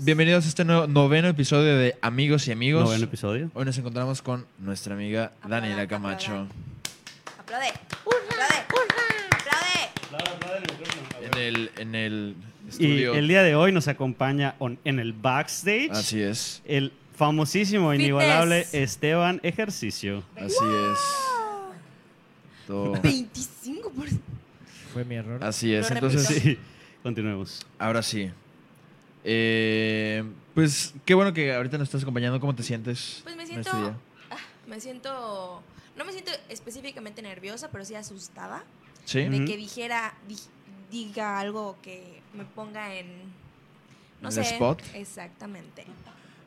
Bienvenidos a este nuevo- noveno episodio de Amigos y Amigos. Noveno episodio. Hoy nos encontramos con nuestra amiga Daniela Camacho Aplaude. Aplaude. Aplaude. en el, en el Y estudio. Ah, el día de hoy nos acompaña on- en el backstage Así es, el famosísimo e inigualable Fitness. Esteban Ejercicio. así es. Todo- 25 Fue mi error. Así es, Lo entonces repito. Sí, continuemos. ahora sí. Eh, pues qué bueno que ahorita nos estás acompañando. ¿Cómo te sientes? Pues me en siento, este día? ah, me siento, no me siento específicamente nerviosa, pero sí asustada Sí. de Ujú. que dijera, di- diga algo que me ponga en, no ¿En sé, el spot? exactamente.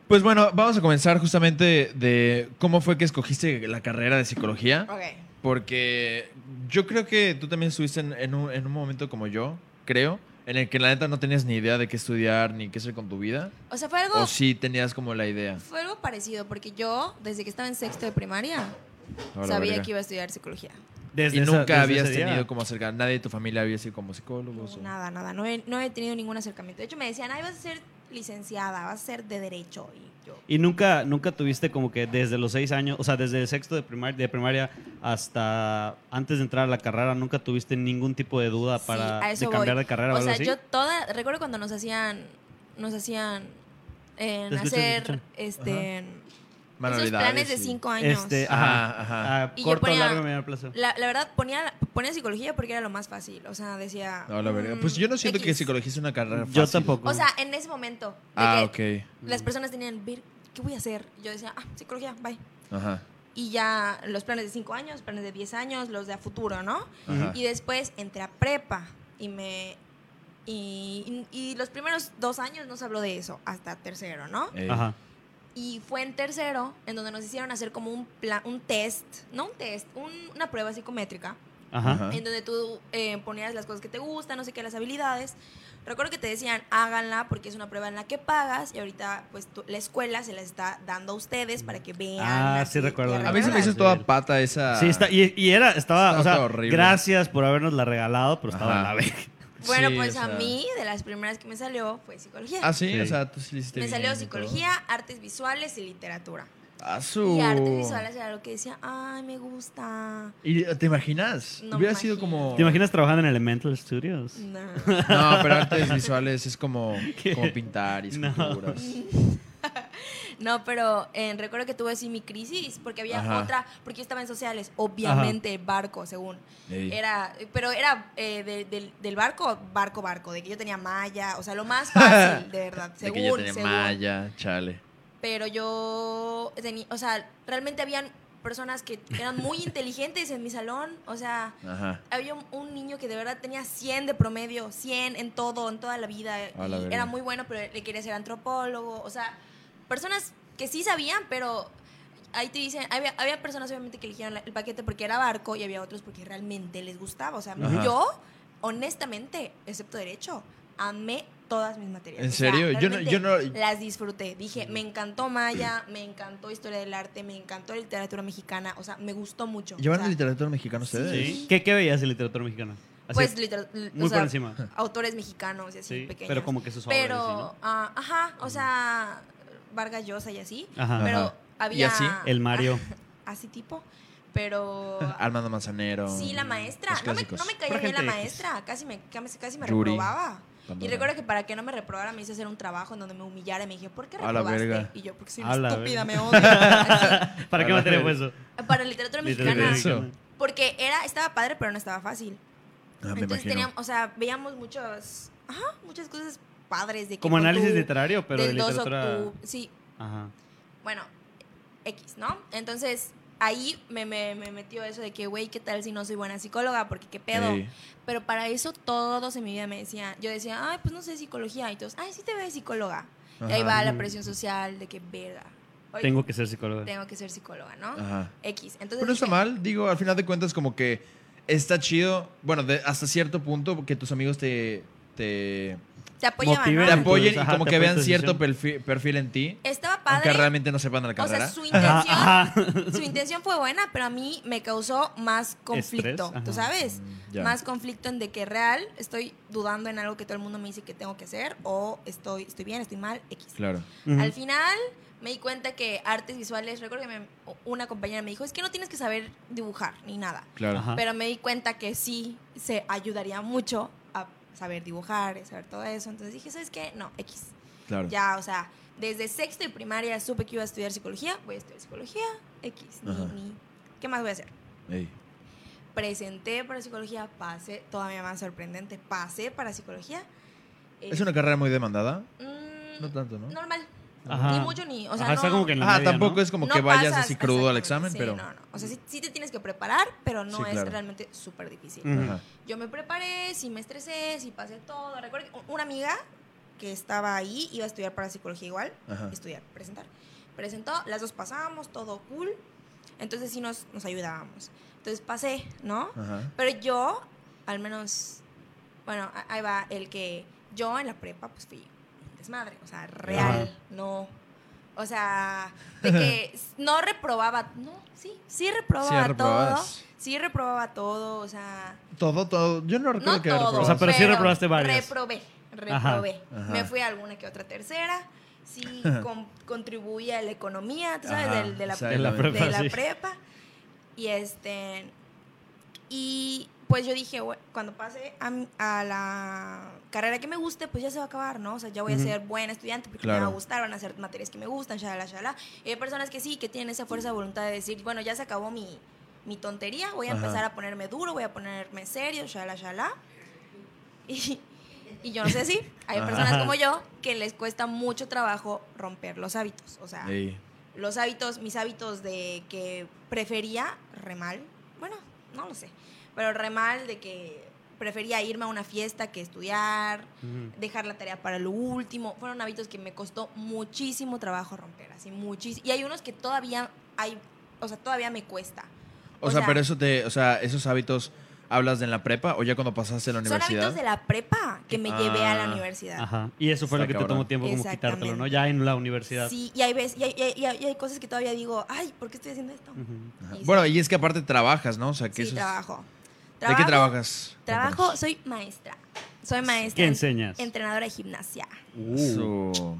Pues bueno, vamos a comenzar justamente de cómo fue que escogiste la carrera de psicología. Ok. Porque yo creo que tú también estuviste en, en un, en un momento como yo, creo, en el que la neta no tenías ni idea de qué estudiar ni qué hacer con tu vida. O sea, fue algo, O Oh, sí tenías como la idea. fue algo parecido porque yo desde que estaba en sexto de primaria Ahora, sabía verga. que iba a estudiar psicología. Desde Y esa- nunca desde habías ese día. tenido como acerca, nadie de tu familia había sido como No, psicólogo. Nada, nada, no he, no he tenido ningún acercamiento. De hecho, me decían, ay, vas a ser licenciada, vas a ser de derecho. Y yo, Y nunca, nunca tuviste como que desde los seis años, o sea, desde el sexto de primaria, de primaria hasta antes de entrar a la carrera, nunca tuviste ningún tipo de duda Sí, para a de eso cambiar voy. de carrera o, o algo sea, así. yo toda, recuerdo cuando nos hacían, nos hacían eh, Te escucho, te hacer escucho. este esos Manualidades planes de y- ah. cinco años. Este, Ajá, ajá, ajá. a Y yo corto, ponía- largo y mediano plazo. la, la verdad ponía ponía psicología porque era lo más fácil. O sea, decía. No, la verga. mm, Pues yo no siento que X. psicología es una carrera Yo fácil. tampoco. O sea, en ese momento. de Ah, que ok. Las personas tenían, "Ver, ¿qué voy a hacer? Y Yo decía, ah, psicología, bye. Ajá. Y ya los planes de cinco años, planes de 10 años, los de a futuro, ¿no? Ah. ajá. Y después entré a prepa y me. Y, y- y los primeros dos años no se habló de eso, hasta tercero, ¿no? Ey. Ajá. Y fue en tercero en donde nos hicieron hacer como un, pla- un test, no un test, un- una prueba psicométrica, Ajá. Ajá. en donde tú eh, ponías las cosas que te gustan, no sé qué, las habilidades. Recuerdo que te decían, háganla porque es una prueba en la que pagas y ahorita pues tú- la escuela se las está dando a ustedes para que vean. Ah, así, sí recuerdo. y A mí se me recuerdan. hizo toda pata esa. Sí, está, y, y era, estaba, Estaba o sea, todo horrible. gracias por habernos la regalado, pero estaba Ajá. en la verga. Bueno, Sí, pues o sea. a mí de las primeras que me salió fue psicología. Ah, sí, Sí. o sea, tú sí le hiciste Me bien y salió todo. psicología, artes visuales y literatura. Ah, su. Y artes visuales era lo que decía, ay, me gusta. ¿Y eh, te imaginas? No Hubiera me sido imagino. como. ¿Te imaginas trabajando en Elemental Studios? No. No, pero artes visuales es como, ¿Qué? como pintar y No. esculturas. No, pero eh, recuerdo que tuve así mi crisis porque había Ajá. otra, porque yo estaba en sociales, obviamente barco, según. Ey. Era, pero era eh, de- del- del barco, barco, barco, de que yo tenía malla, o sea, lo más fácil, de verdad, De según, que yo tenía según. malla, chale. pero yo tenía, o sea, realmente habían personas que eran muy inteligentes en mi salón, o sea, Ajá. había un, un niño que de verdad tenía 100 de promedio, 100 en todo, en toda la vida, A la y verga. era muy bueno, pero le quería ser antropólogo, o sea, personas que sí sabían, pero ahí te dicen, había, había personas obviamente que eligieron la- el paquete porque era barco y había otros porque realmente les gustaba, o sea, Ajá. yo, honestamente, excepto derecho, amé todas mis materias. ¿En o sea, serio? Yo no- yo realmente no- las disfruté. Dije, me encantó Maya, me encantó Historia del Arte, me encantó Literatura Mexicana, o sea, me gustó mucho. ¿Llevan o sea, literatura mexicana ustedes? ¿Sí? ¿Qué, ¿Qué veías de literatura mexicana? Así, Pues, litera- l- muy o sea, por encima. autores mexicanos y así, Sí, pequeños. pero como que sus obras. Pero, y ¿no? ah, ajá, o sea, Vargas Llosa y así. Ajá. Pero Ajá. había... Ah, ¿Y así? El Mario. así tipo. Pero... Armando Manzanero. sí, la maestra. Ah, Los No me, clásicos. no me caía Pura bien la gente maestra. Casi me, casi, casi me Yuri. reprobaba. Pandora. Y recuerdo que para que no me reprobara me hice hacer un trabajo en donde me humillara y me dije, ¿por qué A la verga. reprobaste? Y yo, porque soy A una la estúpida, verga. me odio. Así. ¿Para qué Para materia ver. fue eso? Para ah. literatura Literatura mexicana. Eso. mexicana. Porque era, estaba padre, pero no estaba fácil. Ah, me Entonces imagino. teníamos, o sea, veíamos muchos, ajá, muchas cosas padres de que Como pon análisis tú literario, pero de del 2 literatura. octu- sí, Ajá. bueno, X, ¿no? Entonces ahí me, me- me metió eso de que, güey, ¿qué tal si no soy buena psicóloga? Porque qué pedo. Ey. Pero para eso todos en mi vida me decían, yo decía, ay, pues no sé psicología. Y todos, ay, sí te ves psicóloga. Y ahí Ajá. va la presión social de que, verga, hoy Tengo que ser psicóloga. tengo que ser psicóloga, ¿no? Ajá. X. Entonces Pero no está dije, mal, digo, al final de cuentas como que está chido, bueno, de- hasta cierto punto que tus amigos te, te, Te apoyaban, te Motiven ¿no? Ah, Entonces, apoyen y ajá, como te que apoyan vean tu cierto decisión. perfil, perfil en ti. Estaba Aunque padre. realmente no sepan de la O carrera. sea, su Ajá, intención, ajá. su intención fue buena, pero a mí me causó más conflicto, Estrés, ¿tú ajá. sabes? Mm, ya. Más conflicto en de que real estoy dudando en algo que todo el mundo me dice que tengo que hacer o estoy, estoy bien, estoy mal, X. Claro. Ujú. Al final me di cuenta que artes visuales, recuerdo que me- una compañera me dijo, es que no tienes que saber dibujar ni nada, Claro. Ajá. pero me di cuenta que sí se ayudaría mucho a saber dibujar, saber todo eso, entonces dije, ¿sabes qué? No, X. Claro. Ya, o sea, desde sexto y primaria supe que iba a estudiar psicología, voy a estudiar psicología, X, ni, Ajá. ni- ¿Qué más voy a hacer? Ey, Presenté para psicología, pasé, todavía más sorprendente, pasé para psicología. Eh, ¿Es una carrera muy demandada? mm, No tanto, ¿no? normal, Ajá. ni mucho ni, o sea, Ajá, está no- como que en la Ah, media, tampoco ¿no? es como no que vayas pasas, así crudo al exactamente, examen, sí, pero. No, no. O sea, sí, sí te tienes que preparar, pero no Sí, es claro. realmente súper difícil. Mm. Ajá. Yo me preparé, sí me estresé, sí pasé todo. Recuerdo que una amiga que estaba ahí iba a estudiar para psicología igual, Ajá. estudiar, presentar. Presentó, las dos pasamos, todo cool. Entonces sí nos, nos ayudábamos. Entonces pasé, ¿no? Ajá. Pero yo, al menos, bueno, a- ahí va el que yo en la prepa pues fui un desmadre, o sea, real, Ajá. no. O sea, de que s- no reprobaba, no, sí, sí reprobaba todo. reprobabas. Sí reprobaba todo, o sea, Todo, todo. Yo no recuerdo no que todo. O sea, pero sí reprobas. reprobaste varias. Reprobé, reprobé. Ajá, ajá. Me fui a alguna que otra tercera. Sí, con- contribuí a la economía, tú sabes, Ajá, del- de, la, exactamente. De la prepa, de la sí. prepa. Y este. Y pues yo dije, "Bue- cuando pase a, mi- a la carrera que me guste, pues ya se va a acabar, ¿no? O sea, ya voy a Ujú. ser buena estudiante porque me va Claro. a gustar, van a hacer materias que me gustan, shalala, shalala. Y hay personas que sí, que tienen esa fuerza de voluntad de decir, bueno, ya se acabó mi, mi tontería, voy a Ajá. empezar a ponerme duro, voy a ponerme serio, shalala, shalala. Y, y yo no sé si hay Ajá. personas como yo que les cuesta mucho trabajo romper los hábitos. O sea, Ey, los hábitos, mis hábitos de que prefería remal, bueno, no lo sé, pero remal de que prefería irme a una fiesta que estudiar, Ujú. dejar la tarea para lo último, fueron hábitos que me costó muchísimo trabajo romper, así muchísimo. Y hay unos que todavía hay, o sea, todavía me cuesta. O, sea, pero eso te. O sea, esos hábitos. ¿Hablas de en la prepa o ya cuando pasaste a la son universidad? hábitos de la prepa que me llevé a Ah, la universidad. Ajá. Y eso fue Está lo que te cabrón. tomó tiempo como quitártelo, ¿no? Ya en la universidad. Sí, y hay, veces, y, hay, y hay- y hay- y hay cosas que todavía digo, ay, ¿por qué estoy haciendo esto? Ujú. Ajá. Y Bueno, y es que aparte trabajas, ¿no? O sea, que sí, eso es- trabajo. ¿De qué trabajas? Trabajo, soy maestra. Soy maestra. ¿Qué enseñas? Entrenadora de gimnasia. Uh. Su-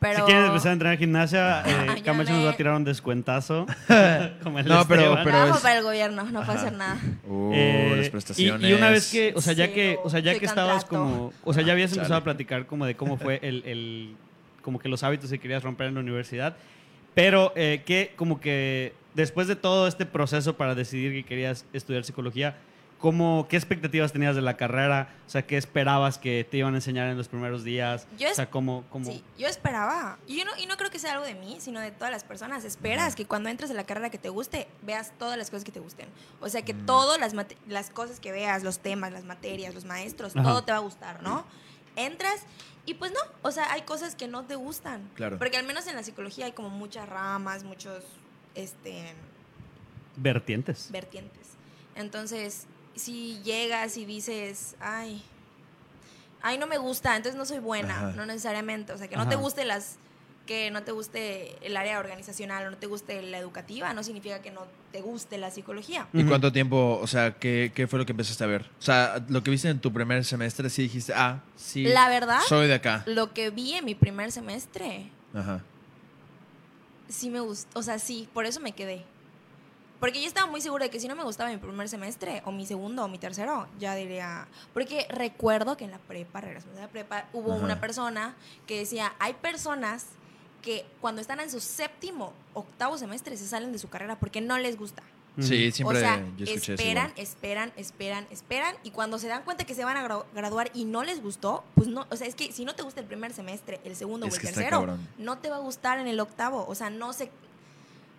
Pero, Si quieres empezar a entrar en gimnasia, Ah, eh, ya Camacho nos me- va a tirar un descuentazo. como el No, pero- Esteban. pero trabajo es- para el gobierno, no puedo hacer nada. Uh, Eh, las prestaciones. Y, y una vez que, o sea, ya Sí, que, o sea, ya soy que estabas contrato. como, o sea, ya habías Ah, empezado chale. a platicar como de cómo fue el, el- como que los hábitos que querías romper en la universidad, pero eh, que como que después de todo este proceso para decidir que querías estudiar psicología, ¿cómo, ¿qué expectativas tenías de la carrera? O sea, ¿qué esperabas que te iban a enseñar en los primeros días? Yo o sea, es- ¿cómo, cómo? Sí, yo esperaba. Y, yo no, y no creo que sea algo de mí, sino de todas las personas. Esperas que cuando entres a la carrera que te guste, veas todas las cosas que te gusten. O sea, que todas las, mate- las cosas que veas, los temas, las materias, los maestros, Ajá. todo te va a gustar, ¿no? Entras y pues no, o sea, hay cosas que no te gustan. Claro. Porque al menos en la psicología hay como muchas ramas, muchos, este, Vertientes. vertientes. Entonces, si llegas y dices, ay, ay, no me gusta, entonces no soy buena, Ajá. no necesariamente. O sea, que no Ajá. te guste las que no te guste el área organizacional o no te guste la educativa, no significa que no te guste la psicología. ¿Y Ujú. cuánto tiempo, o sea, ¿qué, qué fue lo que empezaste a ver? O sea, lo que viste en tu primer semestre, sí dijiste, ah, sí, La verdad, soy de acá. lo que vi en mi primer semestre, Ajá. sí me gustó, o sea, sí, por eso me quedé. Porque yo estaba muy segura de que si no me gustaba mi primer semestre, o mi segundo, o mi tercero, ya diría. Porque recuerdo que en la prepa, regresando a la prepa, hubo Ajá. una persona que decía: hay personas que cuando están en su séptimo, octavo semestre se salen de su carrera porque no les gusta. Ujú. Sí, siempre o sea, yo escuché eso esperan, igual. esperan, esperan, esperan. Y cuando se dan cuenta que se van a gra- graduar y no les gustó, pues no. O sea, es que si no te gusta el primer semestre, el segundo Es o el que está tercero, cabrón. no te va a gustar en el octavo. O sea, no se.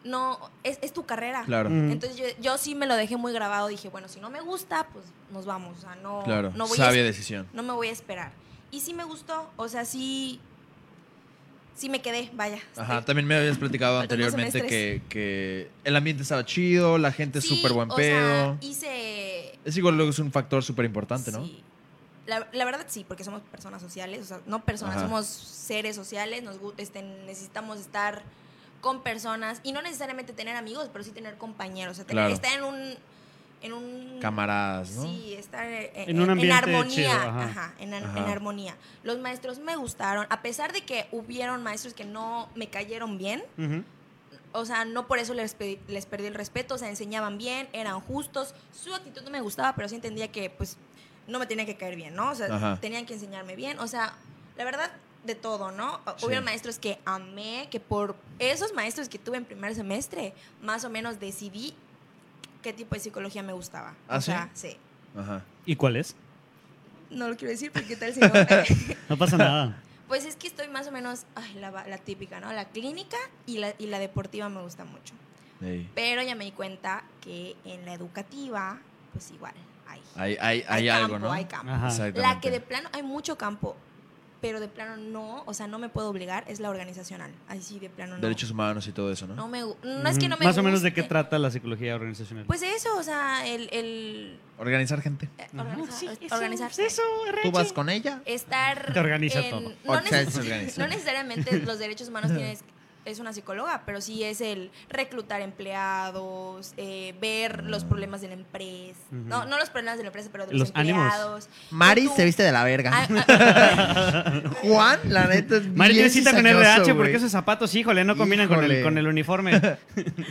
No, es, es tu carrera. Claro. Mm. Entonces yo, yo sí me lo dejé muy grabado. Dije, bueno, si no me gusta, pues nos vamos. O sea, no, Claro, no, voy, a, sabia es- decisión. no me voy a esperar. Y sí me gustó. O sea, sí. Sí me quedé, vaya. Ajá, estoy- también me habías platicado este Faltan dos anteriormente que, semestres. que el ambiente estaba chido, la gente es Sí, súper buen o sea, pedo. hice. Es igual, luego es un factor súper importante, ¿no? Sí. La, la verdad sí, porque somos personas sociales, o sea, no personas, Ajá. somos seres sociales, nos gu- este, necesitamos estar con personas y no necesariamente tener amigos, pero sí tener compañeros, o sea, tener- Claro. estar en un en un Camaradas, ¿no? Sí, estar eh, eh, En un ambiente armonía, chido, ajá. ajá. en, ar- Ajá. en armonía. Los maestros me gustaron, a pesar de que hubieron maestros que no me cayeron bien, Ujú. o sea, no por eso les, pe- les perdí el respeto, o sea, enseñaban bien, eran justos, su actitud no me gustaba, pero sí entendía que pues no me tenía que caer bien, ¿no? O sea, Ajá. tenían que enseñarme bien, o sea, la verdad de todo, ¿no? O- Sí. Hubieron maestros que amé, que por esos maestros que tuve en primer semestre, más o menos decidí qué tipo de psicología me gustaba. ¿Ah, o sí? sea, sí. Ajá. ¿Y cuál es? No lo quiero decir porque qué tal si no. No pasa nada. pues es que estoy más o menos, ay, la, va- la típica, ¿no? La clínica y la, y la deportiva me gusta mucho. Ey. Pero ya me di cuenta que en la educativa, pues igual, hay, Hay, hay, hay campo, algo, ¿no? hay campo. Ajá. Exactamente. La que de plano, hay mucho campo, pero de plano no, o sea, no me puedo obligar, es la organizacional. Así de plano no. Derechos humanos y todo eso, ¿no? no, me, gu- no es que no Ujú. me Más o menos de guste. qué trata la psicología organizacional. Pues eso, o sea, el... el Organizar gente. eh, Ajá. organiza- Sí, organizarse. ¿Tú vas con ella? Estar... Te organiza todo. No, O sea, neces- se organiza. no necesariamente los derechos humanos tienes... Es una psicóloga, pero sí es el reclutar empleados, eh, ver los problemas de la empresa. Ujú. No, no los problemas de la empresa, pero de los, Los ánimos. empleados. Mari Tú- se viste de la verga. Ah, ah, Juan, la neta es Mari bien tiene cita con cizañoso, RH güey. porque esos zapatos, híjole, no combinan con el, Híjole. con el uniforme.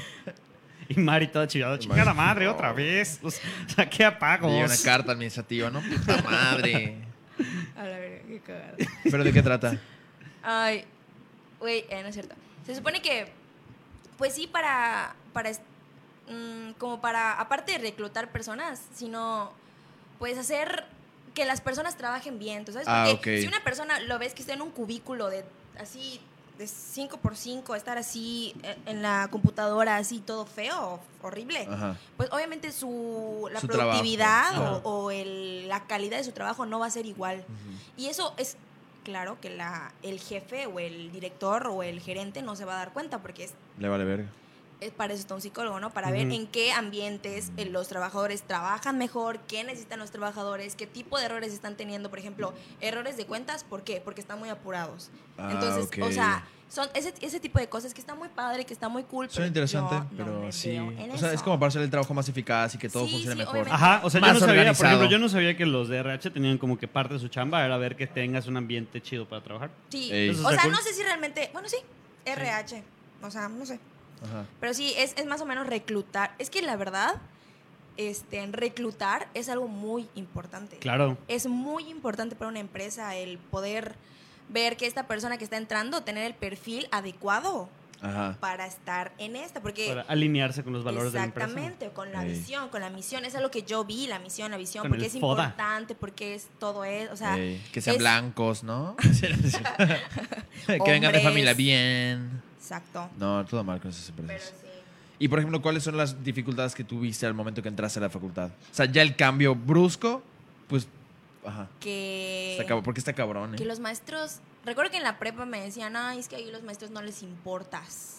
y Mari toda chillada, chingada madre, otra vez. O sea, qué Y una apagos. carta administrativa, ¿no? Puta madre. a la verga, qué cagada. ¿Pero de qué trata? Ay, güey, eh, no es cierto. Se supone que, pues sí, para, para, es- mm, como para, aparte de reclutar personas, sino, pues hacer que las personas trabajen bien, ¿tú ¿sabes? Ah, Porque ok. si una persona lo ves que está en un cubículo de así, de 5 por 5 estar así eh, en la computadora, así todo feo, horrible, Ajá. pues obviamente su, la Ah. Su trabajo. productividad o- Ajá. o, el- la calidad de su trabajo no va a ser igual. Ujú. Y eso es claro que la, el jefe o el director o el gerente no se va a dar cuenta porque es, Le vale verga. es para eso está un psicólogo, ¿no? Para ver Ujú. en qué ambientes eh, los trabajadores trabajan mejor, qué necesitan los trabajadores, qué tipo de errores están teniendo, por ejemplo, errores de cuentas, ¿por qué? Porque están muy apurados. Ah, Entonces, ok. o sea, son ese, ese tipo de cosas que está muy padre, que está muy cool. Suena pero interesante, yo no pero me sí. veo en O sea, es eso. como para hacer el trabajo más eficaz y que todo Sí, funcione sí, mejor. obviamente. Ajá, o sea, yo Más no sabía, por organizado. ejemplo, yo no sabía que los de RH tenían como que parte de su chamba era ver que tengas un ambiente chido para trabajar. Sí. Ey. O sea, Eso no está sé si realmente, bueno, sí, RH. O sea, no sé. Ajá. Pero sí, es, es más o menos reclutar. Es que la verdad, este, reclutar es algo muy importante. Claro. Es muy importante para una empresa el poder ver que esta persona que está entrando tener el perfil adecuado Ajá. para estar en esta. Porque Para alinearse con los valores de la empresa. Eh, exactamente, con la Ey. visión, con la misión. Eso es lo que yo vi, la misión, la visión, Con porque el es FODA. importante, porque es todo es, o sea, Ey, que sean es- blancos, ¿no? que vengan de Hombres. familia bien. exacto. No, todo mal con esas Pero empresas. sí. Y por ejemplo, ¿cuáles son las dificultades que tuviste al momento que entraste a la facultad? O sea, ya el cambio brusco, pues, ajá. Que Está cab- porque está cabrón, Eh, Que ¿eh? los maestros. Recuerdo que en la prepa me decían, ay, es que ahí los maestros no les importas.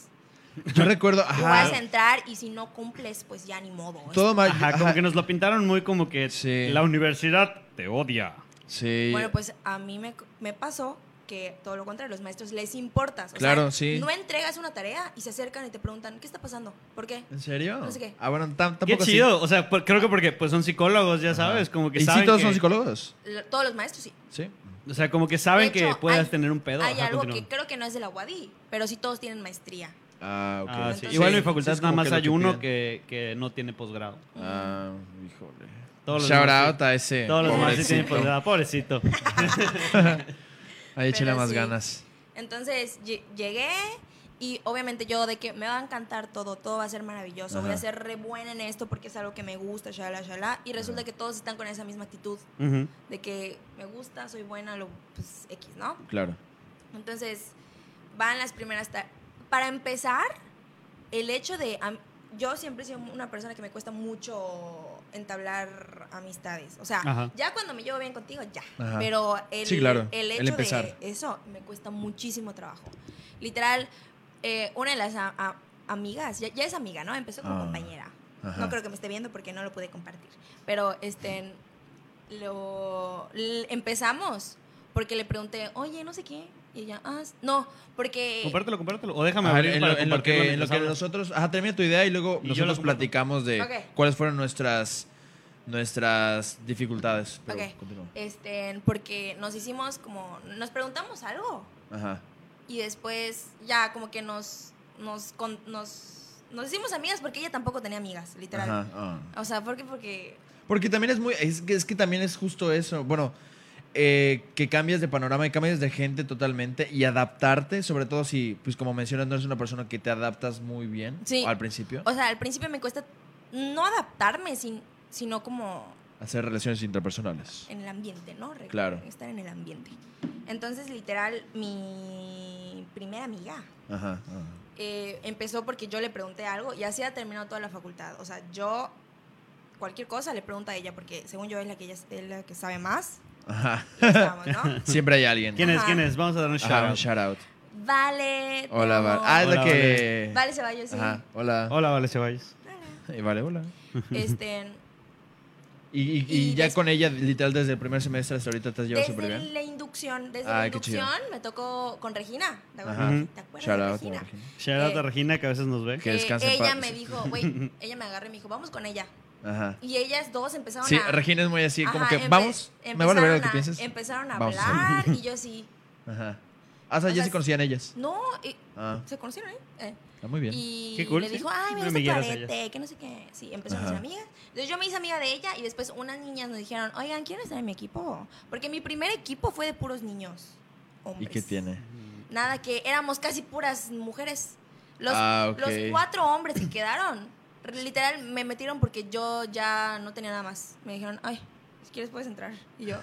Yo recuerdo, Tú ajá. vas a entrar y si no cumples, pues ya ni modo. Todo mal. Ajá, como ajá. que nos lo pintaron muy como que Sí. la universidad te odia. Sí. Bueno, pues a mí me, me pasó que todo lo contrario, los maestros les importas. O Claro, sea, sí. No entregas una tarea y se acercan y te preguntan, ¿qué está pasando? ¿Por qué? ¿En serio? No sé qué. Ah, bueno, tam- tampoco Qué así. chido, o sea, por- creo que porque pues son psicólogos, ya Ajá. sabes, como que ¿Y saben sí todos que- son psicólogos? Lo- Todos los maestros sí. Sí. O sea, como que saben De hecho, que puedas hay- tener un pedo. Hay Ajá, algo continúa. que creo que no es de la UADI, pero sí todos tienen maestría. Ah, ok. Ah, sí. Entonces- Igual en mi Sí, facultad sí, es nada como más que lo hay uno piden. que, que no tiene posgrado. Ah, híjole. Todos los Shout demás sí. out a ese. Todos los demás sí tienen pobrecito. posgrado. Pobrecito. Ahí échale Pero más sí. ganas. Entonces lle- llegué y obviamente yo de que me va a encantar todo, todo va a ser maravilloso, voy Ajá. a ser re buena en esto porque es algo que me gusta, shala, shala. Y resulta que todos están con esa misma actitud Ujú. de que me gusta, soy buena, lo, pues X, ¿no? Claro. Entonces van las primeras... ta- Para empezar, el hecho de... am- yo siempre he sido una persona que me cuesta mucho entablar amistades. O sea, Ajá. ya cuando me llevo bien contigo, ya. Ajá. Pero el, Sí, claro, el el hecho empezar. de eso me cuesta muchísimo trabajo. Literal, eh, una de las a- a- amigas, ya, ya es amiga, ¿no? Empezó como Ah, compañera. ajá. No creo que me esté viendo porque no lo pude compartir. Pero este lo l- empezamos porque le pregunté, oye, no sé qué. Y ella, ah, s- no, porque... Compártelo, compártelo. O déjame Ajá, abrir en, para lo, en lo compartirlo que, en lo que mientras hablas. nosotros. Ajá, termina tu idea y luego Y yo lo nosotros comparto. platicamos de Ok. cuáles fueron nuestras nuestras dificultades. Pero Ok. continúa. Este, porque nos hicimos como, nos preguntamos algo Ajá. y después ya como que nos, nos, con- nos, nos hicimos amigas porque ella tampoco tenía amigas, literal. Ajá. ah. O sea, porque, porque, Porque también es muy. Es que, es que también es justo eso. Bueno, eh, que cambias de panorama y cambias de gente totalmente y adaptarte, sobre todo si, pues como mencionas, no eres una persona que te adaptas muy bien Sí. al principio. o sea, al principio me cuesta no adaptarme, sin, sino como Hacer relaciones interpersonales. en el ambiente, ¿no? Re- Claro. Estar en el ambiente. Entonces, literal, mi primera amiga Ajá. ah, ajá. eh, empezó porque yo le pregunté algo y así ha terminado toda la facultad. O sea, yo cualquier cosa le pregunto a ella porque según yo es la que, ella, es la que sabe más. Ajá. Y estábamos, ¿no? Siempre hay alguien. ¿Quién es? Ajá. ¿Quién es? Vamos a dar un shout Ajá, un out. shout out. Vale. te Hola, amo. Val. Ah, es la Hola, que. Vale Ceballos, sí. Ajá, hola. Hola, Vale Ceballos. Y vale, hola. Este, Y, y- y Y ya des- con ella, literal, desde el primer semestre hasta ahorita te has llevado súper desde bien. la inducción, desde la Ay, qué chido. inducción me tocó con Regina. ¿Te acuerdas, Ajá. de- ¿te acuerdas Shout de out, Regina? Regina. Shout out a Eh, Regina, que a veces nos ve. Que Eh, descanse en ella paz. me dijo, güey, ella me agarró y me dijo, vamos con ella. Ajá. Y ellas dos empezaron Sí, a... Regina es muy así, como Ajá, que empe- vamos, me vale ver lo empezaron que a- pienses. Empezaron a Vamos a hablar y yo sí. Ajá. Ah, o sea, O ya sea, se conocían ellas. No, y- Ah, se conocieron, ¿eh? ¿eh? ah, muy bien. Y Qué cool, le sí. dijo, ay, Muy mira este amigueras parete, que no sé qué. Sí, empezamos Ajá. a ser amigas. Entonces yo me hice amiga de ella y después unas niñas nos dijeron, oigan, ¿quieren estar en mi equipo? Porque mi primer equipo fue de puros niños. ¿Y Hombres. qué tiene? Nada, que éramos casi puras mujeres. Los, Ah, ok. los cuatro hombres que quedaron, literal, me metieron porque yo ya no tenía nada más. Me dijeron, ay, si quieres puedes entrar. Y yo,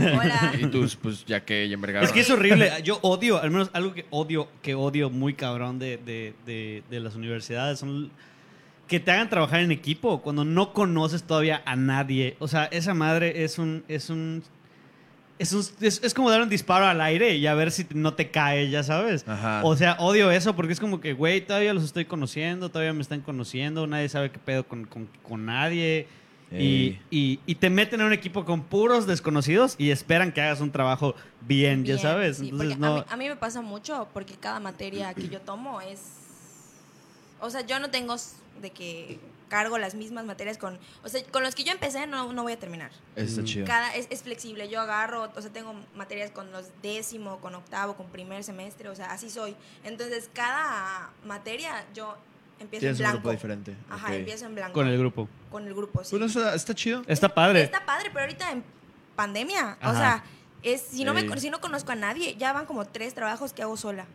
hola. Y tú, pues ya que ya envergaron. Es que es horrible. Yo odio, al menos algo que odio, que odio muy cabrón de, de- de- de las universidades, son que te hagan trabajar en equipo cuando no conoces todavía a nadie. O sea, esa madre es un... Es un es, un- es- es como dar un disparo al aire y a ver si no te cae, ya sabes. Ajá. O sea, odio eso porque es como que, güey, todavía los estoy conociendo, todavía me están conociendo, nadie sabe qué pedo con, con- con nadie. Y, Ey. y- y te meten en un equipo con puros desconocidos y esperan que hagas un trabajo bien, ya Bien, sabes. sí, Entonces, porque no. a, mí, a mí me pasa mucho porque cada materia que yo tomo es... O sea, yo no tengo s- de que cargo las mismas materias con... O sea, con los que yo empecé no, no voy a terminar. Eso está chido. Cada, es, es flexible, yo agarro, o sea, tengo materias con los décimo, con octavo, con primer semestre, o sea, así soy. Entonces, cada materia yo empiezo en Tienes un blanco. grupo diferente. Ajá, ok. empiezo en blanco. Con el grupo. Con el grupo, sí. Pues no, está, está chido. Está padre. Está padre, pero ahorita en pandemia, o Ajá. sea, es, si, no me, Ey. con- si no conozco a nadie, ya van como tres trabajos que hago sola.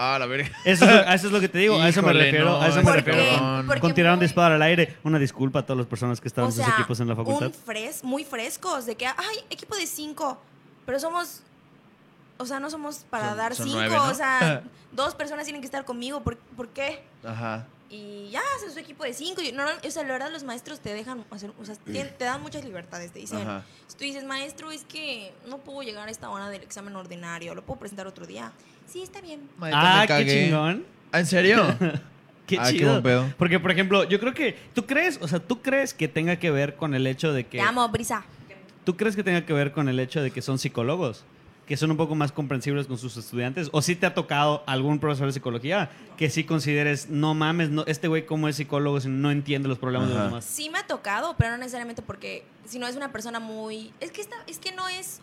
Ah, la verga. Eso es, lo- eso es lo que te digo. a eso me Híjole, refiero. no, a eso me está Porque- refiero. con- cabrón. porque Con tirar un muy- disparo al aire. Una disculpa a todas las personas que estaban O en sus sea, equipos en la facultad. Un fres, muy frescos, de que, ay, equipo de cinco, pero somos, o sea, no somos para Son- dar son cinco, nueve, ¿no? o sea, dos personas tienen que estar conmigo, ¿por, por qué? Ajá. Y ya, hacen su equipo de cinco. y no- no, o sea, la verdad, los maestros te dejan, hacer, o sea, te, te dan muchas libertades, te dicen. Ajá. Si tú dices, maestro, es que no puedo llegar a esta hora del examen ordinario, lo puedo presentar otro día. Sí, está bien. Ah, Me qué cagué. chingón. ¿En serio? Qué Ah, qué chido. buen pedo. Porque, por ejemplo, yo creo que. ¿Tú crees? O sea, ¿tú crees que tenga que ver con el hecho de que. Te amo, Brisa. ¿Tú crees que tenga que ver con el hecho de que son psicólogos? Que son un poco más comprensibles con sus estudiantes? ¿O si te ha tocado algún profesor de psicología que sí consideres, no mames, no, este güey como es psicólogo si no entiende los problemas de Ajá. los demás? Sí me ha tocado, pero no necesariamente porque si no es una persona muy... Es que, esta- es que no es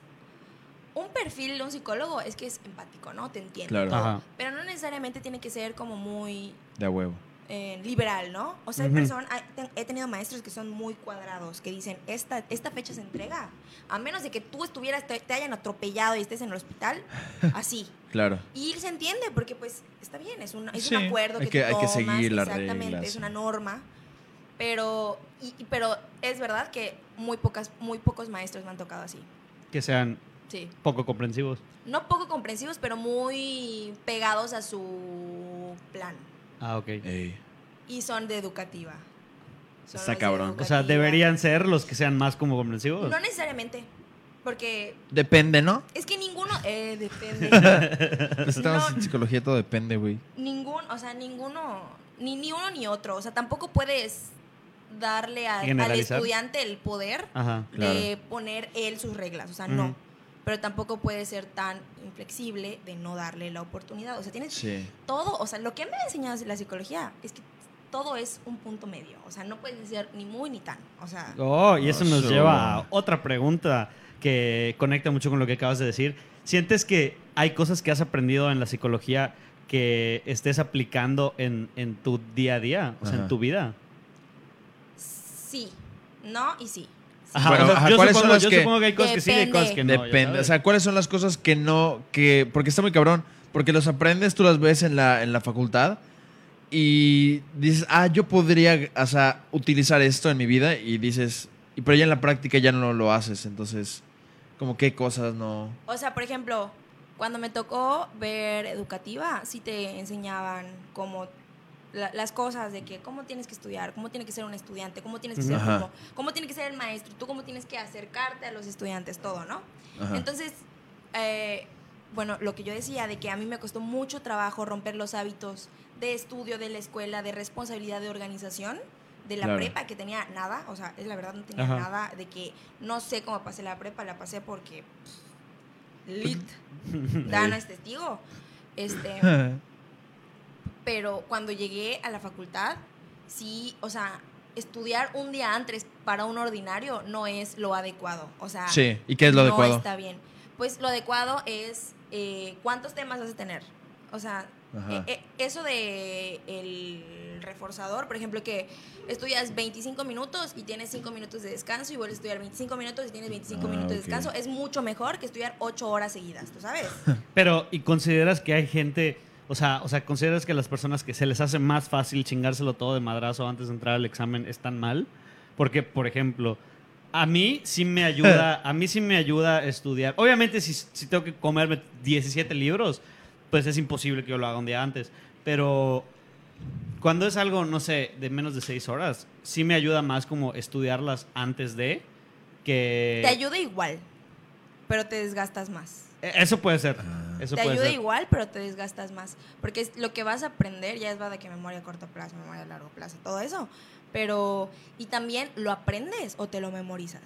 un perfil de un psicólogo, es que es empático, ¿no? Te entiende. Claro. todo. Ajá. Pero no necesariamente tiene que ser como muy De a huevo. eh, liberal, ¿no? O sea, hay Ujú. personas, hay- ten- he tenido maestros que son muy cuadrados, que dicen, esta, esta fecha se entrega, a menos de que tú estuvieras, te, te hayan atropellado y estés en el hospital, así. Claro. Y se entiende, porque pues está bien, es un, es Sí, un acuerdo hay que- que, tú hay que tomas, seguir las Exactamente, reglas. es una norma. Pero, y- y- pero es verdad que muy, pocas, muy pocos maestros me han tocado así. Que sean Sí. poco comprensivos. No poco comprensivos, pero muy pegados a su plan. Ah, ok. Ey. Y son de educativa. Son Está los de cabrón. O sea, educativa. deberían ser los que sean más como comprensivos. No necesariamente. Porque Depende, ¿no? es que ninguno. Eh, depende. Estamos en psicología, todo depende, güey. Ningún, o sea, ninguno. Ni, ni uno ni otro. O sea, tampoco puedes darle a- al Generalizar. estudiante el poder Ajá. de poner él sus reglas, o sea, Ujú. no. Pero tampoco puede ser tan inflexible de no darle la oportunidad. O sea, tienes Sí. todo, o sea, lo que me ha enseñado la psicología es que todo es un punto medio, o sea, no puede ser ni muy ni tan, o sea, Oh, y eso nos Eso. lleva a otra pregunta que conecta mucho con lo que acabas de decir. ¿Sientes que hay cosas que has aprendido en la psicología que estés aplicando en, en tu día a día, o sea, en Ajá. tu vida? sí, no y sí. sí. Ajá, Bueno, o sea, ajá, yo, ¿cuáles son supongo, las yo que- supongo que hay cosas que sí y hay cosas que no. ya Depende. O sabes. sea, ¿cuáles son las cosas que no. que Porque está muy cabrón. Porque los aprendes, tú las ves en la, en la facultad. Y dices, ah, yo podría o sea, utilizar esto en mi vida. Y dices. y- pero ya en la práctica ya no lo haces. Entonces, como qué cosas no. O sea, por ejemplo, cuando me tocó ver educativa, sí te enseñaban cómo la- las cosas de que cómo tienes que estudiar, cómo tiene que ser un estudiante, cómo tienes que ser Ajá. como- cómo tiene que ser el maestro, tú cómo tienes que acercarte a los estudiantes, todo, ¿no? Ajá. Entonces, eh, bueno, lo que yo decía de que a mí me costó mucho trabajo romper los hábitos de estudio de la escuela, de responsabilidad de organización, de la Claro. prepa, que tenía nada, o sea, es la verdad, no tenía Ajá. nada, de que no sé cómo pasé la prepa, la pasé porque pff, lit, Dana es testigo. Este, pero cuando llegué a la facultad, sí, o sea, estudiar un día antes para un ordinario no es lo adecuado, o sea, sí. ¿Y qué es lo no adecuado? está bien. Pues lo adecuado es eh, cuántos temas vas a tener. O sea, Ajá. eh, eh, eso de el reforzador, por ejemplo, que estudias 25 minutos y tienes 5 minutos de descanso y vuelves a estudiar 25 minutos y tienes 25 Ah, minutos de ok. descanso, es mucho mejor que estudiar 8 horas seguidas, ¿tú sabes? Pero, ¿y consideras que hay gente, o sea, o sea, consideras que las personas que se les hace más fácil chingárselo todo de madrazo antes de entrar al examen están mal? Porque, por ejemplo, a mí sí me ayuda, a mí sí me ayuda a estudiar. Obviamente, si, si tengo que comerme 17 libros, pues es imposible que yo lo haga un día antes. Pero cuando es algo, no sé, de menos de 6 horas, sí me ayuda más como estudiarlas antes de que... Te ayuda igual, pero te desgastas más. Eh, Eso puede ser. Eso Te puede ayuda ser. igual, pero te desgastas más. Porque es- lo que vas a aprender ya es va de que memoria a corto plazo, memoria a largo plazo, todo eso. Pero, y también lo aprendes o te lo memorizas.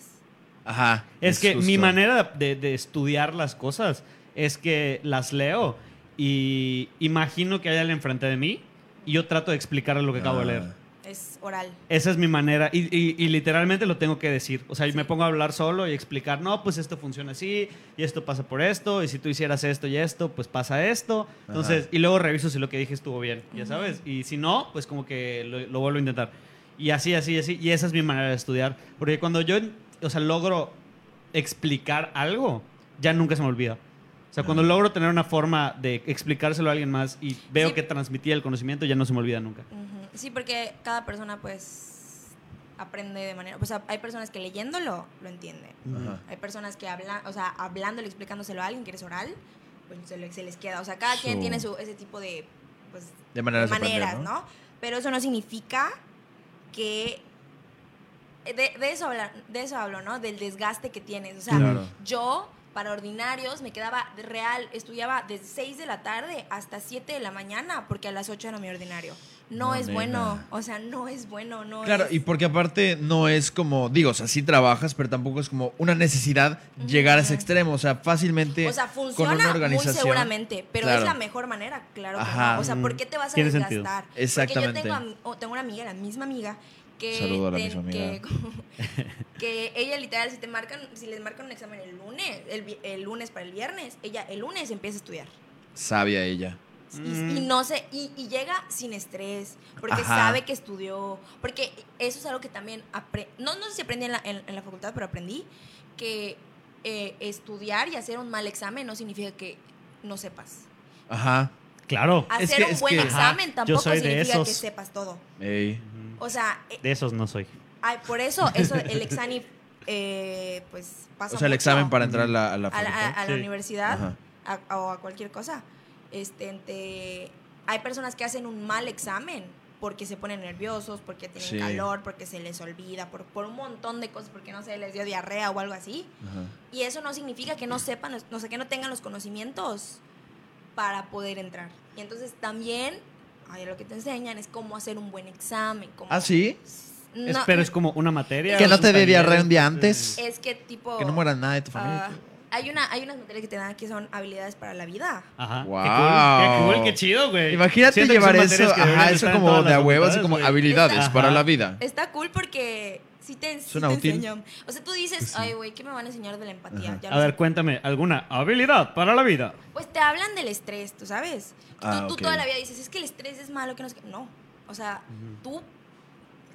Ajá. Es, que mi justo. manera de, de estudiar las cosas es que las leo y imagino que hay alguien enfrente de mí y yo trato de explicarle lo que acabo de leer. Es oral. Esa es mi manera y, y- y literalmente lo tengo que decir. O sea, yo me pongo a hablar solo y explicar, no, pues esto funciona así y esto pasa por esto y si tú hicieras esto y esto, pues pasa esto. Entonces, y luego reviso si lo que dije estuvo bien, ya sabes. Y si no, pues como que lo, lo vuelvo a intentar. Y así, así, así. Y esa es mi manera de estudiar. Porque cuando yo, o sea, logro explicar algo, ya nunca se me olvida. O sea, cuando logro tener una forma de explicárselo a alguien más y veo Sí. que transmití el conocimiento, ya no se me olvida nunca. Ujú. Sí, porque cada persona pues aprende de manera... O sea, hay personas que leyéndolo lo entienden. Ajá. Hay personas que hablan, o sea, hablándolo, explicándolo a alguien que eres oral, pues se, le- se les queda. O sea, cada quien Su- tiene su, ese tipo de, pues, De maneras, de aprender, maneras, ¿no? Pero eso no significa que de, de eso habla- de eso hablo, ¿no? Del desgaste que tienes. O sea, Claro. yo para ordinarios me quedaba de real, estudiaba desde 6 de la tarde hasta 7 de la mañana porque a las 8 era mi ordinario. No, No, es nena. bueno, o sea, no es bueno, no Claro, es- y porque aparte no es como, digo, o sea, sí trabajas, pero tampoco es como una necesidad llegar a ese extremo. O sea, fácilmente o sea, con una funciona muy organización. seguramente, pero Claro. es la mejor manera, claro que Ajá. no. O sea, ¿por qué te vas a Tiene desgastar? sentido. Porque Exactamente. yo tengo, a- o tengo una amiga, la misma amiga, que, Saludo a la ten- misma que, amiga. que ella literal, si te marcan, si les marcan un examen el lunes, el, vi- el lunes para el viernes, ella el lunes empieza a estudiar. Sabia ella. Y, Mm. y no sé, y, y llega sin estrés, porque Ajá. sabe que estudió, porque eso es algo que también, apre- no, no sé si aprendí en la, en- en la facultad, pero aprendí que eh, estudiar y hacer un mal examen no significa que no sepas. Ajá. Claro. Es Hacer que- un es buen que- examen Ajá, yo tampoco soy de significa que esos. sepas todo. Ey. O sea, eh, De esos no soy. ay, por eso, eso el examen, eh, pues pasa O sea, el mucho examen para entrar a la, a la a la, facultad. a- a la Sí. universidad Ajá. a- o a cualquier cosa. Este, ente- hay personas que hacen un mal examen porque se ponen nerviosos, porque tienen Sí. calor, porque se les olvida, por, por un montón de cosas, porque no se les dio diarrea o algo así. Ajá. Y eso no significa que no sepan, los- no sé, que no tengan los conocimientos para poder entrar. Y entonces también, ahí lo que te enseñan es cómo hacer un buen examen. Cómo, ¿Ah, sí? Es- No, pero es como una materia. Que o no son te dé talleres, diarrea un día eh, antes. es que tipo... Que no muera nada de tu familia. ah, hay, una, hay unas materias que te dan que son habilidades para la vida. Ajá. Wow. Qué cool, qué, cool, qué chido, güey. Imagínate Siento que son llevar materias eso, que deberían ajá, eso estar en como todas de a las huevo, así como facultades, güey. habilidades Ajá. para la vida. Está cool porque sí te, sí Suena te útil. enseñan. O sea, tú dices, ay, güey, ¿qué me van a enseñar de la empatía? Ajá. Ya A lo ver, sé. cuéntame, ¿alguna habilidad para la vida? Pues te hablan del estrés, ¿tú sabes? Ah, tú tú ok. toda la vida dices, es que el estrés es malo, que no sé qué". No, o sea, tú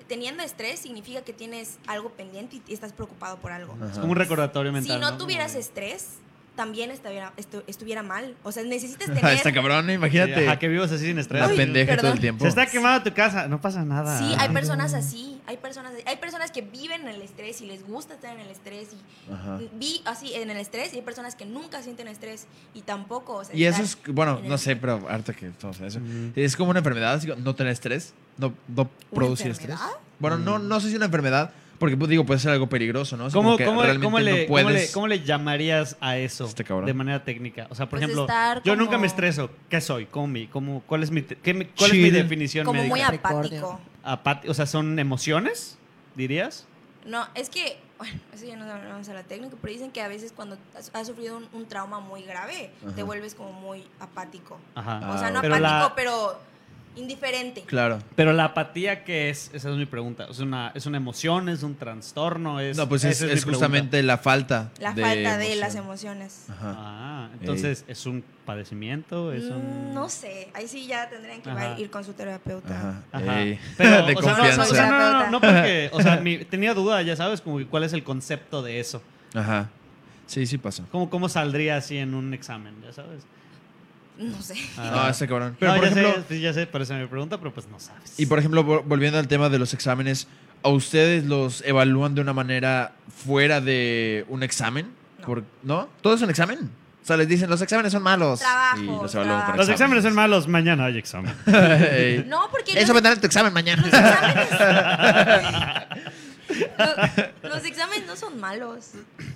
teniendo estrés significa que tienes algo pendiente y estás preocupado por algo. Ajá. Es como un recordatorio mental. si no, ¿no? tuvieras Como- estrés, también estuviera, estu- estuviera mal. O sea, Ah, necesitas Está tener... cabrón, Sí, ajá, imagínate. que vivas así sin estrés. La Ay, pendeja todo perdón. el tiempo. Se está quemando tu casa, no pasa nada. Sí, hay personas así, hay personas así. Hay personas que viven en el estrés y les gusta estar en el estrés y Ajá. vi así en el estrés y hay personas que nunca sienten estrés y tampoco, o sea, Y eso es, estar bueno, en el- no sé, pero harta que estamos en eso. Ujú. Es como una enfermedad, así como no tener estrés, no, no producir estrés. enfermedad? Bueno, no, Mm. no sé si una enfermedad, porque pues, digo, puede ser algo peligroso, ¿no? O sea, ¿Cómo, como que cómo- realmente cómo le, no cómo le- puedes- cómo le llamarías a eso Este cabrón. de manera técnica? O sea, por Pues ejemplo, estar yo como- nunca me estreso. ¿Qué soy? ¿Cómo mi- cómo- ¿Cuál es mi, te- qué mi- cuál es mi Chill. definición como muy médica? apático. Apati- o sea, ¿son emociones, dirías? No, es que, bueno, eso ya no vamos a la técnica, pero dicen que a veces cuando has, has sufrido un, un trauma muy grave, te Ajá. vuelves como muy apático. Ajá. Ah, o sea, no Pero la- apático, pero indiferente. Claro. Pero la apatía, ¿qué es? Esa es mi pregunta. ¿Es una, es una emoción? ¿Es un trastorno? Es, No, pues es, esa mi es pregunta. justamente la falta. La falta de emoción. las emociones. Ajá. Ah, entonces, ¿es un padecimiento? pues ¿Es un... Mm, No sé, ahí sí ya tendrían que Ajá. ir con su terapeuta. Ajá. Ah, Ajá. Ey. Pero, de o sea, no, o sea, confianza. o sea, no, no, no, no, porque, o sea, mi- tenía duda, ya sabes, como que cuál es el concepto de eso. Ajá. Sí, sí pasa. ¿Cómo, cómo saldría así en un examen, ya sabes? No sé. No, Ah. este cabrón. Pero Pero, por ya ejemplo, sé, sí, ya sé, pero esa es mi pregunta, pero pues no sabes. Y por ejemplo, vol- volviendo al tema de los exámenes, ¿a ustedes los evalúan de una manera fuera de un examen? No. Por- ¿No? ¿Todo es un examen? O sea, les dicen, los exámenes son malos. Trabajo, y los trabajo. Los exámenes son malos, mañana hay examen. malos. Ey. No, porque Eso los, vendrá en tu examen mañana. los exámenes. los, los exámenes no son malos.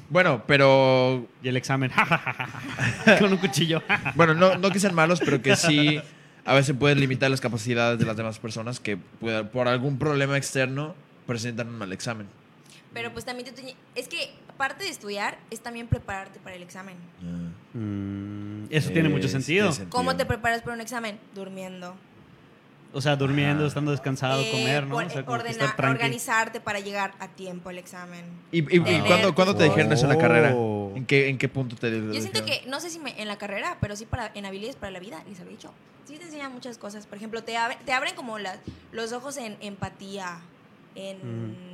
bueno, pero. Y el examen, jajajaja, con un cuchillo. Bueno, no, no que sean malos, pero que sí a veces pueden limitar las capacidades de las demás personas que pueda- por algún problema externo presentan un mal examen. Pero pues también te- es que parte de estudiar es también prepararte para el examen. Mm, eso tiene mucho Es- sentido. eh, tiene sentido. ¿Cómo te preparas para un examen? Durmiendo. O sea, durmiendo, Ajá. estando descansado, Eh, comer, ¿no? por- O sea, como que ordena- estar tranqui. organizarte para llegar a tiempo al examen. ¿Y, y- y Tener cuándo, cuándo te tus dijeron eso en la carrera? Oh. ¿En qué, en qué punto te dijeron? Yo siento que, no sé si me- en la carrera, pero sí para, en habilidades para la vida, les había dicho. Sí te enseñan muchas cosas. Por ejemplo, te, abre- te abren como las, los ojos en empatía, en...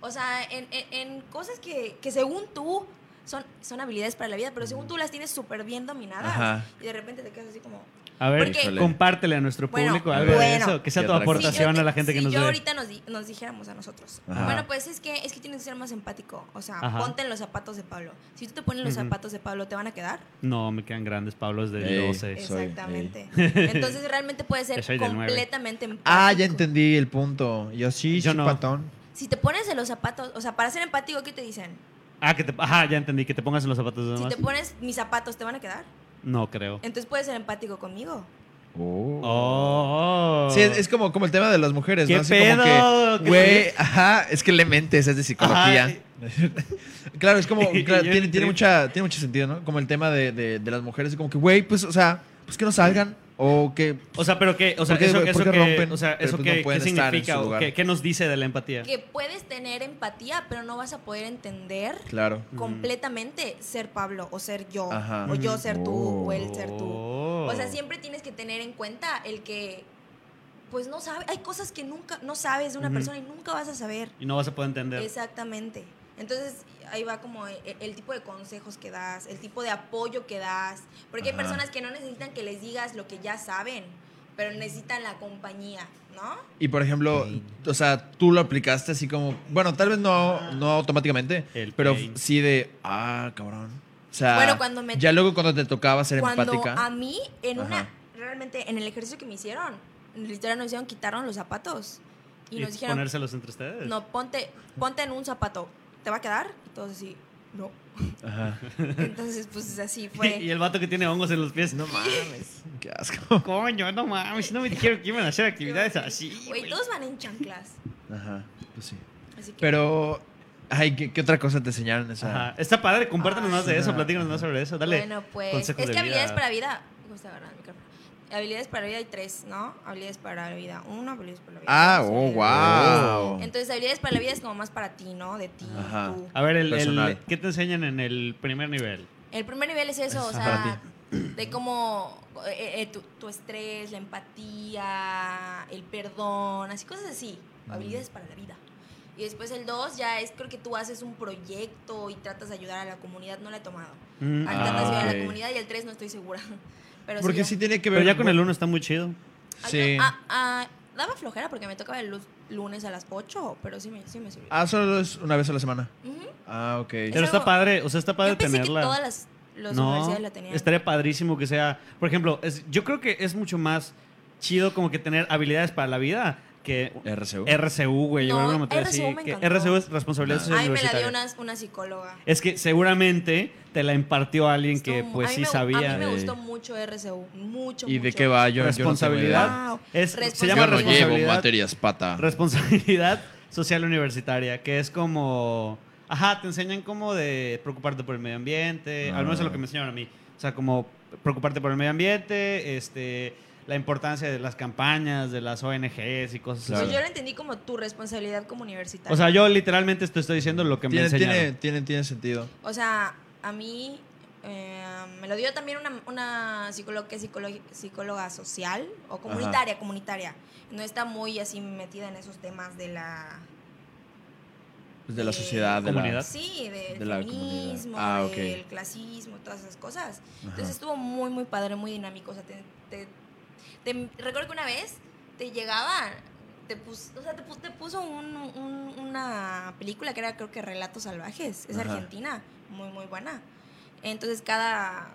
O sea, en, en- en cosas que, que según tú son, son habilidades para la vida, pero según tú las tienes súper bien dominadas. Ajá. Y de repente te quedas así como... A ver, Porque- Híjole. compártele a nuestro Bueno, público algo de bueno. eso, que sea Qué tu otra cosa. aportación Sí, yo- a la gente que sí, nos yo ve. ahorita nos, di- nos dijéramos a nosotros. Ajá. Bueno, pues es que es que tienes que ser más empático. O sea, Ajá. ponte en los zapatos de Pablo. Si tú te pones los Ujú. zapatos de Pablo, ¿te van a quedar? No, me quedan grandes, Pablo, es de Ey. 12. Eh. Soy, Exactamente. Entonces realmente puedes Yo ser soy del nueve. completamente empático. Ah, ya entendí el punto. Yo sí, Yo no. chupatón. Si te pones en los zapatos, o sea, para ser empático, ¿qué te dicen? Ah, que te, ajá, ya entendí, que te pongas en los zapatos de los Si demás. te Eh. pones mis zapatos, ¿te van a quedar? No creo. Entonces puedes ser empático conmigo. Oh. Sí, es, es como, como el tema de las mujeres, ¿Qué ¿no? Así pedo? como ¿Qué que, güey, te- ajá, es que le mentes, es de Ajá. psicología. claro, es como, Y claro, yo tiene, en tiene trip. mucha, tiene mucho sentido, ¿no? Como el tema de, de, de las mujeres, como que, güey, pues, o sea, pues que no salgan o que... O sea, pero que, o sea, ¿Por qué- eso, por eso qué que, rompen? o sea, Pero eso pues no que, ¿qué pueden estar en significa su o lugar. qué, qué nos dice de la empatía? Que puedes tener empatía, pero no vas a poder entender Claro. completamente ser Pablo o ser yo Ajá. o yo ser tú Oh. o él ser tú. Oh. O sea, siempre tienes que tener en cuenta el que pues no sabe, hay cosas que nunca no sabes de una Ujú. persona y nunca vas a saber Y no vas a poder entender. exactamente. Entonces, ahí va como el, el tipo de consejos que das, el tipo de apoyo que das, porque Ajá. hay personas que no necesitan que les digas lo que ya saben, pero necesitan la compañía, ¿no? Y, por ejemplo, o sea, tú lo aplicaste así como, bueno, tal vez no, no automáticamente, El pero pain. sí de, ah, cabrón. O sea, Bueno, cuando me- ya luego cuando te tocaba ser Cuando empática. a mí en Ajá. una realmente en el ejercicio que me hicieron, literal nos hicieron quitaron los zapatos y, Y, nos dijeron, ponérselos entre ustedes. "No, ponte ponte en un zapato, ¿te va a quedar?" Y todos así, "No." Ajá. Entonces, pues así Y, fue. y el vato que tiene hongos en los pies. No mames. Qué asco. Coño, no mames, no me dijeron que iban a hacer actividades así. Güey, güey. todos van en chanclas. Ajá. Pues sí. Así que, Pero, ay, ¿qué, qué otra cosa te enseñaron? Esa? Ajá. Está padre, compártenos Ah, más de sí, eso, no. platícanos más sobre eso. Dale. bueno, pues es consejos que de vida. habilidades para vida. Me gusta agarrar el micrófono. Habilidades para vida hay tres, ¿no? Habilidades para la vida uno, habilidades para la vida Ah, dos, oh, habilidades para la vida wow. tres. Entonces, habilidades para la vida es como más para ti, ¿no? De ti, Oh. Ajá. tú. A ver, el, el- Personal. ¿qué te enseñan en el primer nivel? El primer nivel es eso, o Eso es para sea, de cómo eh, eh, tu, tu estrés, la empatía, el perdón, así cosas así, habilidades para la vida. Y después el dos ya es creo que tú haces un proyecto y tratas de ayudar a la comunidad, no la he tomado. Mm. Ah, tratas de ayudar a ok. la comunidad y el tres no estoy segura. Pero Porque sí. sí tiene que ver. Pero ya con el uno está muy chido. ya. Sí. Ah, ah, daba flojera porque me tocaba el lu- lunes a las 8, pero sí me, sí me sirvió. Ah, solo es una vez a la semana. Ujú. Ah, ok. Es Pero está algo- padre, o sea, está padre Yo pensé tenerla. que todas las, las universidades la tenían. Estaría padrísimo que sea. Por ejemplo, es- yo creo que es mucho más chido como que tener habilidades para la vida que RCU. RCU, güey. yo No, creo que una materia RCU así, me que encantó. RCU es responsabilidad No. social Ay, me la dio universitaria. una, una psicóloga. Es que seguramente te la impartió alguien que Estuvo- pues a mí sí me- A sabía. mí me de- gustó mucho RCU, mucho. ¿Y de mucho. qué va? Yo, yo no tengo responsabilidad. idea. Wow. Es- se Responsabilidad. llama Yo no responsabilidad. llevo materias pata. Responsabilidad social universitaria, que es como. Ajá, te enseñan como de preocuparte por el medio ambiente. Al menos es lo Ah. que me enseñaron a mí. O sea, como preocuparte por el medio ambiente, este, la importancia de las campañas, de las ONGs y cosas Claro. Pues así. yo lo entendí como tu responsabilidad como universitaria. O sea, yo literalmente te estoy diciendo lo que me tiene, enseñaron. tiene, tiene, tiene sentido. O sea, a mí eh, me lo dio también una, una psicóloga, que es psicolo- psicóloga social o comunitaria, comunitaria. No está muy así metida en esos temas de la... Pues de la Eh, sociedad, de Comunidad. la. Sí, del De la feminismo, comunidad. Ah, ok. del clasismo, todas esas cosas. Entonces Ajá. estuvo muy, muy padre, muy dinámico. O sea, te, te- te- recuerdo que una vez te llegaba, te puso, o sea, te pu- te puso un- un- una película que era creo que Relatos Salvajes, es Ajá. argentina, muy, muy buena. Entonces cada,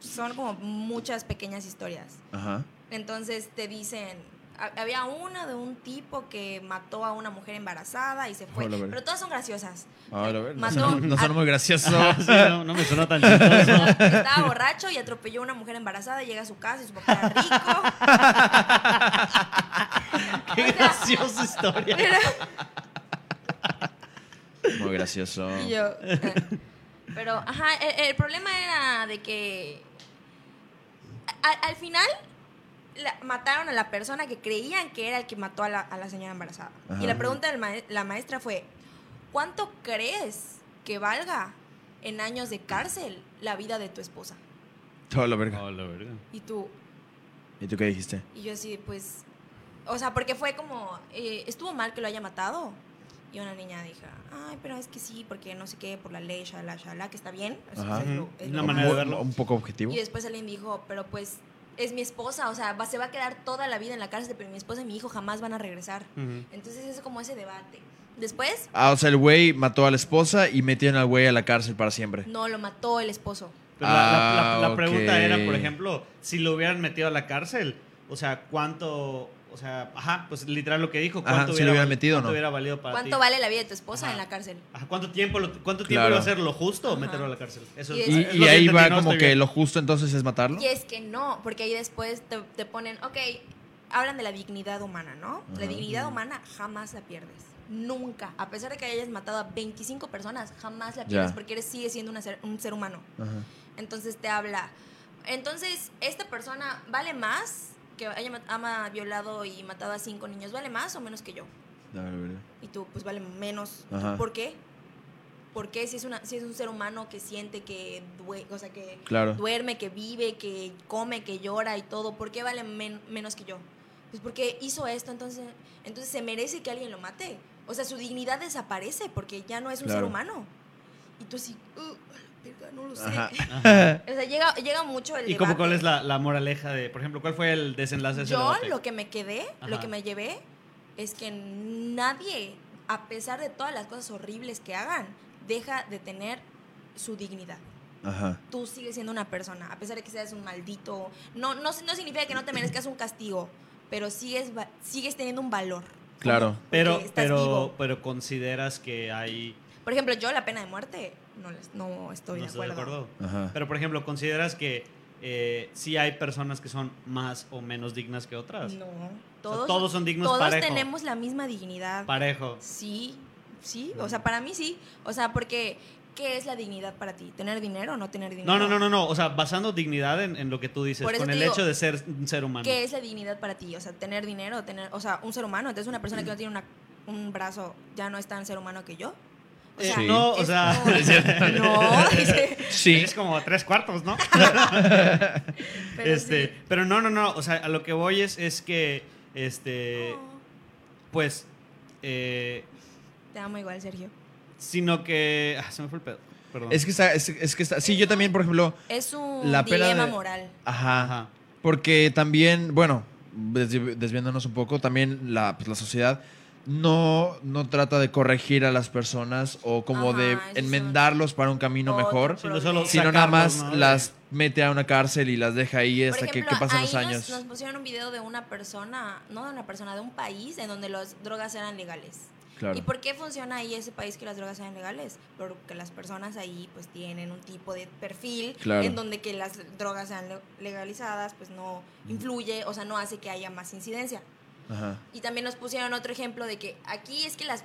son como muchas pequeñas historias. Ajá. Entonces te dicen, ha- había una de un tipo que mató a una mujer embarazada y se fue. Hola, verga. Pero todas son graciosas. Ahora, a ver. No Mató son, no son a- muy graciosos. Sí, no, no me sonó tan chistoso. Estaba borracho y atropelló a una mujer embarazada, llega a su casa y su papá era rico. Qué graciosa historia. Muy gracioso. Y yo. eh. Pero, ajá, e, el, el problema era de que a- al- al final la- mataron a la persona que creían que era el que mató a la, a la señora embarazada. Ajá. Y la pregunta de la maestra fue, ¿cuánto crees que valga en años de cárcel la vida de tu esposa? Todo lo verga. No, la verga. Y tú, ¿Y tú qué dijiste? Y yo así, pues, o sea, porque fue como, eh, estuvo mal que lo haya matado. Y una niña dijo, ay, pero es que sí, porque no sé qué, por la ley, shalá, shalá, que está bien. O sea, Ajá. es lo- es Una lo- manera de verlo. Un poco objetivo. Y después alguien dijo, pero pues, es mi esposa, o sea, va- se va a quedar toda la vida en la cárcel, pero mi esposa y mi hijo jamás van a regresar. Ujú. Entonces es como ese debate. Después, Ah, o sea, el güey mató a la esposa y metieron al güey a la cárcel para siempre. no, lo mató el esposo. Pero la- la, la- Ah, la pregunta ok. era, por ejemplo, si lo hubieran metido a la cárcel, o sea, ¿cuánto? O sea, ajá, pues literal lo que dijo, Ajá, ¿cuánto si lo hubieran val- metido o cuánto no? hubiera valido para ¿Cuánto ti? vale la vida de tu esposa Ajá. en la cárcel? Ajá, ¿Cuánto tiempo, lo- cuánto tiempo Claro. iba a ser lo justo Ajá. meterlo a la cárcel? Eso Y es- Y, es lo y que ahí entendí, va no como estoy que bien. lo justo entonces es matarlo. Y es que no, porque ahí después te, te ponen, ok, hablan de la dignidad humana, ¿no? La Ajá. dignidad humana jamás la pierdes. Nunca. A pesar de que hayas matado a 25 personas, jamás la Ya. pierdes porque eres, sigues siendo una ser- un ser humano. Ajá. Entonces te habla. Entonces, esta persona vale más que haya ma- ama violado y matado a cinco niños, vale más o menos que yo. La verga. Y tú, pues vale menos. Ajá. ¿Por qué? ¿Por qué si es, una, si es un ser humano que siente que, due- o sea, que Claro. duerme, que vive, que come, que llora y todo, ¿por qué vale men- menos que yo? Pues porque hizo esto, entonces, entonces se merece que alguien lo mate. O sea, su dignidad desaparece porque ya no es un Claro. ser humano. Y tú así, "Uh, a la verga, no lo sé. Ajá. Ajá. O sea, llega, llega mucho el ¿Y como debate. cuál es la, la moraleja de, por ejemplo, cuál fue el desenlace de ese Yo debate? lo que me quedé, Ajá. lo que me llevé, es que nadie, a pesar de todas las cosas horribles que hagan, deja de tener su dignidad. Ajá. tú sigues siendo una persona, a pesar de que seas un maldito. No, no, no significa que no te merezcas un castigo, pero sigues, va- sigues teniendo un valor. Claro. Pero, Porque estás pero, vivo. pero consideras que hay... Por ejemplo, yo la pena de muerte no, les- no estoy no de acuerdo. estoy de acuerdo. Ajá. Pero, por ejemplo, ¿consideras que eh, sí hay personas que son más o menos dignas que otras. No. O sea, Todos, todos son dignos todos parejo. tenemos la misma dignidad. Parejo. Sí, sí. O sea, para mí sí. O sea, porque ¿qué es la dignidad para ti? ¿Tener dinero o no tener dinero? No, no, no, no, no. O sea, basando dignidad en, en lo que tú dices, Por eso con te el digo, hecho de ser un ser humano. ¿Qué es la dignidad para ti? O sea, tener dinero, tener, o sea, un ser humano. Entonces, una persona que no tiene una- un brazo ya no es tan ser humano que yo. O Eh, sea, Sí. No, o es sea, como- no, dice, Sí. es como tres cuartos, ¿no? pero este, sí. pero no, no, no. O sea, a lo que voy es, es que, eh, este, No, pues, eh, te amo igual, Sergio. sino que ah, se me fue el pedo. Perdón. Es que está, es, es que está. Sí, yo también, por ejemplo. Es un La pena dilema de- moral. Ajá. Ajá. Porque también, bueno, desvi- desviándonos un poco, también la, pues, la sociedad no, no trata de corregir a las personas o como Ajá, de eso es enmendarlos para un camino Otro mejor, Sino solo sino sacarlos, nada más ¿no? las mete a una cárcel y las deja ahí Por hasta ejemplo, que, que pasan ahí los nos- años. Nos, pusieron un video de una persona, no de una persona, de un país en donde las drogas eran legales. Claro. ¿Y por qué funciona ahí ese país que las drogas sean legales? Porque las personas ahí pues tienen un tipo de perfil Claro. en donde que las drogas sean le- legalizadas pues no influye, o sea, no hace que haya más incidencia. Ajá. Y también nos pusieron otro ejemplo de que aquí es que la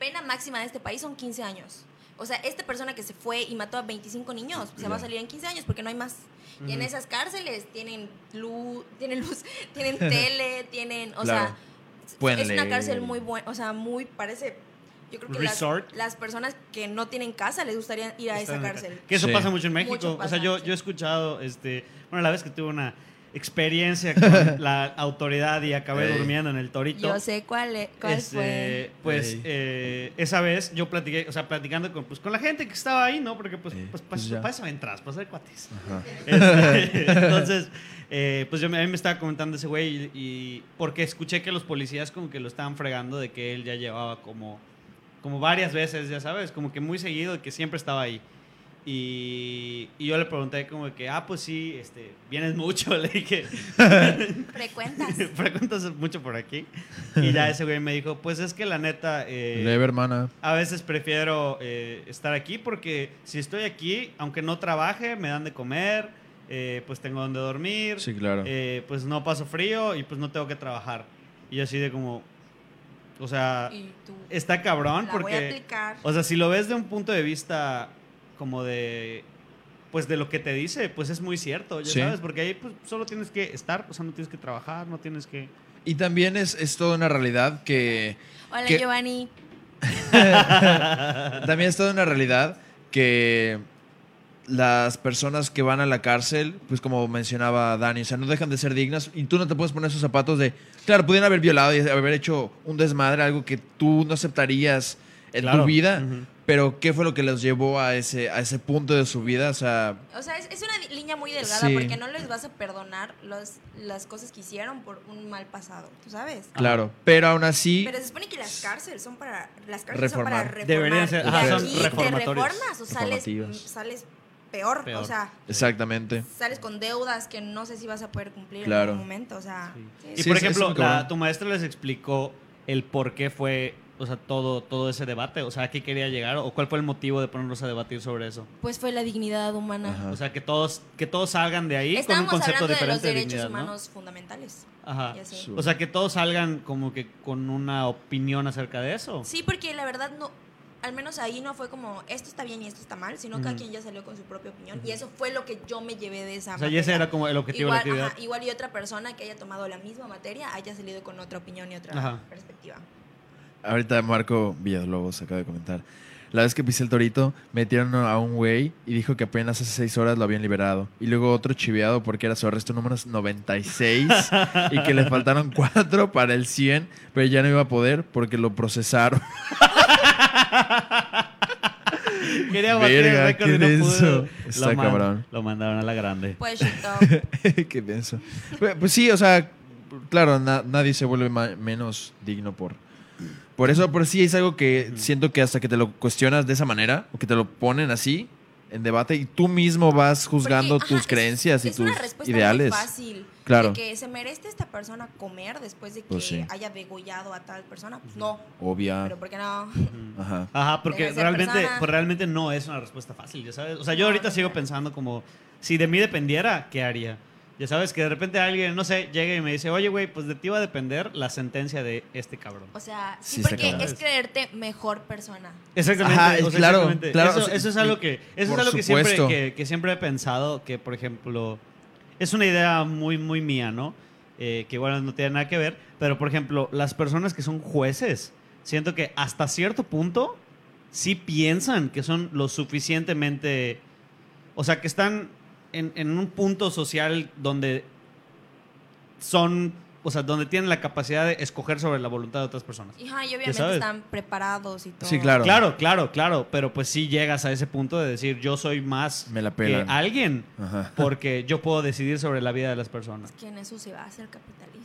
pena máxima de este país son 15 años. O sea, esta persona que se fue y mató a 25 niños pues, se va a Ya. salir en 15 años porque no hay más. Y en Ujú. esas cárceles tienen luz, tienen luz, tienen tele, tienen, o Claro. sea, es- Pueden es una leer. cárcel muy buena, o sea, muy parece yo creo que las, Resort. las personas que no tienen casa les gustaría ir a esa Están- cárcel. Que eso Sí. pasa mucho en México. Mucho o sea, pasa, yo, sí. yo he escuchado, este, bueno, la vez que tuve una experiencia con la autoridad y acabé Ey. durmiendo en el torito. Yo sé cuál, e- cuál este, Pues Ey. eh, esa vez yo platiqué, o sea, platicando con, pues, con la gente que estaba ahí, ¿no? Porque pues, Ey, pues, pues, pas- ya. para eso entras, para ser cuates. Ajá. Este, entonces, eh, pues yo, me- a mí me estaba comentando ese güey y, y- porque escuché que los policías como que lo estaban fregando de que él ya llevaba como, como varias veces, ya sabes, como que muy seguido, que siempre estaba ahí. Y, y yo le pregunté como que, ah, pues sí, este, vienes mucho, le dije, fue. Frecuentas. frecuentas mucho por aquí. Y ya ese güey me dijo, pues es que la neta... eh, Leve, hermana. a veces prefiero eh, estar aquí porque si estoy aquí, aunque no trabaje, me dan de comer, eh, pues tengo donde dormir, Sí, claro. eh, pues no paso frío y pues no tengo que trabajar. Y yo así de como, o sea, y tú está cabrón la voy a porque, aplicar. o sea, si lo ves de un punto de vista como de, pues de lo que te dice, pues es muy cierto, ya Sí. sabes, porque ahí pues solo tienes que estar, o sea, no tienes que trabajar, no tienes que... y también es, es toda una realidad que. Hola, que- Giovanni. También es toda una realidad que las personas que van a la cárcel, pues como mencionaba Dani, o sea, no dejan de ser dignas y tú no te puedes poner esos zapatos de, claro, pudieron haber violado y haber hecho un desmadre, algo que tú no aceptarías en Claro. tu vida, Ujú. pero ¿qué fue lo que los llevó a ese, a ese punto de su vida? O sea, O sea, es, es una di- línea muy delgada Sí. porque no les vas a perdonar los, las cosas que hicieron por un mal pasado, ¿tú sabes? claro, pero aún así... Pero se supone que las cárceles son para las cárceles son para Reformar. reformar. Deberían ser- Y ajá, son aquí te reformatorios. reformas o sales, Reformativas. sales peor, Peor. o sea, Exactamente. sales con deudas que no sé si vas a poder cumplir en Claro. algún momento, o sea, sí, Y Sí, por es- es ejemplo, muy cabrón. la- tu maestra les explicó el por qué fue, o sea, todo, todo ese debate, o sea, a qué quería llegar, o cuál fue el motivo de ponerlos a debatir sobre eso. pues fue la dignidad humana. Ajá. O sea, que todos, que todos salgan de ahí Estábamos con un concepto hablando de los diferente de, derechos dignidad, ¿no? humanos fundamentales. Ajá. y así. Ah, Su- O sea, que todos salgan como que con una opinión acerca de eso. Sí, porque la verdad no, al menos ahí no fue como esto está bien y esto está mal, sino que cada Ujú. quien ya salió con su propia opinión y eso fue lo que yo me llevé de esa. O sea, y ese materia. era como el objetivo igual, de la ajá, actividad. igual y otra persona que haya tomado la misma materia haya salido con otra opinión y otra Ajá. perspectiva. Ahorita Marco Villalobos acaba de comentar. La vez que pisé el torito, metieron a un güey y dijo que apenas hace seis horas lo habían liberado. Y luego otro chiveado porque era su arresto número 96 y que le faltaron cuatro para el 100, pero ya no iba a poder porque lo procesaron. Quería batir el Verga, récord qué y no denso. pudo. Está lo man- cabrón. Lo mandaron a la grande. Pues Shito, Qué denso. Pues, pues sí, o sea, claro, na- nadie se vuelve ma- menos digno por... Por eso, por sí es algo que siento que hasta que te lo cuestionas de esa manera, o que te lo ponen así, en debate, y tú mismo vas juzgando porque, tus ajá, es- creencias y es una tus respuesta ideales. Muy fácil. Claro. De que se merece esta persona comer después de que Pues sí. Ah. haya degollado a tal persona. Pues no, Obvia. pero ¿por qué no? Ajá. Ajá, porque Debe ser realmente, persona. pues realmente no es una respuesta fácil, ya sabes. O sea, yo ahorita sigo pensando como, si de mí dependiera, ¿qué haría? Ya sabes que de repente alguien, no sé, llega y me dice, oye, güey, pues de ti va a depender la sentencia de este cabrón. O sea, sí, Sí, está porque cabrón. es creerte mejor persona. Exactamente. Ajá, o sea, claro, exactamente. claro, Eso, o sea, eso es algo que, eso es por algo que, siempre, supuesto. que, que siempre he pensado que, por ejemplo, es una idea muy, muy mía, ¿no? Eh, que bueno, no tiene nada que ver, pero por ejemplo, las personas que son jueces, siento que hasta cierto punto sí piensan que son lo suficientemente, o sea, que están en, en un punto social donde son, o sea, donde tienen la capacidad de escoger sobre la voluntad de otras personas. Y, ajá, y obviamente sabes. están preparados y todo. Sí, claro. Claro, claro, claro. Pero pues sí llegas a ese punto de decir, yo soy más Me la que pelan. alguien Ajá. porque yo puedo decidir sobre la vida de las personas. Quien es sucio va a ser capitalismo.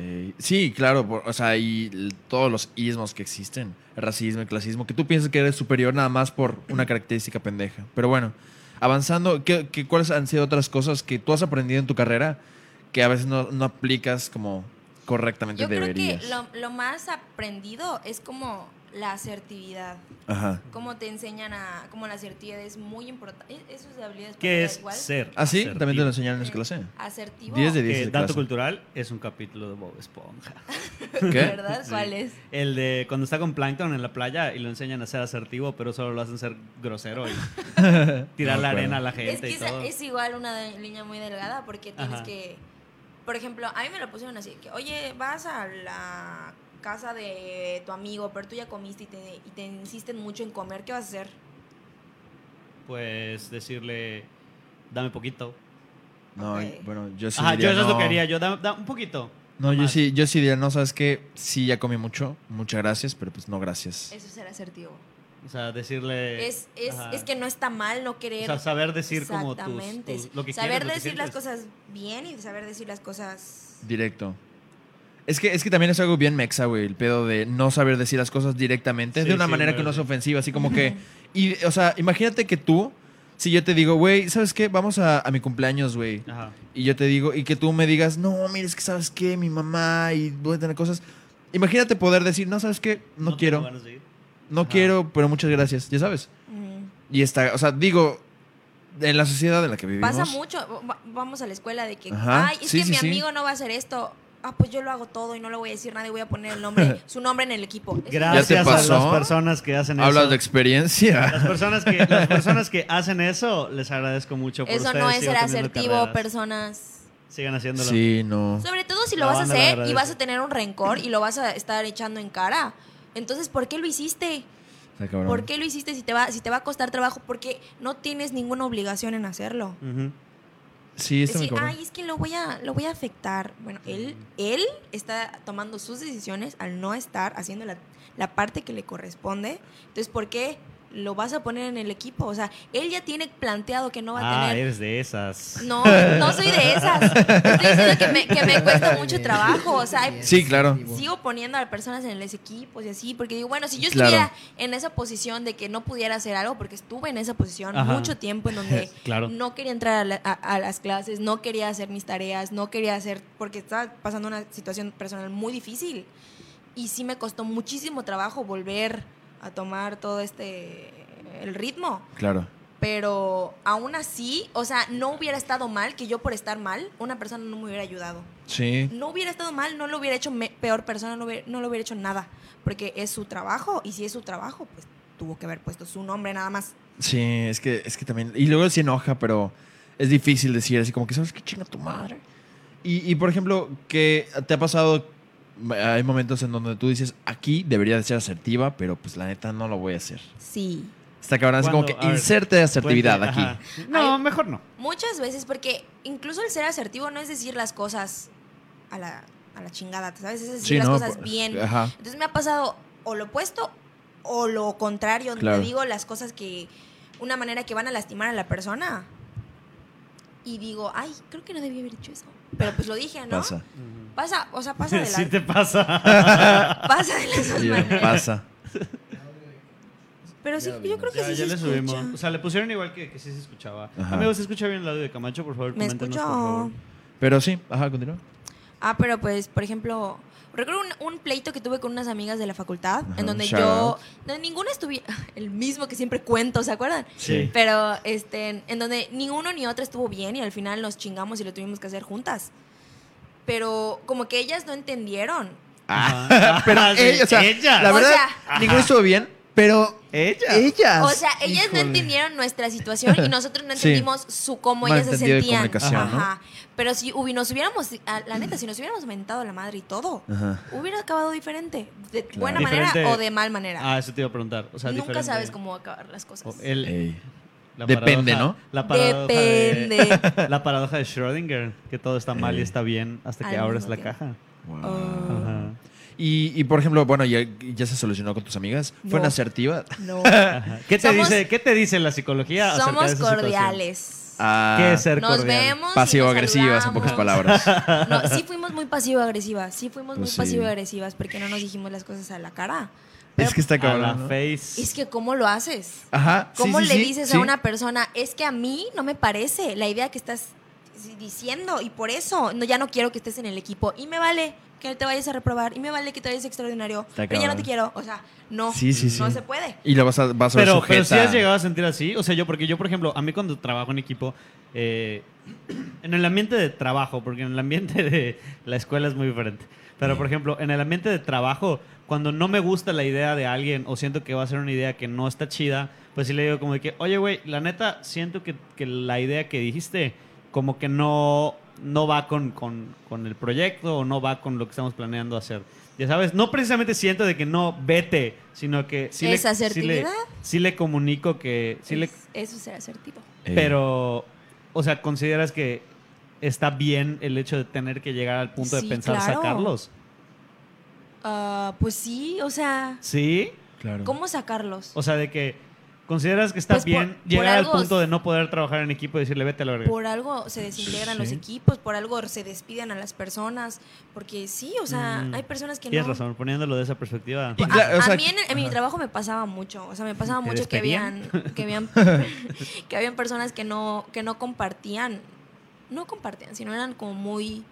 Eh, sí, claro, por- o sea, y l- todos los ismos que existen, el racismo, el clasismo, que tú piensas que eres superior nada más por una característica pendeja. Pero bueno, avanzando, ¿qué, qué- cuáles han sido otras cosas que tú has aprendido en tu carrera que a veces no, no aplicas como correctamente Yo creo que deberías? lo, lo más aprendido es como la asertividad. Ajá. Cómo te enseñan a. Como la asertividad es muy importante. Eso es de habilidades ¿Qué es igual. ser? ¿Ah, sí? asertivo? También te lo enseñaron en esa clase. Asertivo. 10 de Que 10 de dato clase. cultural es un capítulo de Bob Esponja. ¿Qué? ¿Verdad? Sí. ¿Cuál es? El de cuando está con Plankton en la playa y lo enseñan a ser asertivo, pero solo lo hacen ser grosero y tirar No me la acuerdo. arena a la Es gente que y todo. esa- es igual una de- línea muy delgada porque tienes Ajá. que. Por ejemplo, a mí me lo pusieron así: que, oye, vas a la casa de tu amigo, pero tú ya comiste y te, y te insisten mucho en comer, ¿qué vas a hacer? Pues decirle, dame poquito. No, Ok. bueno, yo sí Ajá, yo diría eso es lo no. que haría, yo dame, dame un poquito. No, yo nomás. sí, yo sí diría, no, sabes que sí ya comí mucho, muchas gracias, pero pues no gracias. Eso es ser asertivo. O sea, decirle... es, es, ajá. es que no está mal no querer. O sea, saber decir como tus- Exactamente. tus- lo que saber quieres, lo que decir las sientes. cosas bien y saber decir las cosas. Directo. Es que, es que también es algo bien mexa, güey, el pedo de no saber decir las cosas directamente. Es Sí, de una sí, manera güey, que no es sí. ofensiva, así como que... Y, o sea, imagínate que tú, si yo te digo, güey, ¿sabes qué? Vamos a, a mi cumpleaños, güey. Ajá. Y yo te digo, y que tú me digas, no, mira, es que sabes qué, mi mamá, y voy a tener cosas. Imagínate poder decir, no, sabes qué, no, tengo quiero, ganas de ir. no Ajá. quiero, pero muchas gracias, ya sabes. Mm. Y está, o sea, digo, en la sociedad en la que vivimos... Pasa mucho. va- Vamos a la escuela de que, Ajá, ay, es sí, que sí, mi sí. amigo no va a hacer esto. Ah, pues yo lo hago todo y no le voy a decir nada y voy a poner el nombre, su nombre en el equipo. Eso es Gracias ¿Ya te a pasó? las personas que hacen Hablas eso. de experiencia. Las personas, que, las personas que hacen eso, les agradezco mucho por Eso ustedes. no es sigan ser teniendo asertivo, carreras. personas. Sigan haciéndolo. Sí, no. Sobre todo si La lo vas a banda lo hacer y agradece. vas a tener un rencor y lo vas a estar echando en cara. Entonces, ¿por qué lo hiciste? Está cabrón. ¿Por qué lo hiciste si te va, si te va a costar trabajo? Porque no tienes ninguna obligación en hacerlo. Ujú. Sí, este está muy Decir, cabrón. ay, es que lo voy a, lo voy a afectar. Bueno, él, él está tomando sus decisiones al no estar haciendo la, la parte que le corresponde. Entonces, ¿por qué lo vas a poner en el equipo? O sea, él ya tiene planteado que no va a Ah, tener. eres de esas. No, no soy de esas. Estoy diciendo que me, que me cuesta mucho trabajo. O sea, hay- Sí, claro. sigo poniendo a personas en los equipos y así, porque digo, bueno, si yo Claro. estuviera en esa posición de que no pudiera hacer algo, porque estuve en esa posición Ajá. mucho tiempo en donde Claro. no quería entrar a, la- a- a las clases, no quería hacer mis tareas, no quería hacer, porque estaba pasando una situación personal muy difícil. Y sí me costó muchísimo trabajo volver a tomar todo este, el ritmo. Claro. Pero aún así, o sea, no hubiera estado mal que yo por estar mal, una persona no me hubiera ayudado Sí. no hubiera estado mal, no lo hubiera hecho me- peor persona, no, hubiera, no lo hubiera hecho nada, porque es su trabajo y si es su trabajo, pues tuvo que haber puesto su nombre nada más. Sí, es que, es que también. Y luego se enoja, pero es difícil decir así como que sabes que chinga tu madre. Y, y, por ejemplo, que te ha pasado. Hay momentos en donde tú dices, aquí debería de ser asertiva, pero pues la neta no lo voy a hacer. Sí. Está cabrón, así como que ¿Cuándo? A ver, inserte asertividad Puente, aquí. ajá. No, Ay. mejor no. Muchas veces, porque incluso el ser asertivo no es decir las cosas a la, a la chingada, ¿sabes? Es decir las ¿no? cosas Por- bien. Ajá. Entonces me ha pasado o lo opuesto o lo contrario, donde Claro. te digo las cosas que, una manera que van a lastimar a la persona. Y digo, ay, creo que no debí haber dicho eso. Pero pues lo dije, ¿no? Pasa. Pasa, o sea, pasa de la... Sí te pasa. Pasa de las dos Sí, maneras. pasa. Pero sí, yo creo que ya sí ya se le subimos. escucha. O sea, le pusieron igual que, que sí se escuchaba. Ajá. Amigos, ¿se escucha bien el audio de Camacho? Por favor, ¿Me coméntenos, escucho? por favor. Pero sí, ajá, continúa. Ah, pero pues, por ejemplo, Recuerdo un, un pleito que tuve con unas amigas de la facultad, Ajá, en donde shout yo. no, ninguna estuviera. El mismo que siempre cuento, ¿se acuerdan? Sí. Pero este, en donde ni uno ni otra estuvo bien y al final nos chingamos y lo tuvimos que hacer juntas. Pero como que ellas no entendieron. Ajá. Pero Ah, sí, ella, o sea, ella. la O verdad, sea- ninguno estuvo bien, pero Ella. ellas. O sea, ellas Híjole. no entendieron nuestra situación y nosotros no Sí. entendimos su cómo ellas se Malentendido de sentían. comunicación, ¿no? Pero si hubi- nos hubiéramos, a- la neta, si nos hubiéramos mentado la madre y todo, Ajá. hubiera acabado diferente. De buena manera Diferente. o de mal manera. Ah, eso te iba a preguntar. O sea, Nunca diferente. sabes cómo va a acabar las cosas. O el- Ey. la Eh, Depende, paradoja- ¿no? La paradoja Depende. de- la paradoja de Schrödinger, que todo está mal y Eh. está bien hasta que Al abres la mismo tiempo. Mm. caja. Wow. Ajá. Y, y, por ejemplo, bueno, ya, ya se solucionó con tus amigas. ¿Fueron No. asertivas? No. Ajá. ¿Qué, te Somos- dice, ¿Qué te dice la psicología? acerca de Somos esa situación? cordiales. Ah, ¿Qué es ser Nos cordial? vemos. y nos Pasivo-agresivas, en pocas saludamos. palabras. No, sí fuimos muy pasivo-agresivas. Sí fuimos Pues muy sí. pasivo-agresivas porque no nos dijimos las cosas a la cara. Pero es que está A la cabrón. ¿no? face. es que ¿cómo lo haces? Ah, Ajá. sí, ¿Cómo sí, le sí, dices sí. a una persona, es que a mí no me parece la idea que estás diciendo y por eso no, ya no quiero que estés en el equipo y me vale que te vayas a reprobar y me vale que te vayas a extraordinario, Está pero ya no cabrón. te quiero, o sea, no, Sí, sí, sí. no se puede. Y la vas a, vas a ver pero, pero sujeta. si has llegado a sentir así, o sea, yo, porque yo, por ejemplo, a mí cuando trabajo en equipo, eh, en el ambiente de trabajo, porque en el ambiente de la escuela es muy diferente, pero por ejemplo, en el ambiente de trabajo, cuando no me gusta la idea de alguien o siento que va a ser una idea que no está chida, pues sí le digo como de que, oye, güey, la neta, siento que, que la idea que dijiste como que no, no va con, con- con el proyecto o no va con lo que estamos planeando hacer. Ya sabes, no precisamente siento de que no vete, sino que sí le- ¿Es sí le- asertividad? sí le comunico que. Sí le, Es- Eso es ser asertivo. Ey. pero, o sea, ¿consideras que está bien el hecho de tener que llegar al punto Sí, de pensar claro. sacarlos? Ah, pues sí, o sea, ¿Sí? Claro. ¿cómo sacarlos? O sea, de que. ¿Consideras que está Pues por- bien por llegar al algo- punto de no poder trabajar en equipo y decirle vete a la verga? Por algo se desintegran los Sí. equipos, por algo se despiden a las personas, porque sí, o sea, Mm. hay personas que Tienes no... razón, poniéndolo de esa perspectiva. Y A- claro, o a, sea, mí en, en mi trabajo me pasaba mucho, o sea, me pasaba ¿Te mucho que despedían? habían, que habían, que habían personas que no, que no compartían, no compartían, sino eran como muy,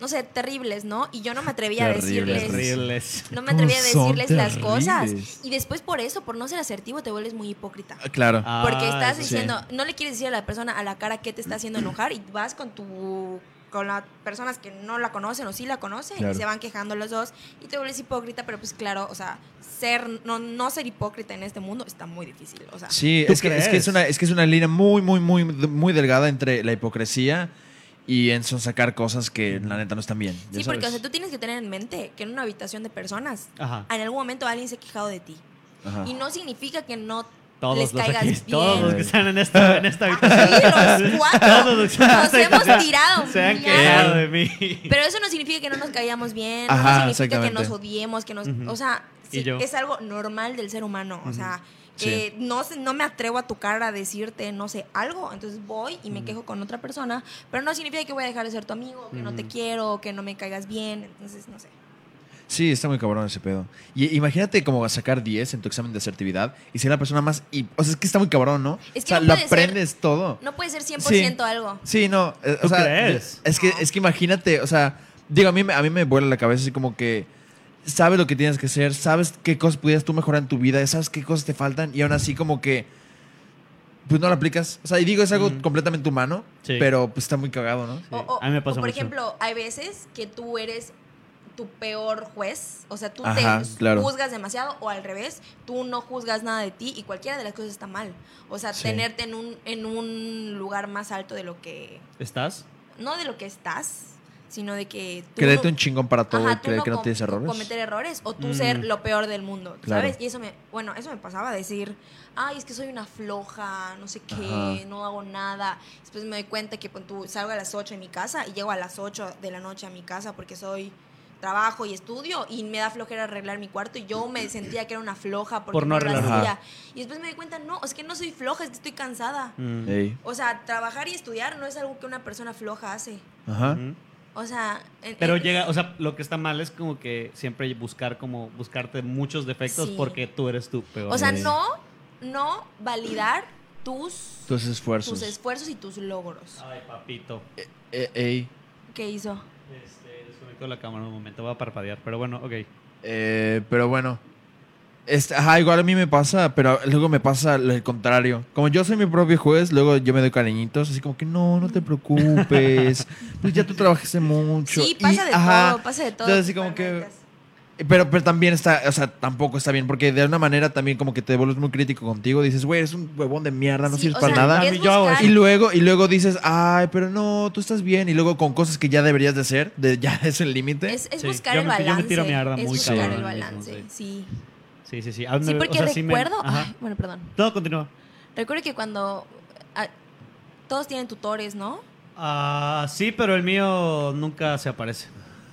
no sé, terribles, ¿no? Y yo no me atrevía a Terribles, decirles, Terribles. no me atrevía a Todos son decirles las cosas. terribles. Y después por eso, por no ser asertivo, te vuelves muy hipócrita. Claro. Ah, Porque estás eso sí. diciendo, no le quieres decir a la persona a la cara que te está haciendo enojar y vas con tu con las personas que no la conocen o sí la conocen Claro. y se van quejando los dos y te vuelves hipócrita, pero pues claro, o sea, ser no, no ser hipócrita en este mundo está muy difícil, o sea, Sí, ¿Tú es que, es que crees? es una, es que es una línea muy, muy, muy, muy delgada entre la hipocresía y en sacar cosas que la neta no están bien. ya sí, porque o sabes. sea, tú tienes que tener en mente que en una habitación de personas Ajá. en algún momento alguien se ha quejado de ti Ajá. y no significa que no les Todos los, caigas aquí, bien. todos los que están en esta, en esta Sí, habitación. los cuatro Todos los que están en nos esta hemos habitación tirado Se han mierda. quejado de mí. Pero eso no significa que no nos caíamos bien, Ajá, no significa que exactamente. nos odiemos, que nos... Ujú. O sea, Y sí, yo. es algo normal del ser humano, o sea, Sí. que no, sé- no me atrevo a tu cara a decirte, no sé, algo, entonces voy y me quejo con otra persona, pero no significa que voy a dejar de ser tu amigo, que no te Ujú. quiero, que no me caigas bien, entonces no sé. Sí, está muy cabrón ese pedo. Y imagínate como sacar 10 en tu examen de asertividad y ser la persona más... hip- O sea, es que está muy cabrón, ¿no? Es que o sea, no lo puede ser- aprendes todo. No puede ser 100% algo. Sí, no. eh, ¿Tú o sea, crees? Es que, No. es que imagínate, o sea, digo, a mí, me- a mí me vuela la cabeza así como que sabes lo que tienes que hacer, sabes qué cosas pudieras tú mejorar en tu vida, sabes qué cosas te faltan y aún así como que pues no lo aplicas. O sea, y digo, es algo Ujú. completamente humano, Sí. pero pues está muy cagado, ¿no? Sí, a mí me pasa o por mucho. ejemplo, hay veces que tú eres tu peor juez, o sea, tú Ajá, te claro. juzgas demasiado o al revés, tú no juzgas nada de ti y cualquiera de las cosas está mal. O sea, Sí. tenerte en un, en un lugar más alto de lo que, ¿Estás? no de lo que estás, sino de que tú... Créete no- un chingón para todo Ajá, y tú creer que no com- tienes tú errores. Cometer errores o tú Mm. ser lo peor del mundo, Claro. ¿sabes? Y eso me, bueno, eso me pasaba, decir, ay, es que soy una floja, no sé qué, Ajá. no hago nada. Después me doy cuenta que pon tú, salgo a las 8 de mi casa y llego a las 8 de la noche a mi casa porque soy trabajo y estudio y me da flojera arreglar mi cuarto y yo me sentía que era una floja porque Por no no lo arreglarlo. hacía. Y después me doy cuenta, no, es que no soy floja, es que estoy cansada. Mm. Ey, O sea, trabajar y estudiar no es algo que una persona floja hace. Ajá. Ujú. O sea, en- Pero en- llega, o sea, lo que está mal es como que siempre buscar como buscarte muchos defectos Sí. porque tú eres tú peor. O sea, Órale. no, no validar tus, Tus esfuerzos. tus esfuerzos y tus logros. Ay, papito. E- ey. ¿Qué hizo? Este, desconectó la cámara un momento, va a parpadear. Pero bueno, ok. Eh, pero bueno. Este, ajá, igual a mí me pasa, pero luego me pasa el contrario. Como yo soy mi propio juez, luego yo me doy cariñitos, así como que no, no te preocupes. pues ya tú trabajaste mucho. Sí, pasa Y, de ajá, todo, pasa de todo. entonces así como que- totalmente. Pero, pero también está, o sea, tampoco está bien, porque de una manera también como que te vuelves muy crítico contigo. Dices, güey, eres un huevón de mierda, no Sí, sirves o para sea, nada. es Yo hago buscar- Y luego, y luego dices, ay, pero no, tú estás bien. Y luego con cosas que ya deberías de ser, de, ya es el límite. Es, es Sí, buscar yo el me- yo me balance. tiro mi arda es muy buscar cabrón el ahora mismo, balance, sí. Sí, sí, sí. Sí, porque me- recuerdo. ajá. ay, bueno, perdón. No, continúa. Recuerdo que cuando. ah, todos tienen tutores, ¿no? Ah, sí, pero el mío nunca se aparece.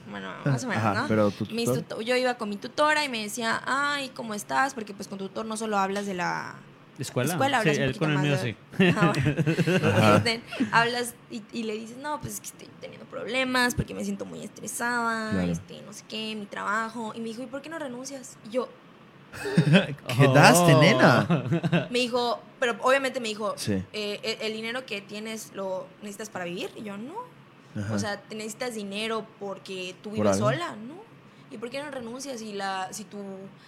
Bueno, más o menos, Ah, Ajá, ¿no? pero tu Mis tutor. tuto- yo iba con mi tutora y me decía, ay, ¿cómo estás? Porque pues con tu tutor no solo hablas de la ¿Escuela? escuela, sí, hablas un el- poquito con el más mío sí. de- Ah, bueno. Entonces, hablas y, y le dices, no, pues es que estoy teniendo problemas porque me siento muy estresada, Claro. este, no sé qué, mi trabajo. Y me dijo, ¿y por qué no renuncias? Y yo, Oh. Oh. Quedaste, nena. me dijo, pero obviamente me dijo, Sí. eh, e- el dinero que tienes lo necesitas para vivir. Y yo, no. Ajá. O sea, te necesitas dinero porque tú Por vives algo. sola, ¿no? ¿Y por qué no renuncias si, la, si tu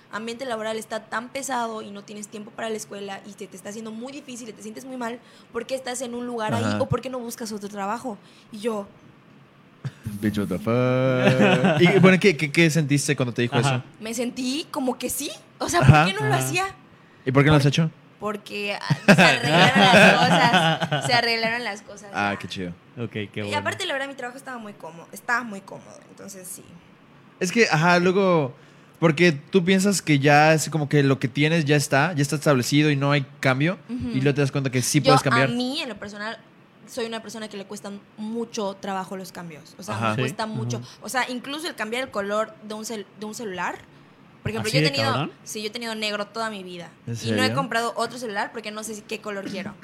ambiente laboral está tan pesado y no tienes tiempo para la escuela y te, te está haciendo muy difícil y te sientes muy mal? ¿Por qué estás en un lugar ahí Ajá. o por qué no buscas otro trabajo? Y yo, Bitch, what the fuck. y bueno, ¿qué, qué, qué sentiste cuando te dijo Ajá. eso? me sentí como que sí. O sea, ¿por Ajá. qué no lo Ajá. hacía? ¿Y por qué no lo has hecho? Porque ah, se arreglaron las cosas. Se arreglaron las cosas. Ah, ya. qué chido. Ok, qué bueno. Y aparte, la verdad, mi trabajo estaba muy cómodo. Estaba muy cómodo. Entonces, sí. Es que, ajá, luego. Porque tú piensas que ya es como que lo que tienes ya está, ya está establecido y no hay cambio. Ujú. Y luego te das cuenta que sí Yo, puedes cambiar. A mí, en lo personal, soy una persona que le cuestan mucho trabajo los cambios. O sea, Ajá. me Sí. cuesta mucho. Ajá. O sea, incluso el cambiar el color de un, cel- de un celular. Por ejemplo, ¿Así yo he de tenido. cabrón? Sí, yo he tenido negro toda mi vida. ¿En Y no he serio? comprado otro celular porque no sé si- qué color quiero.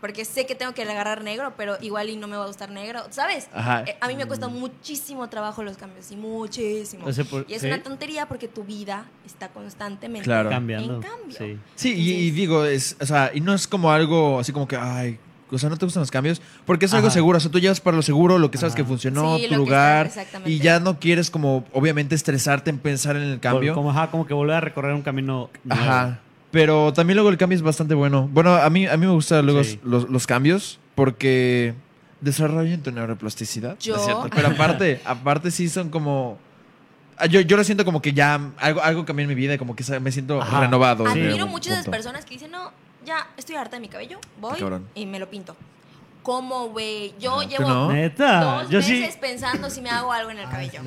Porque sé que tengo que agarrar negro, pero igual y no me va a gustar negro. ¿Sabes? Ajá. Eh, A mí me cuesta mm. muchísimo trabajo los cambios, y muchísimo. O sea, por- Y es sí. una tontería porque tu vida está constantemente Claro. Cambiando. En cambio. Sí. Sí, y, y Entonces- digo, es, o sea, y no es como algo así como que, ay, o sea, no te gustan los cambios, porque es algo Ajá. seguro, o sea, tú llevas para lo seguro, lo que sabes Ajá. que funcionó, Sí, tu lo que lugar, está- exactamente. y ya no quieres como, obviamente, estresarte en pensar en el cambio. Como, ajá, como que volver a recorrer un camino. nuevo. Ajá. Pero también luego el cambio es bastante bueno. Bueno, a mí, a mí me gustan luego Sí. los, los cambios porque desarrollan tu neuroplasticidad. Yo- ¿no es cierto? Pero aparte, aparte sí son como... ah, Yo, yo lo siento como que ya algo, algo cambió en mi vida, como que sa- me siento Ajá. renovado. de Admiro algún mucho a esas punto. personas que dicen, no, ya estoy harta de mi cabello, voy cabrón. y me lo pinto. ¿Cómo, güey? Yo Ah, ¿tú llevo no? Ah, Neta. dos Ah, Yo sí. meses pensando si me hago algo en el cabello.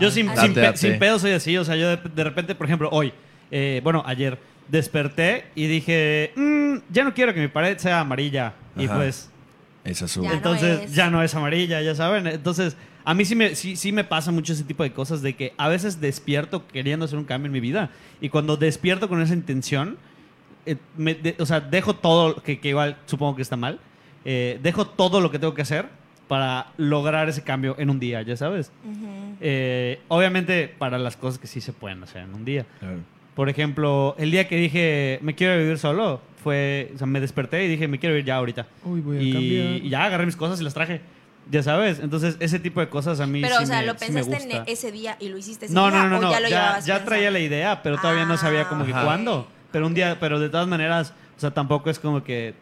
Yo sin, Date, sin, pe- date. sin pedo soy así. O sea, yo de, de repente, por ejemplo, hoy, eh, bueno, ayer, desperté y dije, "Mm, ya no quiero que mi pared sea amarilla. Y Ajá. pues, Es azul. Ya. no entonces es. ya no es amarilla, ya saben. Entonces, a mí sí me, sí, sí me pasa mucho ese tipo de cosas de que a veces despierto queriendo hacer un cambio en mi vida. Y cuando despierto con esa intención, eh, me de- o sea, dejo todo, que, que igual supongo que está mal, eh, dejo todo lo que tengo que hacer para lograr ese cambio en un día, ya sabes. Ujú. Eh, obviamente para las cosas que sí se pueden hacer en un día. Ah. Por ejemplo, el día que dije me quiero vivir solo, fue, o sea, me desperté y dije me quiero ir ya ahorita. Uy, voy a Y, cambiar. y ya agarré mis cosas y las traje. Ya sabes, entonces ese tipo de cosas a mí Pero, sí o sea, me- ¿lo sí me pensaste gusta. en ese día y lo hiciste ese No, día? no, no, ¿O no, ya lo ya, llevabas ya traía pensando? Ah. la idea, pero todavía no sabía como que Ajá. cuándo. Pero un día, pero de todas maneras, o sea, tampoco es como que,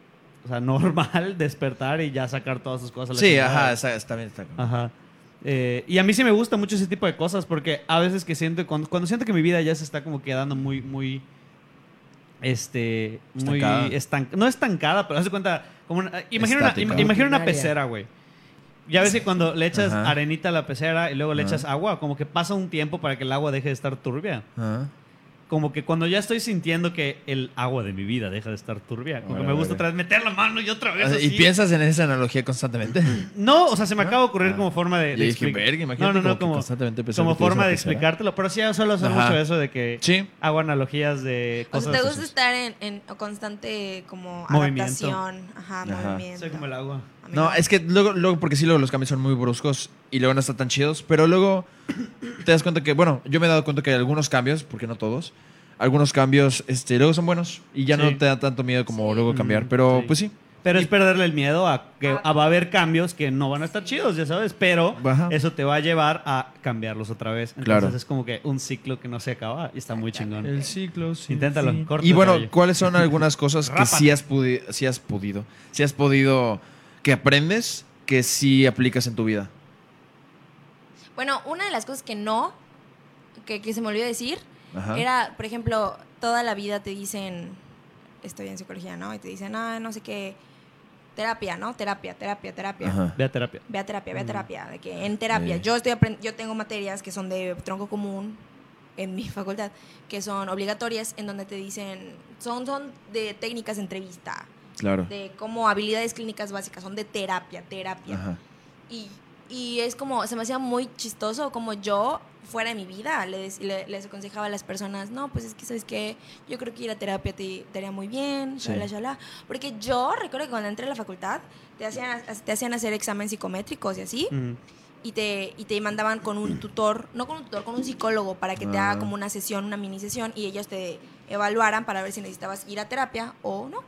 o sea, normal despertar y ya sacar todas sus cosas. a la Sí, chingada. ajá, está, está bien. Está bien. Ajá. Eh, y a mí sí me gusta mucho ese tipo de cosas porque a veces que siento, cuando, cuando siento que mi vida ya se está como quedando muy, muy, este, muy Estancada. estanc- no estancada, pero hace cuenta, como una- imagina, una, Estática. im- imagina una Rutinaria. pecera, güey. Ya ves que cuando le echas Ajá. arenita a la pecera y luego le Ajá. echas agua, como que pasa un tiempo para que el agua deje de estar turbia. Ajá. Como que cuando ya estoy sintiendo que el agua de mi vida deja de estar turbia, como que Órale, me gusta órale. otra vez meter la mano y otra vez. O sea, así. Ah, Y piensas en esa analogía constantemente. No, o sea, se me acaba de ocurrir Ah. como forma de, Yo de dije, explic- "Verga, imagínate No, no, como no, que como, constantemente pensar como que tienes forma una de pecera. explicártelo. Pero sí, yo suelo hacer Ajá. mucho eso de que Sí. hago analogías de O cosas. sea, ¿te gusta así. estar en, en constante como Movimiento. adaptación? Ajá, movimiento. Soy como el agua. A mí No, es que luego, luego, porque sí, luego los cambios son muy bruscos y luego no están tan chidos, pero luego te das cuenta que, bueno, yo me he dado cuenta que algunos cambios, porque no todos, algunos cambios este, luego son buenos y ya Sí. no te da tanto miedo como Sí. luego cambiar, Mm, pero sí. pues sí. Pero es perderle el miedo a que Ah. a- va a haber cambios que no van a estar chidos, ya sabes, pero Ajá. eso te va a llevar a cambiarlos otra vez. Entonces Claro. es como que un ciclo que no se acaba y está muy chingón. El ciclo, sí. Inténtalo, corta Y el bueno, cabello. ¿cuáles son algunas cosas que Rápate. sí has, pudi- sí has podido? Sí has podido. que aprendes que sí aplicas en tu vida. Bueno, una de las cosas que no, que, que se me olvidó decir, Ajá. era, por ejemplo, toda la vida te dicen, estoy en psicología, ¿no? Y te dicen, ah, no sé qué, terapia, ¿no? Terapia, terapia, terapia. Ajá. Ve a terapia. Ve a terapia, ve a Mm. terapia. De que en terapia, Sí. yo, estoy aprend- yo tengo materias que son de tronco común en mi facultad, que son obligatorias, en donde te dicen, son, son de técnicas de entrevista, Claro. de como habilidades clínicas básicas, son de terapia, terapia. Ajá. Y, y es como, se me hacía muy chistoso como yo fuera de mi vida les, le- les aconsejaba a las personas, no, pues es que, ¿sabes qué? Yo creo que ir a terapia te, te haría muy bien, Sí. shala, shala. Porque yo recuerdo que cuando entré a la facultad, te hacían, te hacían hacer exámenes psicométricos y así, Mm. y, te, y te mandaban con un tutor, no con un tutor, con un psicólogo para que te Ah. haga como una sesión, una mini sesión, y ellos te evaluaran para ver si necesitabas ir a terapia o no.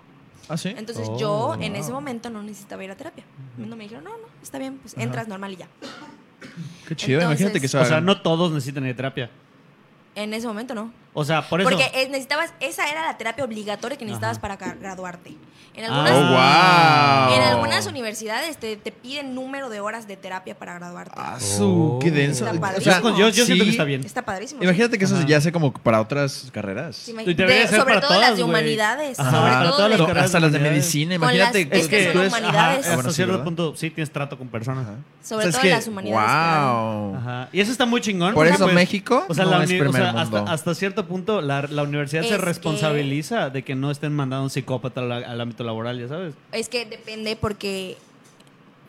¿Ah, sí? Entonces Oh, yo en wow. ese momento no necesitaba ir a terapia. No me dijeron, no, no, está bien, pues entras normal y ya. Qué chido. entonces- Imagínate que se O sea, hagan- no todos necesitan ir a terapia. En ese momento no. O sea, por eso. Porque eh, necesitabas, esa era la terapia obligatoria que necesitabas Ajá. para gra- graduarte. En Ah. algunas, ¡Oh, wow! Ah. en algunas universidades te, te piden número de horas de terapia para graduarte. Ah, su, qué denso. Está O Yo, sea, padrísimo. yo- yo siento que sí. está bien. Está padrísimo. imagínate que eso Ajá. ya sea como para otras carreras. Sí, imag- Y debería de- ser sobre para todo todas, las de güey. humanidades. Ajá. Sobre Para todo todas de- las No, carreras hasta las de humanidades. medicina. Con las- Imagínate es que son ajá, humanidades. Ah, hasta bueno, sí, cierto ¿verdad? Pues punto sí tienes trato con personas. Ajá. sobre o sea, es todo que- las humanidades. claro. ¡Wow! Ajá. Y eso está muy chingón. Por porque, eso pues, México O sea, no la es uni- o primer sea, mundo. hasta, hasta cierto punto la, la universidad se Es que- responsabiliza de que no estén mandando un psicópata al, al ámbito laboral, ya sabes. Es que depende porque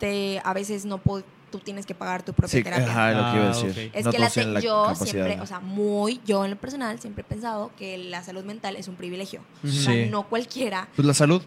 te, a veces no po- tú tienes que pagar tu propia Sí, terapia. ajá, es lo que iba a Ah, decir. ok. Es No que la todos tienen te- yo capacidad. siempre, o sea, muy, yo en lo personal siempre he pensado que la salud mental es un privilegio. O sea, Sí. no cualquiera, Pues la salud.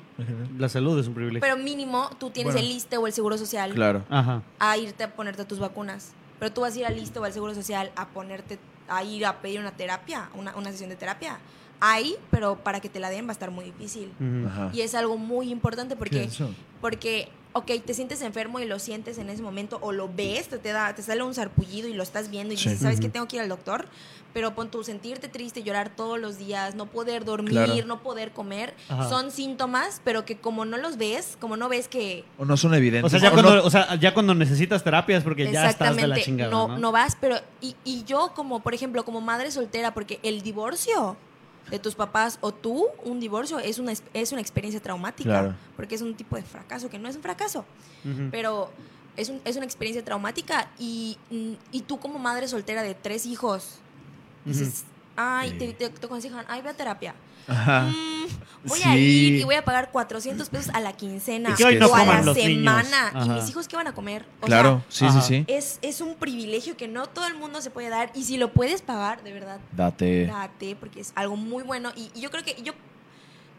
La salud es un privilegio. pero mínimo tú tienes Bueno. el ISTE o el Seguro Social Claro. Ajá. a irte a ponerte tus vacunas. Pero tú vas a ir al ISTE o al Seguro Social a ponerte, a ir a pedir una terapia, una, una sesión de terapia. Ahí, pero para que te la den va a estar muy difícil. Ujú. Ajá. Y es algo muy importante porque Mm. Eso. porque, ok, te sientes enfermo y lo sientes en ese momento, o lo ves, te, te da, te sale un sarpullido y lo estás viendo y Sí. dices, ¿sabes qué? Ujú. Tengo que ir al doctor. Pero pon tu sentirte triste, llorar todos los días, no poder dormir, Claro. no poder comer, Ajá. son síntomas, pero que como no los ves, como no ves que O no son evidentes. O sea, ya no- cuando, o sea, ya cuando necesitas terapias porque ya estás de la exactamente chingada, no, ¿no? no vas, pero, y, y yo como, por ejemplo, como madre soltera, porque el divorcio de tus papás o tú, un divorcio, es una, es una experiencia traumática, Claro. porque es un tipo de fracaso, que no es un fracaso. Ujú. pero es, un- es una experiencia traumática y, mm, y tú como madre soltera de tres hijos, dices, ay, te, te, te aconsejan, ay, ve a terapia. Ajá. Mm, voy a Ah. Sí. ir y voy a pagar 400 pesos a la quincena Y que hoy no o a la coman los niños. semana. ¿Y Ajá. mis hijos qué van a comer? O Claro, sí, sí, Ajá. sí. sea, es, es un privilegio que no todo el mundo se puede dar y si lo puedes pagar, de verdad, Eh, Date. date porque es algo muy bueno y, y yo creo que yo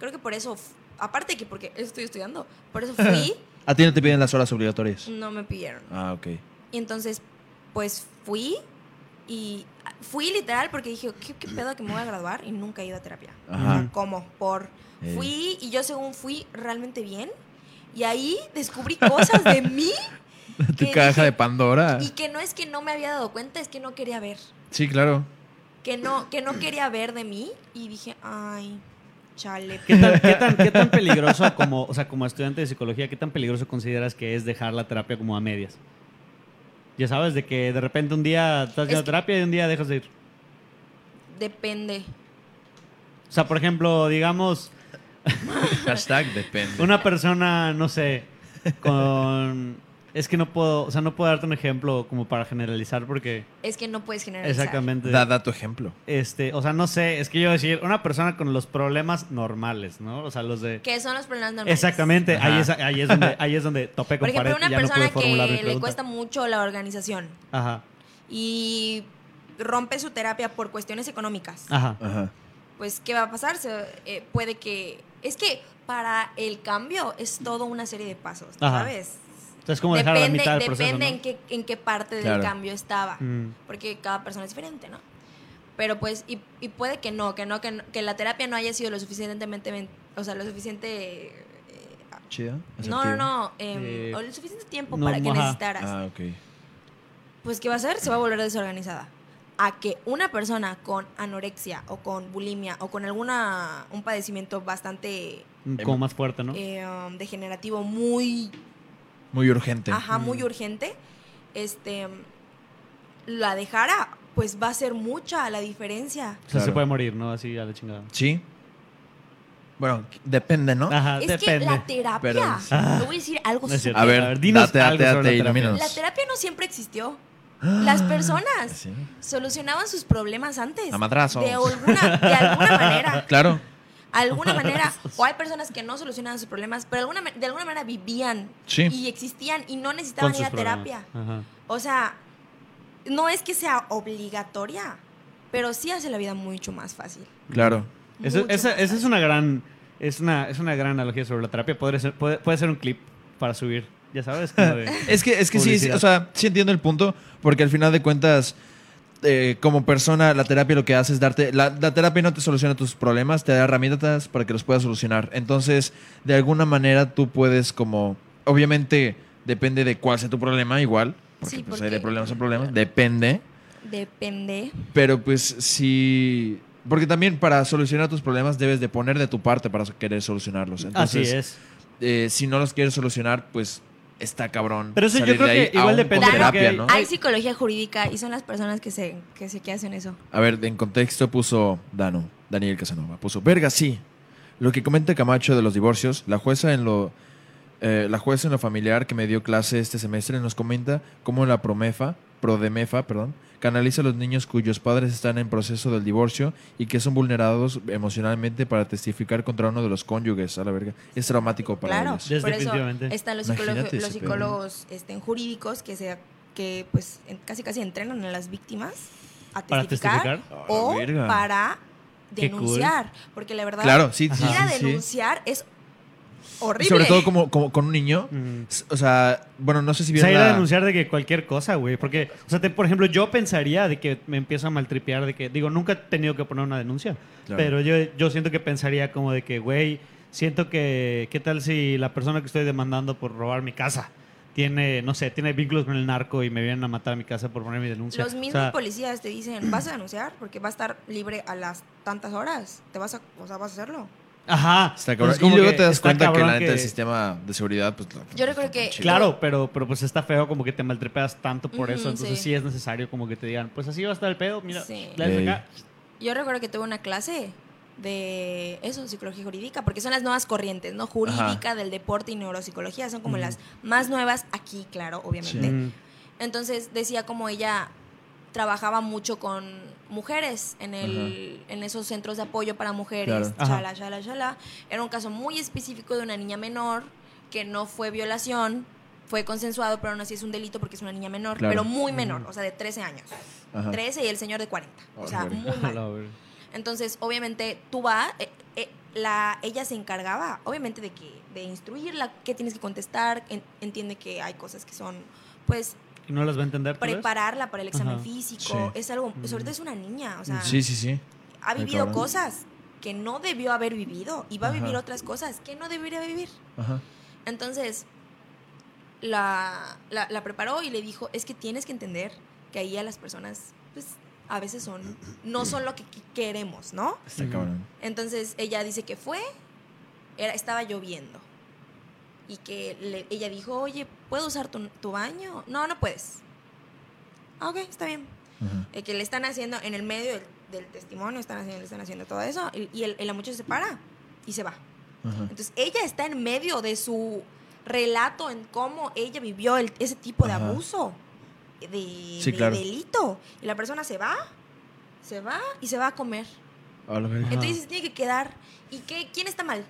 creo que por eso f- aparte de que porque estoy estudiando por eso fui A ti no te piden las horas obligatorias. no me pidieron Ah, ok. Y entonces, pues fui y ah, fui literal porque dije, ¿qué, qué pedo que me voy a graduar? Y nunca he ido a terapia. Ajá. O sea, ¿Cómo? Por. Eh. Fui y yo, según fui, realmente bien. Y ahí descubrí cosas de mí Tu que caja dije- de Pandora. y que no es que no me había dado cuenta, es que no quería ver. Sí, claro. Que no, que no quería ver de mí. Y dije, ay, chale. ¿Qué tan, qué tan- qué tan peligroso como, o sea, como estudiante de psicología, qué tan peligroso consideras que es dejar la terapia como a medias? Ya sabes, de que de repente un día estás yendo a que- terapia y un día dejas de ir. Depende. O sea, por ejemplo, digamos, Hashtag depende. una persona, no sé, con... Es que no puedo, o sea, no puedo darte un ejemplo como para generalizar porque... Es que no puedes generar Exactamente. Da, da tu ejemplo. Este, o sea, no sé, es que yo decir, una persona con los problemas normales, ¿no? O sea, los de... Que son los problemas normales. Exactamente, Ajá. ahí es, ahí, es donde, ahí es donde topé Por con pared ejemplo, una y ya no pude persona formular mi que le pregunta. cuesta mucho la organización. Ajá, y rompe su terapia por cuestiones económicas, ajá. Ajá. pues ¿qué va a pasar? Se- eh, puede que... Es que para el cambio es toda una serie de pasos, Ajá. ¿sabes? O sea, es como dejar a la Depende, mitad del proceso, depende ¿no? en, qué, en qué parte Claro. del cambio estaba, Mm. porque cada persona es diferente, ¿no? Pero pues, y, y puede que no, que no, que no- que la terapia no haya sido lo suficientemente, men- o sea, lo suficiente eh, chida? No, no, asertiva? no. eh, Eh, o el suficiente tiempo no, para este. que ajá. necesitaras. Ah, ok. Pues, ¿qué va a hacer? Se va a volver desorganizada. A que una persona con anorexia o con bulimia o con alguna un padecimiento bastante Em, Como más fuerte, ¿no? eh, um, degenerativo muy Muy urgente. ajá, muy Mm. urgente, este la dejara, pues va a ser mucha la diferencia. o sea, se claro. puede morir, ¿no? Así a la chingada. Sí. Bueno, depende, ¿no? Ajá, Es que Ah, depende. Ah. la terapia, Pero- te voy a decir algo No es cierto. súper- A ver, dinos date, algo date, sobre date, la terapia. ilumínanos. La terapia no siempre existió. Las personas Sí. solucionaban sus problemas antes. A madrazos. De alguna, de alguna manera. Claro. alguna manera. O hay personas que no solucionaban sus problemas, pero alguna, ma- de alguna manera vivían Sí. y existían y no Con necesitaban ir sus a terapia. problemas. Ajá. O sea, no es que sea obligatoria, pero sí hace la vida mucho más fácil. Claro. Eso- Mucho esa, más esa es fácil. una gran es una, es una gran analogía sobre la terapia. Podría ser- Puede ser, puede, ser un clip para subir, ya sabes. como de- Es que, es que sí, sí, Publicidad. o sea, sí entiendo el punto, porque al final de cuentas, eh, como persona, la terapia lo que hace es darte. La, la terapia no te soluciona tus problemas, te da herramientas para que los puedas solucionar. Entonces, de alguna manera tú puedes, como. Obviamente, depende de cuál sea tu problema, igual. Porque, Sí, pues, hay porque- de problemas a problemas. Depende. Depende. Pero pues sí. Porque también para solucionar tus problemas debes de poner de tu parte para querer solucionarlos. Así Entonces, es. eh, si no los quieres solucionar, pues está cabrón. Pero eso yo salir creo de ahí, que igual aún con depende, Claro, terapia, porque ¿no? Hay psicología jurídica y son las personas que se que, se, que hacen eso. A ver, en contexto puso Dano, Daniel Casanova, puso, verga, sí. Lo que comenta Camacho de los divorcios, la jueza en lo... eh, la jueza en lo familiar que me dio clase este semestre nos comenta cómo la Promefa, Prodemefa, perdón, canaliza a los niños cuyos padres están en proceso del divorcio y que son vulnerados emocionalmente para testificar contra uno de los cónyuges. A la verga, es traumático para claro, ellos. Des- por eso Definitivamente. están los, Imagínate psicólogos- ese los psicólogos este, en jurídicos que se que pues en- casi casi entrenan a las víctimas a Para testificar, testificar. A la o verga. para Qué cool. denunciar, porque la verdad Claro, sí, sí, ir a sí, sí. denunciar es horrible. Sobre todo como, como con un niño. Ujú. S- O sea, bueno, no sé si O sea, vieron ir a la- denunciar de que cualquier cosa, güey. Porque, o sea, te- por ejemplo, yo pensaría de que me empiezo a maltripear, de que, digo, nunca he tenido que poner una denuncia. Claro. Pero yo, yo siento que pensaría como de que, güey, siento que, ¿qué tal si la persona que estoy demandando por robar mi casa tiene, no sé, tiene vínculos con el narco y me vienen a matar a mi casa por poner mi denuncia? Los O mismos sea, policías te dicen, vas a denunciar porque va a estar libre a las tantas horas. Te vas a, o sea, vas a hacerlo. Ajá. Está cabrón. Entonces, Y como luego que te das está cuenta que cabrón la neta el sistema de seguridad, pues. la- Yo recuerdo que- chido. Claro, pero, pero pues está feo como que te maltripeas tanto por eso. Ujú, Entonces sí. sí. es necesario como que te digan, pues así va a estar el pedo, mira, Sí. la haces Ey. acá. Yo recuerdo que tuve una clase de eso, psicología jurídica, porque son las nuevas corrientes, ¿no? Jurídica del deporte y neuropsicología, son como Ujú. las más nuevas aquí, claro, obviamente. Mm. Entonces decía como ella trabajaba mucho con mujeres en, el, en esos centros de apoyo para mujeres, Claro. Ajá. chala, chala, chala. Era un caso muy específico de una niña menor que no fue violación, fue consensuado, pero aún así es un delito porque es una niña menor, Claro. pero muy menor, o sea, de 13 años. Ajá. 13 y el señor de 40. O sea, Órale. muy A mal. la verga. Entonces, obviamente, tú vas, eh, eh, la, ella se encargaba, obviamente, de que de instruirla, qué tienes que contestar, en- entiende que hay cosas que son, pues, Y no las va a entender. tal vez? prepararla para el examen Ajá. físico, Sí. es algo, pues, Mm. sobre todo es una niña, o sea, Sí, sí, sí. ha Ay, vivido cabrón. cosas que no debió haber vivido y va a vivir Ajá. otras cosas que no debería vivir. Ajá. Entonces, la, la- la preparó y le dijo, es que tienes que entender que ahí a las personas, pues, a veces son, no son lo que qu- queremos, ¿no? Está Ujú. cabrón. Entonces ella dice que fue, era, estaba lloviendo. Y que le- ella dijo, oye, ¿puedo usar tu, tu baño? No, no puedes. Ah, ok, está bien. Ajá. Eh, que le están haciendo, en el medio del, del testimonio, están haciendo, le están haciendo todo eso. Y, y el, la muchacha se para y se va. Ajá. Entonces ella está en medio de su relato en cómo ella vivió el- ese tipo de Ajá. abuso, de, de claro. delito. Y la persona se va, se va y se va a comer. A la verga. Ajá. Entonces se tiene que quedar. ¿Y qué, quién está mal?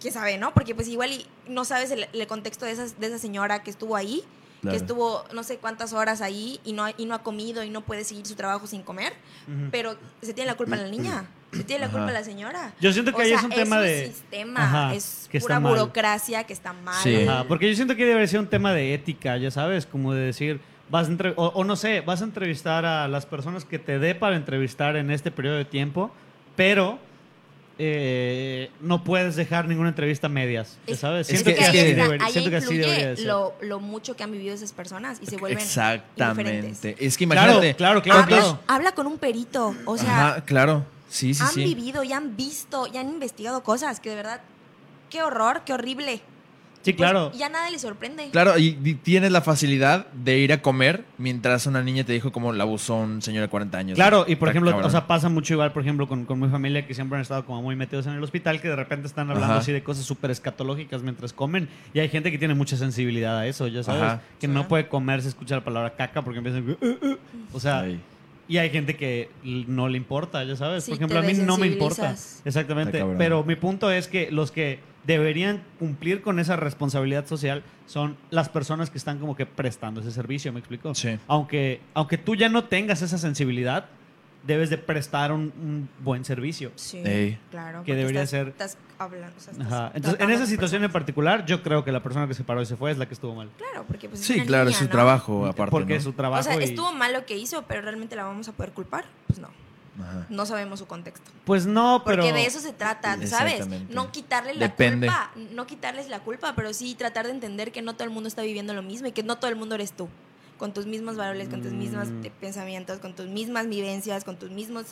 ¿Quién sabe, no? Porque pues igual y no sabes el, el contexto de, esas, de esa señora que estuvo ahí, Claro. que estuvo no sé cuántas horas ahí y no, ha- y no ha comido y no puede seguir su trabajo sin comer, Ujú. pero se tiene la culpa la niña, se tiene la Ajá. culpa la señora. Yo siento que O ahí sea, es un tema de. sistema, Ajá, es que pura está mal. burocracia que está mal. Sí. Ajá, porque yo siento que debería ser un tema de ética, ya sabes, como de decir, vas a entre- o, o no sé, vas a entrevistar a las personas que te dé para entrevistar en este periodo de tiempo, pero eh, no puedes dejar ninguna entrevista a medias, ya Es- ¿sabes? es Siento que- que, es así que- debería- ahí siento que así debería influye de ser. lo, lo mucho que han vivido esas personas y se vuelven indiferentes. Exactamente. Es que Claro, imagínate. claro, claro, Habla, claro. habla con un perito, o sea, Ajá, claro. Sí, sí, han sí. vivido y han visto y han investigado cosas que de verdad, qué horror, qué horrible. Sí, Pues, claro. ya nada les sorprende. Claro, y, y tienes la facilidad de ir a comer mientras una niña te dijo como la abusó un señor de 40 años. Claro, y por Está ejemplo, cabrón. o sea, pasa mucho igual, por ejemplo, con, con mi familia que siempre han estado como muy metidos en el hospital, que de repente están hablando Ajá. así de cosas súper escatológicas mientras comen. Y hay gente que tiene mucha sensibilidad a eso, ya sabes, Ajá. que Sí. no puede comer si escucha la palabra caca porque empiezan... "Uh, uh, uh". O sea, Ay, y hay gente que l- no le importa, ya sabes. Sí, por ejemplo, a te mí no me importa. desensibilizas. Está Exactamente. cabrón. Pero mi punto es que los que deberían cumplir con esa responsabilidad social son las personas que están como que prestando ese servicio, ¿me explico? Sí. Aunque, aunque tú ya no tengas esa sensibilidad, debes de prestar un, un buen servicio. Sí, Ey. claro. Que porque debería estás- ser- Estás hablando, o sea, estás Ajá. Entonces, en tratando esa con situación en personas. particular, yo creo que la persona que se paró y se fue es la que estuvo mal. Claro, porque pues es Sí, una claro, es niña, su ¿no? trabajo aparte. Porque ¿no? su trabajo. O sea, y- estuvo mal lo que hizo, pero realmente la vamos a poder culpar. Pues no, Ajá. no sabemos su contexto. Pues no, Porque pero. de eso se trata, ¿sabes? Exactamente. No quitarle la Depende. culpa, no quitarles la culpa, pero sí tratar de entender que no todo el mundo está viviendo lo mismo y que no todo el mundo eres tú. Con tus mismos valores, con tus mismos Mm. te- pensamientos, con tus mismas vivencias, con tus mismos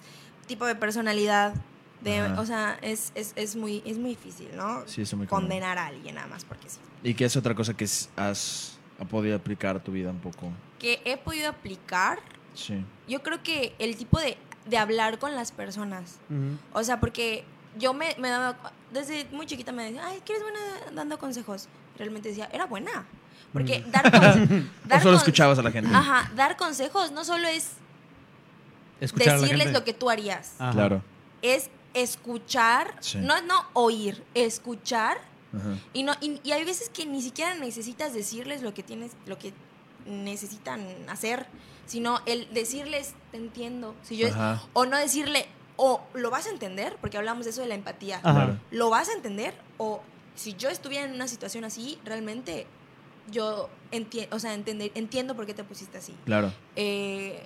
tipo de personalidad. De, Ajá. o sea, es, es, es muy, es muy difícil, ¿no? Sí, eso me cabrón. Condenar a alguien nada más porque sí. Y que es otra cosa que s- has, ha podido aplicar a tu vida un poco. Que he podido aplicar, Sí. yo creo que el tipo de, de hablar con las personas. Ujú. O sea, porque yo me, me daba. cu- Desde muy chiquita me decía, ay, que eres buena dando consejos. Realmente decía, era buena. Porque dar, conse- O dar solo con- escuchabas a la gente. Ajá, dar consejos no solo es Escuchar a la decirles gente. lo que tú harías, Ajá. Claro. es escuchar, Sí. no, no oír, escuchar. Ajá. Y, no, y, y hay veces que ni siquiera necesitas decirles lo que tienes, lo que necesitan hacer, sino el decirles, te entiendo. Si yo, Ajá. o no decirle, o lo vas a entender, porque hablamos de eso de la empatía. Ajá. Claro. ¿Lo vas a entender? O si yo estuviera en una situación así, realmente yo enti- o sea, entender, entiendo por qué te pusiste así. Claro. Eh,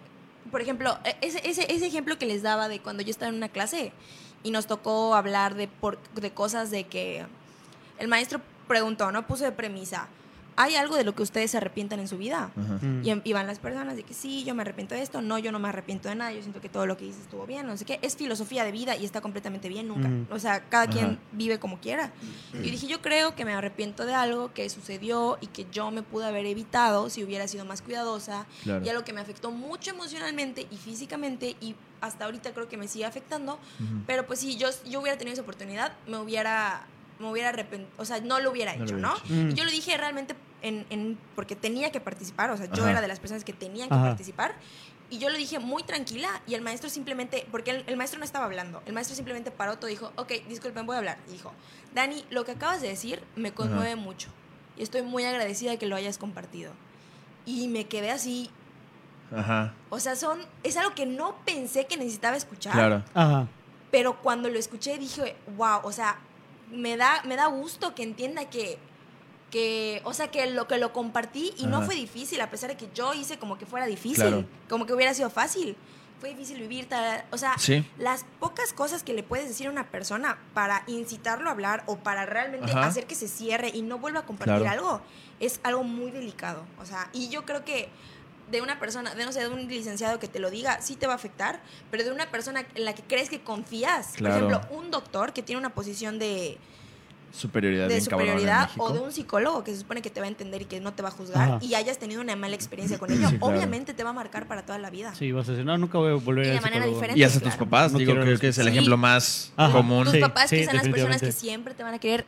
por ejemplo, e- ese, ese, ese ejemplo que les daba de cuando yo estaba en una clase y nos tocó hablar de, por, de cosas de que el maestro preguntó, no puso de premisa, ¿hay algo de lo que ustedes se arrepientan en su vida? Ajá. Mm. Y, en- y van las personas de que sí, yo me arrepiento de esto, no, yo no me arrepiento de nada, yo siento que todo lo que hice estuvo bien, no sé qué. Es filosofía de vida y está completamente bien nunca. Ujú. O sea, cada quien Ajá. vive como quiera. Y dije, yo creo que me arrepiento de algo que sucedió y que yo me pude haber evitado si hubiera sido más cuidadosa. Claro. Y algo que me afectó mucho emocionalmente y físicamente y hasta ahorita creo que me sigue afectando. Ujú. Pero pues si yo, yo hubiera tenido esa oportunidad, me hubiera, me hubiera arrepentido, o sea, no lo hubiera No lo hecho, hubiera ¿no? hecho. Mm. Y yo lo dije realmente en, en- porque tenía que participar, o sea, yo Ajá. era de las personas que tenían que Ajá. participar. Y yo lo dije muy tranquila y el maestro simplemente, porque el, el maestro no estaba hablando, el maestro simplemente paró todo y dijo, ok, disculpen, voy a hablar. Y dijo, Dani, lo que acabas de decir me conmueve mucho y estoy muy agradecida de que lo hayas compartido. Y me quedé así, Ajá. o sea, son, es algo que no pensé que necesitaba escuchar, Claro. Ajá. pero cuando lo escuché dije, wow, o sea, me da, me da gusto que entienda que, que, o sea, que lo que lo compartí y no Ajá. fue difícil, a pesar de que yo hice como que fuera difícil, Claro. como que hubiera sido fácil. Fue difícil vivir, tal- o sea, Sí. las pocas cosas que le puedes decir a una persona para incitarlo a hablar o para realmente Ajá. hacer que se cierre y no vuelva a compartir Claro. algo, es algo muy delicado. O sea, y yo creo que de una persona, de no sé, de un licenciado que te lo diga, sí te va a afectar, pero de una persona en la que crees que confías, Claro. por ejemplo, un doctor que tiene una posición de, Superioridad. de bien cabrona en superioridad México. o de un psicólogo que se supone que te va a entender y que no te va a juzgar Ajá. y hayas tenido una mala experiencia con ello, Sí, claro. obviamente te va a marcar para toda la vida. Sí, vas a decir, no, nunca voy a volver Y a de ir al manera psicólogo". diferente. Y hasta Claro. tus papás, No digo, quiero creo que es el Sí. ejemplo más Ajá. común. Tus Sí, papás sí, que son las personas definitivamente. que siempre te van a querer,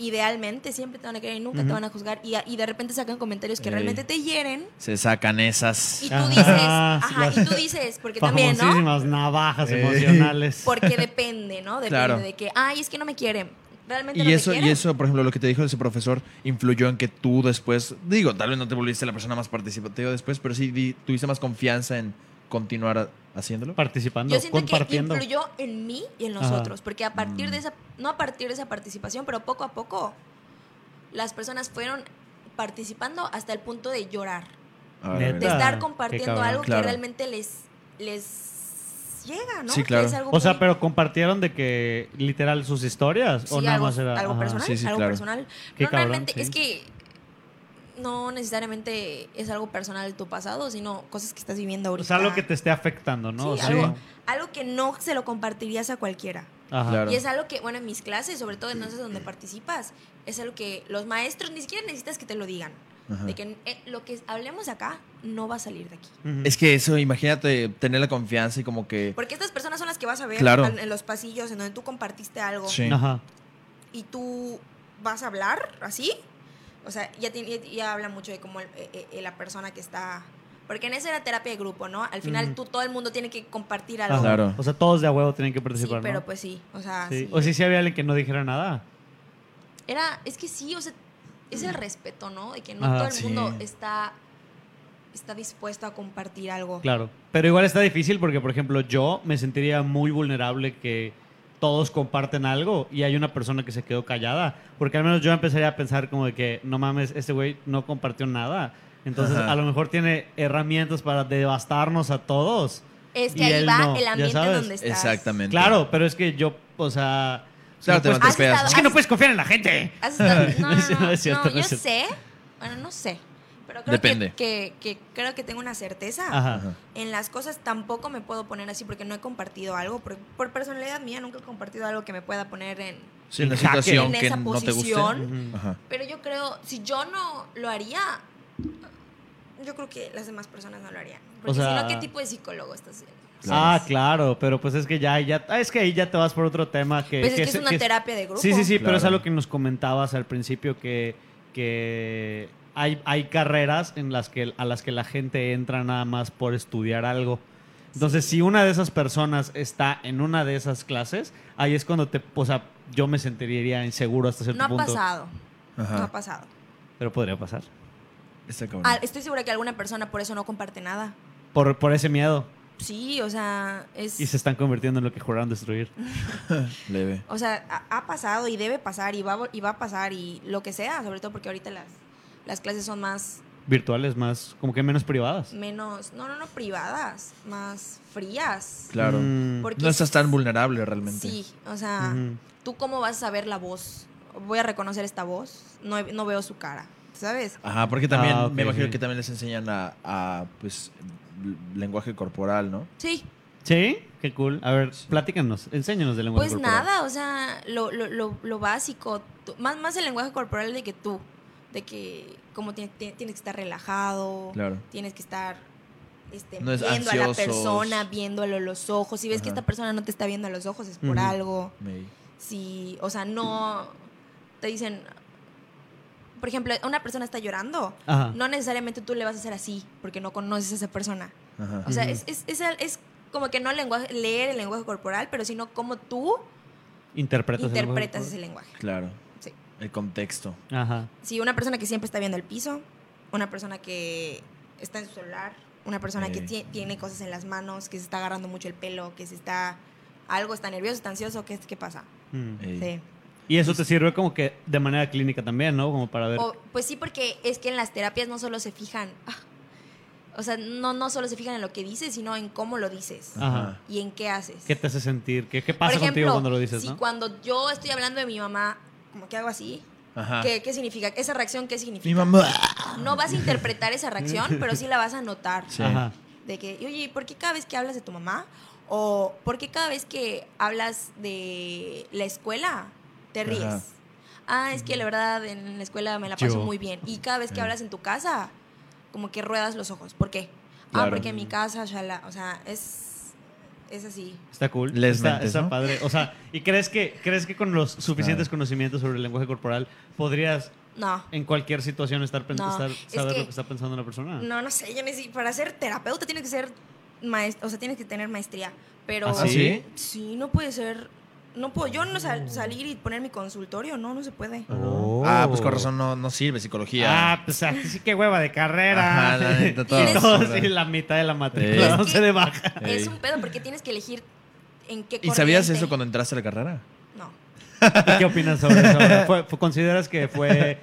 idealmente siempre te van a querer y nunca te Ujú. van a juzgar y, y de repente sacan comentarios que Ey. realmente te hieren Se sacan y esas. tú Ajá. dices, Ah, sí, ajá, las- y tú dices, porque también, ¿no? Famosísimas navajas Eh. emocionales. Porque depende, ¿no? Depende Claro. de que, ay, es que no me quieren. Realmente no Y eso, te y quieren. eso, por ejemplo, lo que te dijo ese profesor influyó en que tú después, digo, tal vez no te volviste la persona más participativa después, pero sí di- tuviste más confianza en continuar a- haciéndolo. Participando, Yo siento que compartiendo. influyó en mí y en Ajá. nosotros, porque a partir Mm. de esa, no a partir de esa participación, pero poco a poco, las personas fueron participando hasta el punto de llorar. A ver, Neta. de mira. Ah, estar qué compartiendo cabrón. algo Claro. que realmente les les llega, ¿no? Sí, claro. Que es algo O sea, muy- pero compartieron de que literal sus historias Sí, o nada algo, más era algo ajá. personal, sí, sí, algo claro. personal. Qué no cabrón, realmente, sí. es que no necesariamente es algo personal de tu pasado, sino cosas que estás viviendo ahorita. O sea, pues, algo que te esté afectando, ¿no? Sí, o sea, algo, algo que no se lo compartirías a cualquiera. ajá. Claro. Y es algo que, bueno, en mis clases, sobre todo entonces donde participas, es algo que los maestros ni siquiera necesitas que te lo digan. Ajá. De que eh, lo que hablemos acá no va a salir de aquí. Ujú. Es que eso, imagínate tener la confianza y como que. Porque estas personas son las que vas a ver Claro. en, en los pasillos, en donde tú compartiste algo. Sí. Ajá. y tú vas a hablar así, o sea, ya, tiene- ya habla mucho de cómo el- eh, eh, la persona que está... Porque en esa era terapia de grupo, ¿no? Al final Mm. tú, todo el mundo tiene que compartir Ajá. algo. Claro. O sea, todos de a huevo tienen que Sí, participar, pero ¿no? pues sí, o sea, Sí. sí. O si sí había alguien que no dijera nada. Era, es que sí, o sea, es el respeto, ¿no? De que no Ajá, todo el sí. mundo está, está dispuesto a compartir algo. Claro. Pero igual está difícil porque, por ejemplo, yo me sentiría muy vulnerable que todos comparten algo y hay una persona que se quedó callada. Porque al menos yo empezaría a pensar como de que, no mames, este güey no compartió nada. Entonces, Ajá. a lo mejor tiene herramientas para devastarnos a todos. Es que Y ahí él va no, el ya ambiente en sabes. donde estás. Exactamente. Claro, pero es que yo, o sea... Claro, no pues, te puedes- Has Despegas, estado- ¿no? es que no has- puedes confiar en la gente. Has estado- Ah, no, no, No es no, cierto, no, no yo es cierto. sé. Bueno, no sé. Pero creo que- Depende. Que, que creo que tengo una certeza. Ajá. Ajá. En las cosas tampoco me puedo poner así porque no he compartido algo. Por, por personalidad mía nunca he compartido algo que me pueda poner en, Sí, en la En jaque. situación en que esa no te guste. posición. Ujú. Ajá. Pero yo creo, si yo no lo haría, yo creo que las demás personas no lo harían. Porque si sea- no, ¿qué tipo de psicólogo estás siendo? Ah, claro, pero pues es que ya, ya, ah, es que ahí ya te vas por otro tema que... Pues es que que es una que terapia de grupo. Sí, sí, sí, pero es Claro. algo que nos comentabas al principio que, que hay, hay carreras en las que, a las que la gente entra nada más por estudiar algo. Entonces, si una de esas personas está en una de esas clases, ahí es cuando te, o sea, yo me sentiría inseguro hasta cierto No ha punto. pasado. No pues, ha Ajá. pasado. Pero podría pasar. Está cabrón. Ah, estoy segura que alguna persona por eso no comparte nada. Por, por ese miedo. Sí, o sea, es. Y se están convirtiendo en lo que juraron destruir. Leve. O sea, ha, ha pasado y debe pasar y va, a vol- y va a pasar y lo que sea, sobre todo porque ahorita las, las clases son más, Virtuales más, como que menos privadas. menos, no, no, no, privadas, más frías. Claro. Mm. Porque ah. No estás tan vulnerable realmente. Sí, o sea, Ujú. ¿tú cómo vas a saber la voz? Voy a reconocer esta voz, no, no veo su cara, ¿sabes? Ajá, porque también Ah, ok, me imagino sí. que también les enseñan a, a, pues l- lenguaje corporal, ¿no? Sí, Sí, qué cool. A ver, platícanos, enséñanos de lenguaje pues corporal. nada, o sea, lo, lo, lo, lo básico, tú- más, más el lenguaje corporal de que tú, de que como ti- ti- tienes que estar relajado, Claro. tienes que estar este, No es viendo a la ansiosos. persona, viéndolo a los ojos. Si ves que Ajá. esta persona no te está viendo a los ojos, es por Ujú. algo. Me- Si, o sea, no te dicen, por ejemplo, una persona está llorando, Ajá. no necesariamente tú le vas a hacer así, porque no conoces a esa persona. Ajá. O sea, Ujú. es, es, es, es como que no lenguaje, leer el lenguaje corporal, pero sino cómo tú Interpretas, el lenguaje interpretas corporal. ese lenguaje. Claro. Sí. El contexto. Ajá. Si una persona que siempre está viendo el piso, una persona que está en su celular, una persona que Ey. tie- tiene cosas en las manos, que se está agarrando mucho el pelo, que se está algo está nervioso, está ansioso, ¿qué, qué pasa? Mm. Ey. Sí. Y eso Pues te sirve como que de manera clínica también, ¿no? Como para ver. O- pues sí, porque es que en las terapias no solo se fijan, ah, o sea, no, no solo se fijan en lo que dices, sino en cómo lo dices Ajá. y en qué haces. Ah. ¿Qué te hace sentir? ¿Qué, qué Por pasa contigo cuando lo dices, si no? cuando yo estoy hablando de mi mamá, como que hago así, Ah. Ajá. ¿qué, qué significa? ¿Esa reacción qué significa? Mi mamá. No vas a interpretar esa reacción, pero sí la vas a notar. Sí. Ajá. De que, oye, ¿por qué cada vez que hablas de tu mamá? ¿O por qué cada vez que hablas de la escuela te Ajá. ríes? Ah, es que la verdad en la escuela me la paso Yo. muy bien. Y cada vez que Eh. hablas en tu casa, como que ruedas los ojos. ¿Por qué? Ah, Claro. porque en mi casa, shala, o sea, es, es así. Está cool. Les está, mentes, está ¿no? padre. O sea, ¿y crees que, crees que con los suficientes conocimientos sobre el lenguaje corporal podrías No. en cualquier situación estar, pen- No, estar- es saber que- lo que está pensando una persona? No, no sé, yo ni si- para ser terapeuta tienes que ser maestro, o sea, tienes que tener maestría, pero ¿Ah, sí? Oh. Sí, no puede ser, no puedo, yo no sal- salir y poner mi consultorio, no, no se puede. Oh. Ah, pues con razón no, no sirve psicología. Ah, pues aquí sí que hueva de carrera. Ajá, la neta, y todos. todos, y la mitad de la Sí. matrícula Es no que- se le baja. Ey. Es un pedo porque tienes que elegir en qué ¿Y sabías corriente. eso cuando entraste a la carrera? No. ¿Qué opinas sobre eso? ¿Fue- fue- ¿Consideras que fue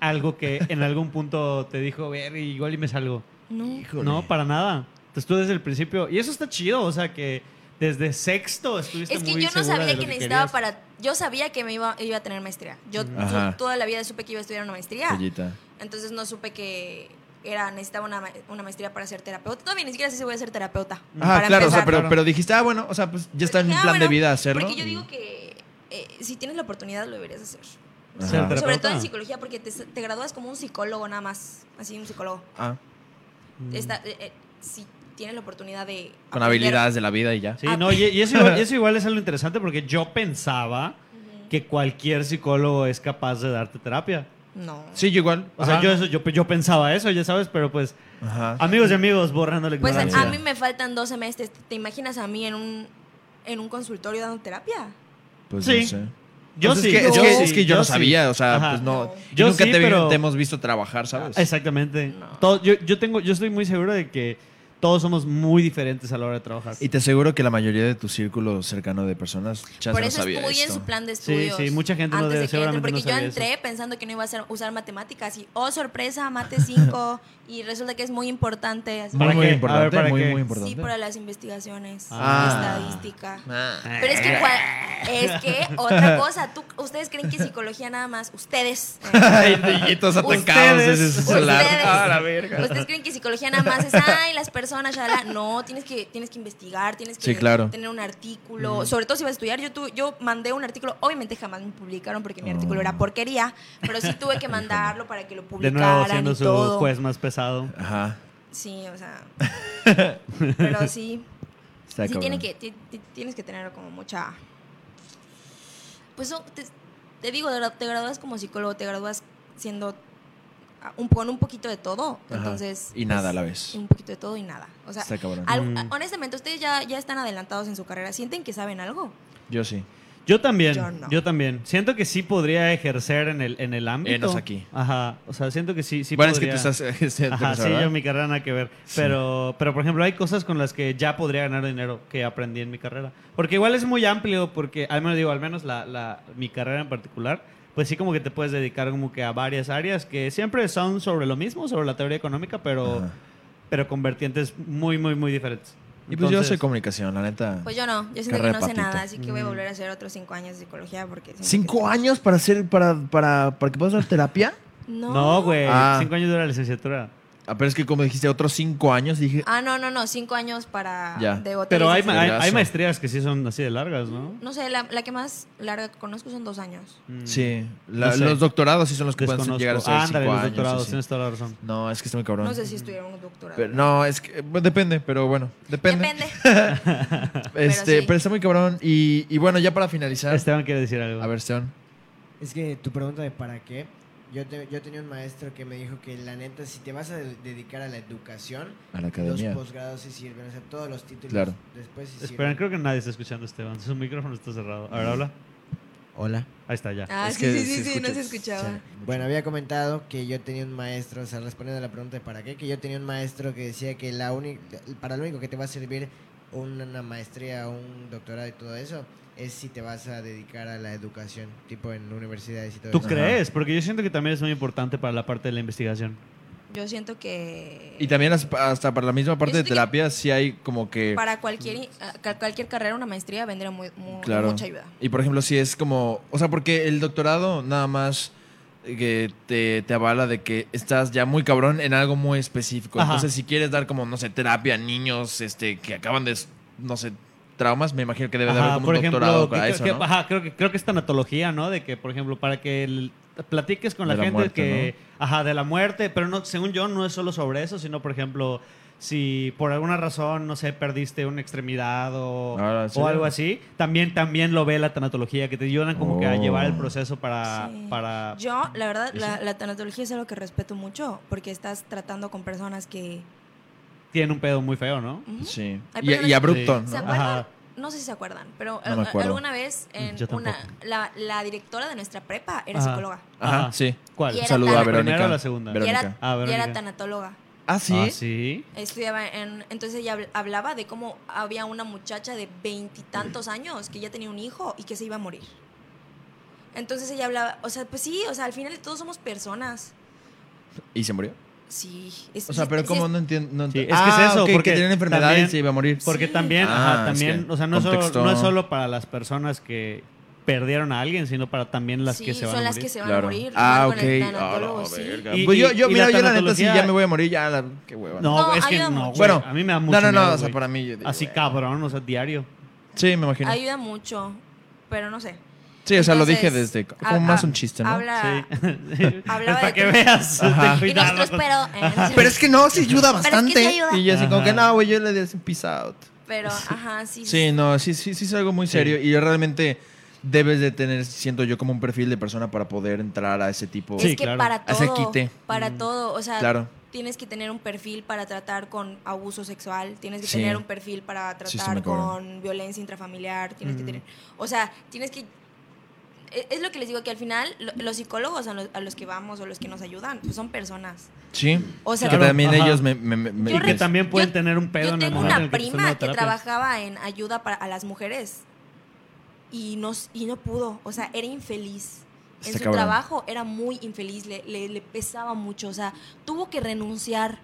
algo que en algún punto te dijo, ver, igual y me salgo? No. No, para nada. Entonces tú desde el principio, y eso está chido, o sea que desde sexto estuviste Es que muy yo no segura de sabía lo que necesitaba querías. para. Yo sabía que me iba, iba a tener maestría. Yo Ujú. su- Ajá. toda la vida supe que iba a estudiar una maestría. Joyita. Entonces no supe que era necesitaba una, ma- una maestría para ser terapeuta. Todavía ni siquiera sé si voy a ser terapeuta. Ajá, Mm. para Ah, claro, o sea, empezar. pero, Claro. pero dijiste, ah, bueno, o sea, pues ya está en Dije, plan "Ah, de bueno", vida hacerlo. Porque yo y- digo que eh, si tienes la oportunidad lo deberías hacer. Ajá. Ser terapeuta. Sobre todo en psicología, porque te, te gradúas como un psicólogo nada más, así un psicólogo. Ah, Mm. Está, eh, eh, si tienes la oportunidad de... con aprender- habilidades de la vida y ya. Sí, no, y, y eso igual, y eso igual es algo interesante porque yo pensaba Ujú. que cualquier psicólogo es capaz de darte terapia. No. Sí, yo igual. O sea, Ajá. yo, eso- yo, yo pensaba eso, ya sabes, pero pues, Ajá. amigos y amigos, borrando la Pues ignorancia. a, a mí me faltan dos semestres. ¿Te imaginas a mí en un, en un consultorio dando terapia? Pues Sí. no sé. yo Pues sí, Es que, es yo que- sí, es que yo, no sí. sabía, o sea, Ajá. pues no. Yo nunca sí, te, vi- pero- te hemos visto trabajar, ¿sabes? Exactamente. No. Todo- yo, yo tengo, yo estoy muy seguro de que todos somos muy diferentes a la hora de trabajar. Y te aseguro que la mayoría de tu círculo cercano de personas chance Por no eso sabía estudien esto. su plan de Sí, estudios. sí, mucha gente no antes debe- de que entre, seguramente Porque no sabía yo entré pensando que no iba a ser- usar matemáticas y, oh, sorpresa, mate 5. y resulta que es muy importante. así. Muy, ¿Para muy qué? A ver, importante, ¿para muy, qué? muy importante. Sí, para las investigaciones, Ah. estadística. Pero es que, Ah. cua- es que otra cosa, tú, ustedes creen que psicología nada más, ustedes. eh, Ay, niñitos atacados Ustedes- desde su celular. ustedes. Ah, la verga. ustedes creen que psicología nada más es, ay, las personas, shalala". No, tienes que, tienes que investigar, tienes que Sí, claro. tener un artículo. Sobre todo si vas a estudiar, yo, tuve- yo mandé un artículo, obviamente jamás me publicaron porque mi artículo era porquería, pero sí tuve que mandarlo para que lo Oh. de nuevo publicaran siendo y su todo. juez más pesado. Ajá. Sí, o sea, pero sí. Está sí cabrón. tiene que, ti- ti- tienes que tener como mucha... Pues son- te, te digo, de verdad, te gradúas como psicólogo, te gradúas siendo ah, un, con un poquito de todo. Ajá. Entonces... Y nada a pues, la vez. Un poquito de todo y nada. O sea, Está cabrón. al- Mm. a- honestamente, ustedes ya, ya están adelantados en su carrera. ¿Sienten que saben algo? Yo sí. Yo también, yo, Yo no. también. Siento que sí podría ejercer en el, en el ámbito. Enos aquí. Ajá, o sea, siento que sí, sí bueno, podría. es que tú estás. este, Ajá, sí, ¿verdad? yo mi carrera nada que ver. Pero, pero, por ejemplo, hay cosas con las que ya podría ganar dinero que aprendí en mi carrera. Porque igual es muy amplio, porque al menos digo, al menos la, la- mi carrera en particular, pues sí como que te puedes dedicar como que a varias áreas que siempre son sobre lo mismo, sobre la teoría económica, pero, Ajá. pero con vertientes muy, muy, muy diferentes. Y pues yo Entonces, soy comunicación, la neta. Pues yo no. Yo siento Carrera que no sé patito. nada, así que voy a Mm. volver a hacer otros cinco años de psicología porque... siento ¿Cinco que- años para hacer, para, para, para que puedas dar terapia? No. No, güey, Ah. cinco años dura la licenciatura. Ah, pero es que como dijiste, otros cinco años, dije, Ah, no, no, no. Cinco años para... Ya. de hoteles Pero hay, y ma- hay, Vergazo. hay maestrías que sí son así de largas, ¿no? No sé, la, la que más larga que conozco son dos años. Mm. sí. La- No sé. Los doctorados sí son los que pueden Desconozco. llegar a ser cinco Ah, ándale, los años, doctorados, así. tienes toda la razón. No, es que está muy cabrón. No sé si estuvieron un doctorado. Pero- no, es que eh, bueno, depende, pero bueno, depende. Depende. Este, pero, Pero sí. está muy cabrón. Y, y bueno, ya para finalizar, Esteban quiere decir algo. la versión. Es que tu pregunta de para qué. Yo, te- yo tenía un maestro que me dijo que la neta, si te vas a de- dedicar a la educación, A la los academia. posgrados sí sirven, o sea, todos los títulos Claro. después sí Esperen, sirven. creo que nadie está escuchando, Esteban. Su micrófono está cerrado. A ver, habla. Hola. Ahí está, ya. Mm. Ah, Es sí, que sí sí, sí, sí, no escuchas. se escuchaba. Bueno, había comentado que yo tenía un maestro, o sea, respondiendo a la pregunta de para qué, que yo tenía un maestro que decía que la uni- para lo único que te va a servir una maestría, un doctorado y todo eso, es si te vas a dedicar a la educación, tipo en universidades y todo ¿Tú eso. crees? Porque yo siento que también es muy importante para la parte de la investigación. Yo siento que... Y también as- hasta para la misma parte de siento que- terapia, sí hay como que... Para cualquier, ah, ca- cualquier carrera, una maestría vendría muy, muy- Claro. mucha ayuda. Y por ejemplo, si es como. O sea, porque el doctorado nada más eh, que te, te avala de que estás ya muy cabrón en algo muy específico. Ajá. Entonces, si quieres dar como, no sé, terapia a niños este, que acaban de, no sé, traumas, me imagino que debe de haber Ajá, como por un doctorado ejemplo, para que- eso, que- ¿no? ajá, creo que creo que es tanatología, ¿no? De que, por ejemplo, para que el- platiques con De la, la gente muerte, que, ajá, de la muerte, pero no, según yo no es solo sobre eso, sino por ejemplo, si por alguna razón, no sé, perdiste una extremidad o, Ah, ¿en o serio? algo así, también también lo ve la tanatología que te ayudan como que a Oh. llevar el proceso para Sí. Ah. para Yo, la verdad, ¿Y la, la tanatología es algo que respeto mucho porque estás tratando con personas que... tiene un pedo muy feo, ¿no? Ujú. Sí. Hay Y, personas y que- abrupto, ¿Se ¿no? acuerdan? Ajá. No sé si se acuerdan, pero No me eh, acuerdo. Mm, alguna vez en Yo una, tampoco. la, la directora de nuestra prepa era Ajá. psicóloga. Ajá, Ajá. sí. ¿Cuál? Y era Saluda tan- a Verónica. ¿Primera o la segunda? Y era, Verónica. Ah, y era Verónica. tanatóloga. Ah, sí. Ah, sí. Estudiaba en. Entonces ella habl- hablaba de cómo había una muchacha de veintitantos años que ya tenía un hijo y que se iba a morir. Entonces ella hablaba. O sea, pues sí, o sea, al final todos somos personas. ¿Y se murió? Sí. Es, O sea, pero sí ¿cómo es- no entiendo? No Sí, enti- es que es Ah, eso, ok, que porque tenía una enfermedad también- y se iba a morir. Porque Sí. también, ajá, Ah, es también, que o sea, no es, solo, contexto. no es solo para las personas que perdieron a alguien, sino para también las sí, que se van son a las morir. que se van a Claro. morir. Ah, van ok. con el tanatólogo, Ah, la sí. verga. Y- Pues yo, y- yo, y mira, la yo la neta sí tanatología- ya me voy a morir, ya la- qué hueva. No, No, es que no, ayuda mucho. güey, Bueno, a mí me da mucho no, no, no, miedo, o sea, güey. para mí yo digo, Así güey. cabrón, o sea, diario. Sí, me imagino. Ayuda mucho, pero no sé. Sí, o sea, lo dije Entonces, desde como ha- más ha- un chiste, ¿no? Habla. Sí. Hablaba para de que tu- veas. Ajá. ten Y cuidado nosotros, con- pero. eh, no sé. Ah, Pero es que no, sí ayuda es que sí bastante. ayuda. Y yo así como Ajá. que no, güey, yo le di un peace out. Pero, ajá, sí. Sí, no, sí, sí, sí es algo muy serio. Y realmente debes de tener, siento yo, como un perfil de persona para poder entrar a ese tipo. Es Sí, que claro. para Hace todo. quite. Mm. Para todo. O sea, Claro. tienes que tener un perfil para tratar con abuso sexual. Tienes que Sí. tener un perfil para Sí, está tratar muy cabrón. con violencia intrafamiliar. Tienes que Ujú. tener. O sea, tienes que. e- Es lo que les digo que al final lo- los psicólogos a los, a los que vamos o los que nos ayudan pues son personas. Sí. O sea, que Claro, también ajá. ellos me. me- me- me- Yo Y que también pueden Yo- tener un pedo Yo en el tengo momento en el una que te están prima dando que terapia. trabajaba en ayuda para, a las mujeres y no, s- y no pudo, o sea, era infeliz. En Está su cabrón. trabajo era muy infeliz, le, le- le pesaba mucho, o sea, tuvo que renunciar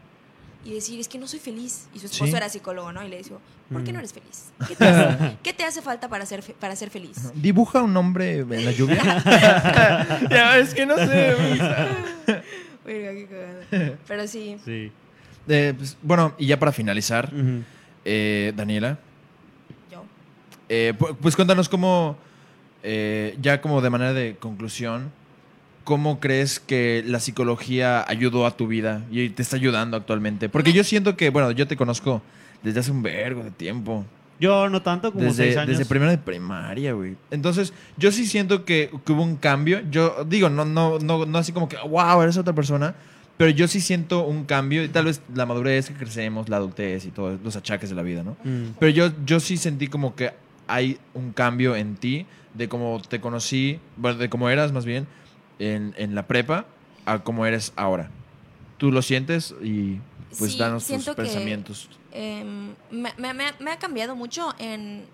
y decir, es que no soy feliz. Y su esposo Sí. era psicólogo, ¿no? Y le dijo, ¿por qué Mm. no eres feliz? ¿Qué te hace, qué te hace falta para ser, fe- para ser feliz? Dibuja un hombre en la lluvia. ya, es que no sé. güey. Verga, qué cagada. Pero sí, Sí. Eh, pues, bueno, y ya para finalizar, Ujú. eh, Daniela, yo. eh, pu- pues cuéntanos cómo, eh, ya como de manera de conclusión, cómo crees que la psicología ayudó a tu vida y te está ayudando actualmente. Porque yo siento que, bueno, yo te conozco desde hace un vergo de tiempo. Yo no tanto como seis Desde, años. desde primero de primaria, güey. Entonces, yo sí siento que, que hubo un cambio. Yo digo, no, no, no, no así como que, wow, eres otra persona. Pero yo sí siento un cambio. Y tal vez la madurez que crecemos, la adultez y todos los achaques de la vida, ¿no? Mm. Pero yo, yo sí sentí como que hay un cambio en ti, de cómo te conocí, bueno, de cómo eras más bien en, en la prepa, a cómo eres ahora. Tú lo sientes y pues Sí, danos tus siento que- pensamientos. em, me, me- me- me ha cambiado mucho en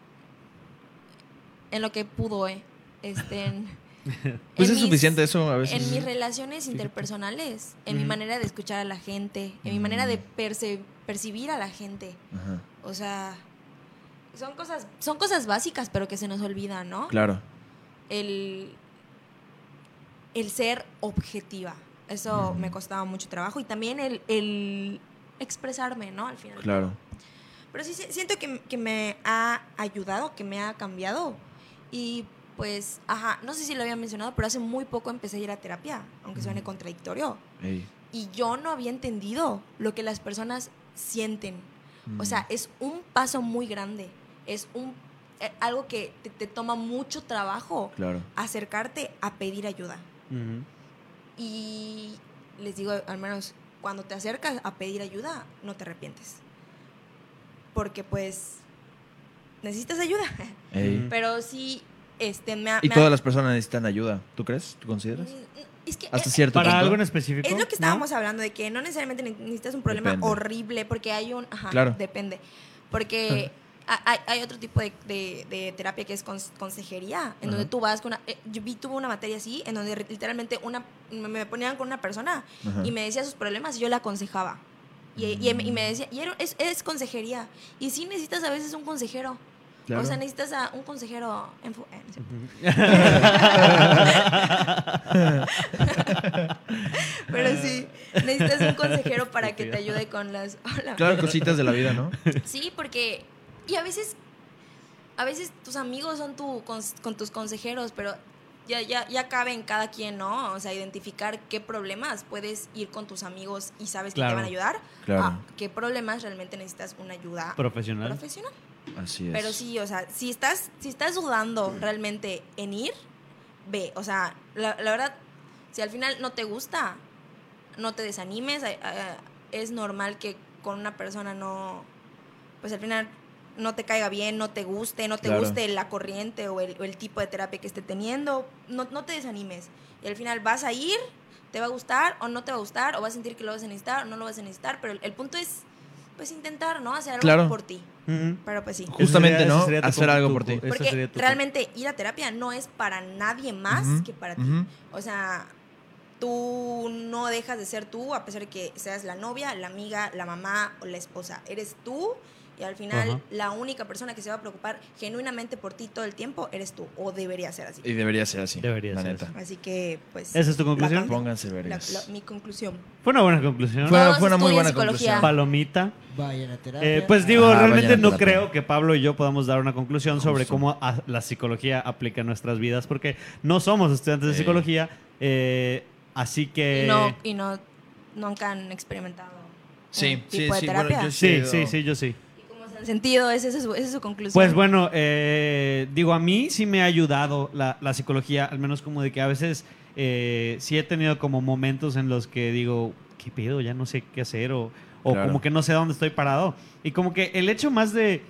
en lo que pudo eh. este en, Pues en es mis- suficiente eso a veces. en mis relaciones interpersonales en mi Ujú. manera de escuchar a la gente en mi manera de Mm. perce- percibir a la gente Ajá, o sea son cosas son cosas básicas pero que se nos olvidan no claro. el, el ser objetiva. Eso Ujú. me costaba mucho trabajo. Y también el, el expresarme, ¿no? Al final. Claro. Pero sí si- siento que, que me ha ayudado, que me ha cambiado. Y pues, ajá, no sé si lo había mencionado, pero hace muy poco empecé a ir a terapia, aunque suene contradictorio. Ey. Y yo no había entendido lo que las personas sienten. O Mm. sea, es un paso muy grande. Es un, eh, algo que te, te toma mucho trabajo Mm, claro. acercarte a pedir ayuda. Ujú. Y les digo, al menos cuando te acercas a pedir ayuda, no te arrepientes. Porque pues necesitas ayuda. Ey. Mm. Pero sí, este, me ha... Y me ha- Mm, todas las personas necesitan ayuda, ¿tú crees? ¿Tú consideras? Es que Hasta es, cierto ¿Para punto. algo en específico? es lo que estábamos ¿no? hablando, de que no necesariamente ne- necesitas un problema Depende. horrible, porque hay un... Ajá, Claro. depende. Porque... ha- Hay, hay otro tipo de, de- de terapia que es cons- consejería, en donde Ajá. tú vas con una... eh, Yo vi, tuve una materia así, en donde re- literalmente una, me- me ponían con una persona Ajá. y me decía sus problemas y yo la aconsejaba. Y, y- y me decía, y era- es, es consejería. Y sí necesitas a veces un consejero. Claro. O sea, necesitas a un consejero en fu- eh, no sé. Pero sí, necesitas un consejero para que te ayude con las... Hola. Claro, cositas de la vida, ¿no? Sí, porque... Y a veces... A veces tus amigos son tu, con, con tus consejeros, pero ya, ya, ya cabe en cada quien, ¿no? O sea, identificar qué problemas puedes ir con tus amigos y sabes que Claro. te van a ayudar. Claro. a Ah, qué problemas realmente necesitas una ayuda Profesional. profesional. Así es. Pero sí, o sea, si estás, si estás dudando Mm. realmente en ir, ve. O sea, la, la verdad, si al final no te gusta, no te desanimes. eh, eh, Es normal que con una persona no, pues al final no te caiga bien, no te guste, no te Claro. guste la corriente o el, o el tipo de terapia que esté teniendo. No, no te desanimes. Y al final vas a ir, te va a gustar o no te va a gustar, o vas a sentir que lo vas a necesitar o no lo vas a necesitar. Pero el, el punto es, pues intentar, ¿no? Hacer algo Claro. por ti. Ujú. Pero pues sí. Justamente, Ese sería- ¿no? ese sería tu Hacer con- algo tu- por ti. esa Porque sería tu con- realmente ir a terapia no es para nadie más Ujú, que para ti. ujú. O sea, tú no dejas de ser tú, a pesar de que seas la novia, la amiga, la mamá o la esposa. Eres tú y al final Ajá. la única persona que se va a preocupar genuinamente por ti todo el tiempo eres tú, o debería ser así. Y debería ser así. Debería la ser neta. así. Así que, pues, ¿Esa es tu conclusión? La- Pónganse la- vergas. la- mi conclusión. Fue una buena conclusión. Fue- Todos fue una muy estudien buena psicología. conclusión. Palomita. Vayan a terapia. Eh, pues digo, Ah, realmente vayan a no terapia. creo que Pablo y yo podamos dar una conclusión sobre Justo. cómo a- la psicología aplica en nuestras vidas, porque no somos estudiantes de Eh. psicología, eh, así que... Y no, y no, nunca han experimentado. Sí, un sí, tipo de sí. terapia. Bueno, yo Sí, he sí, ido- sí, yo sí. ¿Y cómo se han sentido? Esa es su, esa es su conclusión. Pues bueno, eh, digo, a mí sí me ha ayudado la, la psicología, al menos como de que a veces eh, sí he tenido como momentos en los que digo, ¿qué pedo? Ya no sé qué hacer o, o Claro. como que no sé dónde estoy parado. Y como que el hecho más de...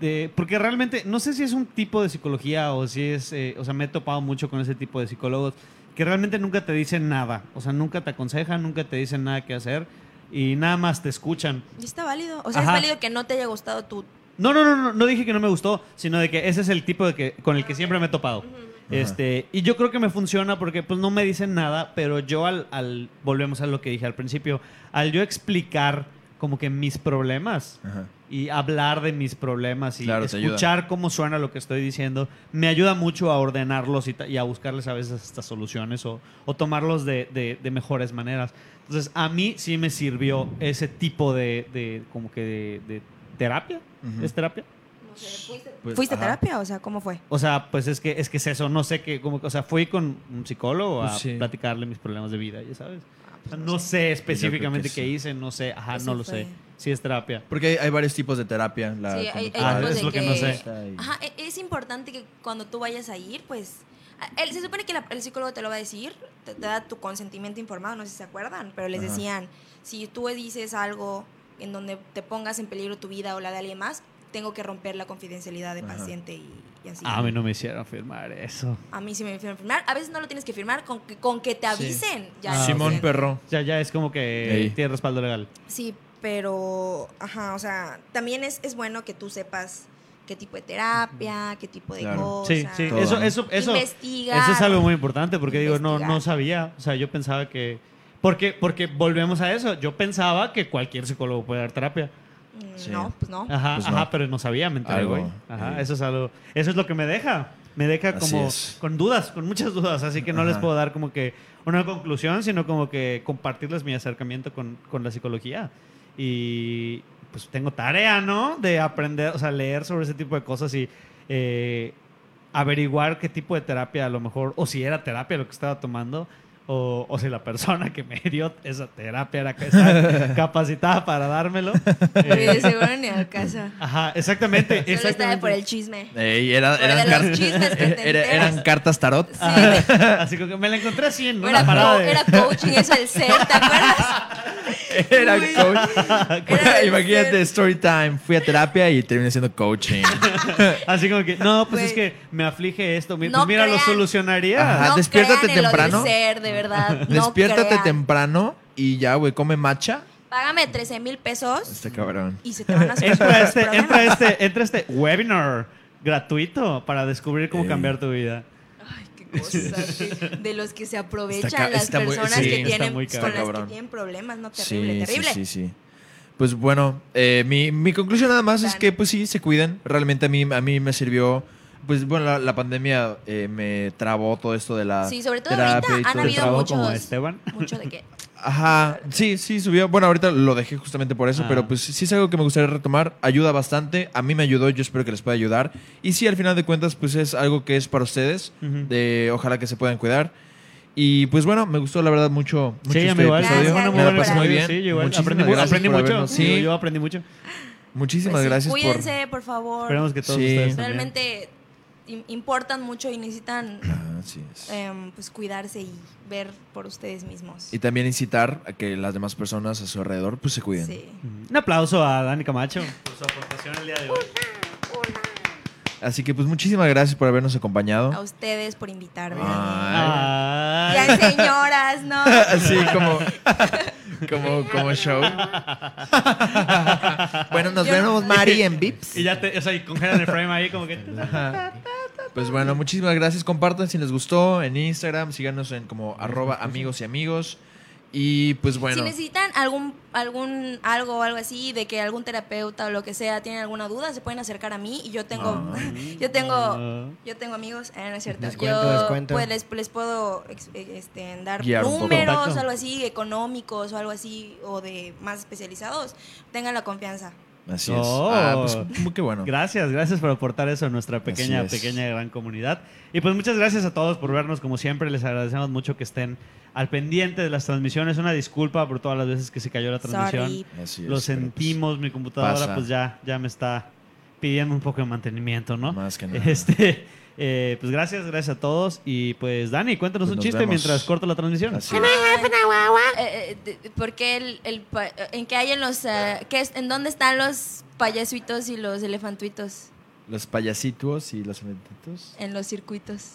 de- porque realmente, no sé si es un tipo de psicología o si es... eh, o sea, me he topado mucho con ese tipo de psicólogos que realmente nunca te dicen nada. O sea, nunca te aconsejan, nunca te dicen nada que hacer y nada más te escuchan. Y está válido. O sea, Ajá. es válido que no te haya gustado tu. No, no, no, no, no dije que no me gustó, sino de que ese es el tipo de que, con el que siempre me he topado. Este, y yo creo que me funciona porque pues no me dicen nada, pero yo al, al volvemos a lo que dije al principio, al yo explicar como que mis problemas Ajá. y hablar de mis problemas y Claro, te ayuda. escuchar cómo suena lo que estoy diciendo, me ayuda mucho a ordenarlos y, ta- y a buscarles a veces estas soluciones o, o tomarlos de, de- de mejores maneras. Entonces, a mí sí me sirvió ese tipo de, de- como que de, de terapia. Ujú. ¿Es terapia? No sé, ¿fuiste, Pues, ¿fuiste a ajá. terapia? O sea, ¿cómo fue? O sea, pues es que es que es eso, no sé qué, como que- o sea, fui con un psicólogo a Pues sí. platicarle mis problemas de vida, ya sabes. Ah, O pues sea, no no sé. sé específicamente Yo qué creo que sí. hice, no sé, ajá, Pues no sí lo fue. sé. Sí es terapia. Porque hay, hay varios tipos de terapia. La Sí, hay- hay conductual, tipos de Ah, Es lo que no sé. Ajá, e- es importante que cuando tú vayas a ir, pues. a- él- se supone que la- el psicólogo te lo va a decir, te, te da tu consentimiento informado, no sé si se acuerdan, pero les Ajá. decían: si tú dices algo en donde te pongas en peligro tu vida o la de alguien más, tengo que romper la confidencialidad de Ajá. paciente y, y así. A mí no me hicieron firmar eso. A mí sí me hicieron firmar. A veces no lo tienes que firmar, con que, con que te Sí. avisen. Ya Ah, lo Simón hacen. Perro. Ya ya es como que Ey. tiene respaldo legal. Sí, pero, ajá, o sea, también es, es bueno que tú sepas qué tipo de terapia, qué tipo de Claro. cosas. Sí, sí, Todo, eso ¿no? eso eso Investigar. eso es algo muy importante porque digo, no no Investigar. sabía, o sea, yo pensaba que porque porque volvemos a eso, yo pensaba que cualquier psicólogo puede dar terapia. Mm, Sí. No, pues no. Ajá, Pues ajá, no. pero no sabía, me enteré, Algo, güey. Ajá, eh. eso es algo. Eso es lo que me deja. Me deja Así como es. con dudas, con muchas dudas, así que no les Ajá. puedo dar como que una conclusión, sino como que compartirles mi acercamiento con, con la psicología. Y pues tengo tarea, ¿no? De aprender, o sea, leer sobre ese tipo de cosas y eh, averiguar qué tipo de terapia a lo mejor, o si era terapia lo que estaba tomando, o, o si la persona que me dio esa terapia era que estaba capacitada para dármelo. Porque Eh, de seguro ni al caso. Ajá, exactamente. Solo estaba exactamente. por el chisme. Ey, era- Por eran, de los car- chismes que te era- enteras. eran cartas tarot. Sí. Ah, así como que me la encontré así en era, una parada co- de... era coaching eso el ser, ¿te acuerdas? Ah, Era Uy. coach. Era el ser. Imagínate, story time. Fui a terapia y terminé siendo coaching. Así como que, no, pues Güey. es que me aflige esto. mi- No pues mira, lo crean. solucionaría. Ajá, despiértate crean en lo del temprano. ser, de verdad. No Despiértate crean. temprano y ya, güey, come matcha. Págame 13 mil pesos Este cabrón. y se te van a Entra solucionar los este, entra problemas. este, entra este webinar gratuito para descubrir cómo Eh. cambiar tu vida. Ay, qué cosas. de- De los que se aprovechan Está ca- las está muy- personas sí, que está tienen muy con cabrón. las que Cabrón. tienen problemas, no terrible, Sí, terrible. sí, sí, sí. Pues bueno, eh, mi, mi conclusión nada más es Dan. que pues sí, se cuiden. Realmente a mí, a mí me sirvió, pues bueno, la, la pandemia eh, me trabó todo esto de la Sí, sobre todo terapia ahorita y han todo Te habido esto. trago muchos- como Esteban. Mucho de Pues que Ajá, sí, sí, subió. Bueno, ahorita lo dejé justamente por eso, Ah. pero pues sí es algo que me gustaría retomar. Ayuda bastante, a mí me ayudó, yo espero que les pueda ayudar. Y sí, al final de cuentas, pues es algo que es para ustedes, Ujú. de ojalá que se puedan cuidar. Y pues bueno, me gustó la verdad mucho, mucho Sí, este a mí igual. episodio. fue Gracias, una muy Me la buena pasé muy bien. experiencia, Sí, yo igual. Muchísimas Aprendí, mu- gracias aprendí por mucho. habernos- Sí. Sí, Yo, aprendí mucho. muchísimas pues sí, gracias por... cuídense, por, favor. Esperemos que todos Sí. ustedes también. Realmente im- importan mucho y necesitan Ah, así es. em, pues cuidarse y ver por ustedes mismos. Y también incitar a que las demás personas a su alrededor pues se cuiden. Sí. Ujú. Un aplauso a Dani Camacho por su aportación el día de hoy. Así que pues muchísimas gracias por habernos A acompañado. ustedes por invitarme. Ah. Ay. Ya señoras, ¿no? Así como como como show. bueno, nos Yo- vemos Mari en Vips. Y ya te, o sea, y congelan el frame ahí como que... Pues bueno, muchísimas gracias. Compartan si les gustó en Instagram. Síganos en como arroba amigos y amigos. Y pues bueno. Si necesitan algún, algún, algo, algo así, de que algún terapeuta o lo que sea tienen alguna duda, se pueden acercar a mí y yo tengo, Ah. yo Ah. tengo, yo tengo amigos, eh, no es cierto, Descuento, yo descuento. pues les, les puedo ex- eh, este, dar Guiar un poco. números Contacto. o algo así, económicos o algo así, o de más especializados, tengan la confianza. Así es. Oh. Ah, pues muy qué bueno. Gracias, gracias por aportar eso a nuestra pequeña, Así es. pequeña gran comunidad. Y pues muchas gracias a todos por vernos, como siempre. Les agradecemos mucho que estén al pendiente de las transmisiones. Una disculpa por todas las veces que se cayó la transmisión. Sorry. Así es, Lo pero, pues, sentimos, mi computadora pasa. pues ya, ya me está pidiendo un poco de mantenimiento, ¿no? Más que nada. Este, eh, pues gracias, gracias a todos. Y pues Dani, cuéntanos Pues un nos chiste vemos. mientras corto la transmisión. Así es. Eh, eh, de- ¿Por qué el, el pa- en qué hay en los, eh, qué es- en dónde están los payasuitos y los elefantuitos? Los payasitos y los elefantecitos. En los circuitos.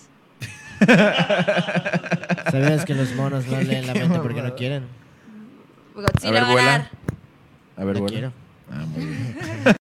¿Sabías que los monos no leen la Qué mente porque no mamada. quieren? Godzilla ver, va a vuela. ganar. A ver, No bueno. quiero. Ah, muy bien.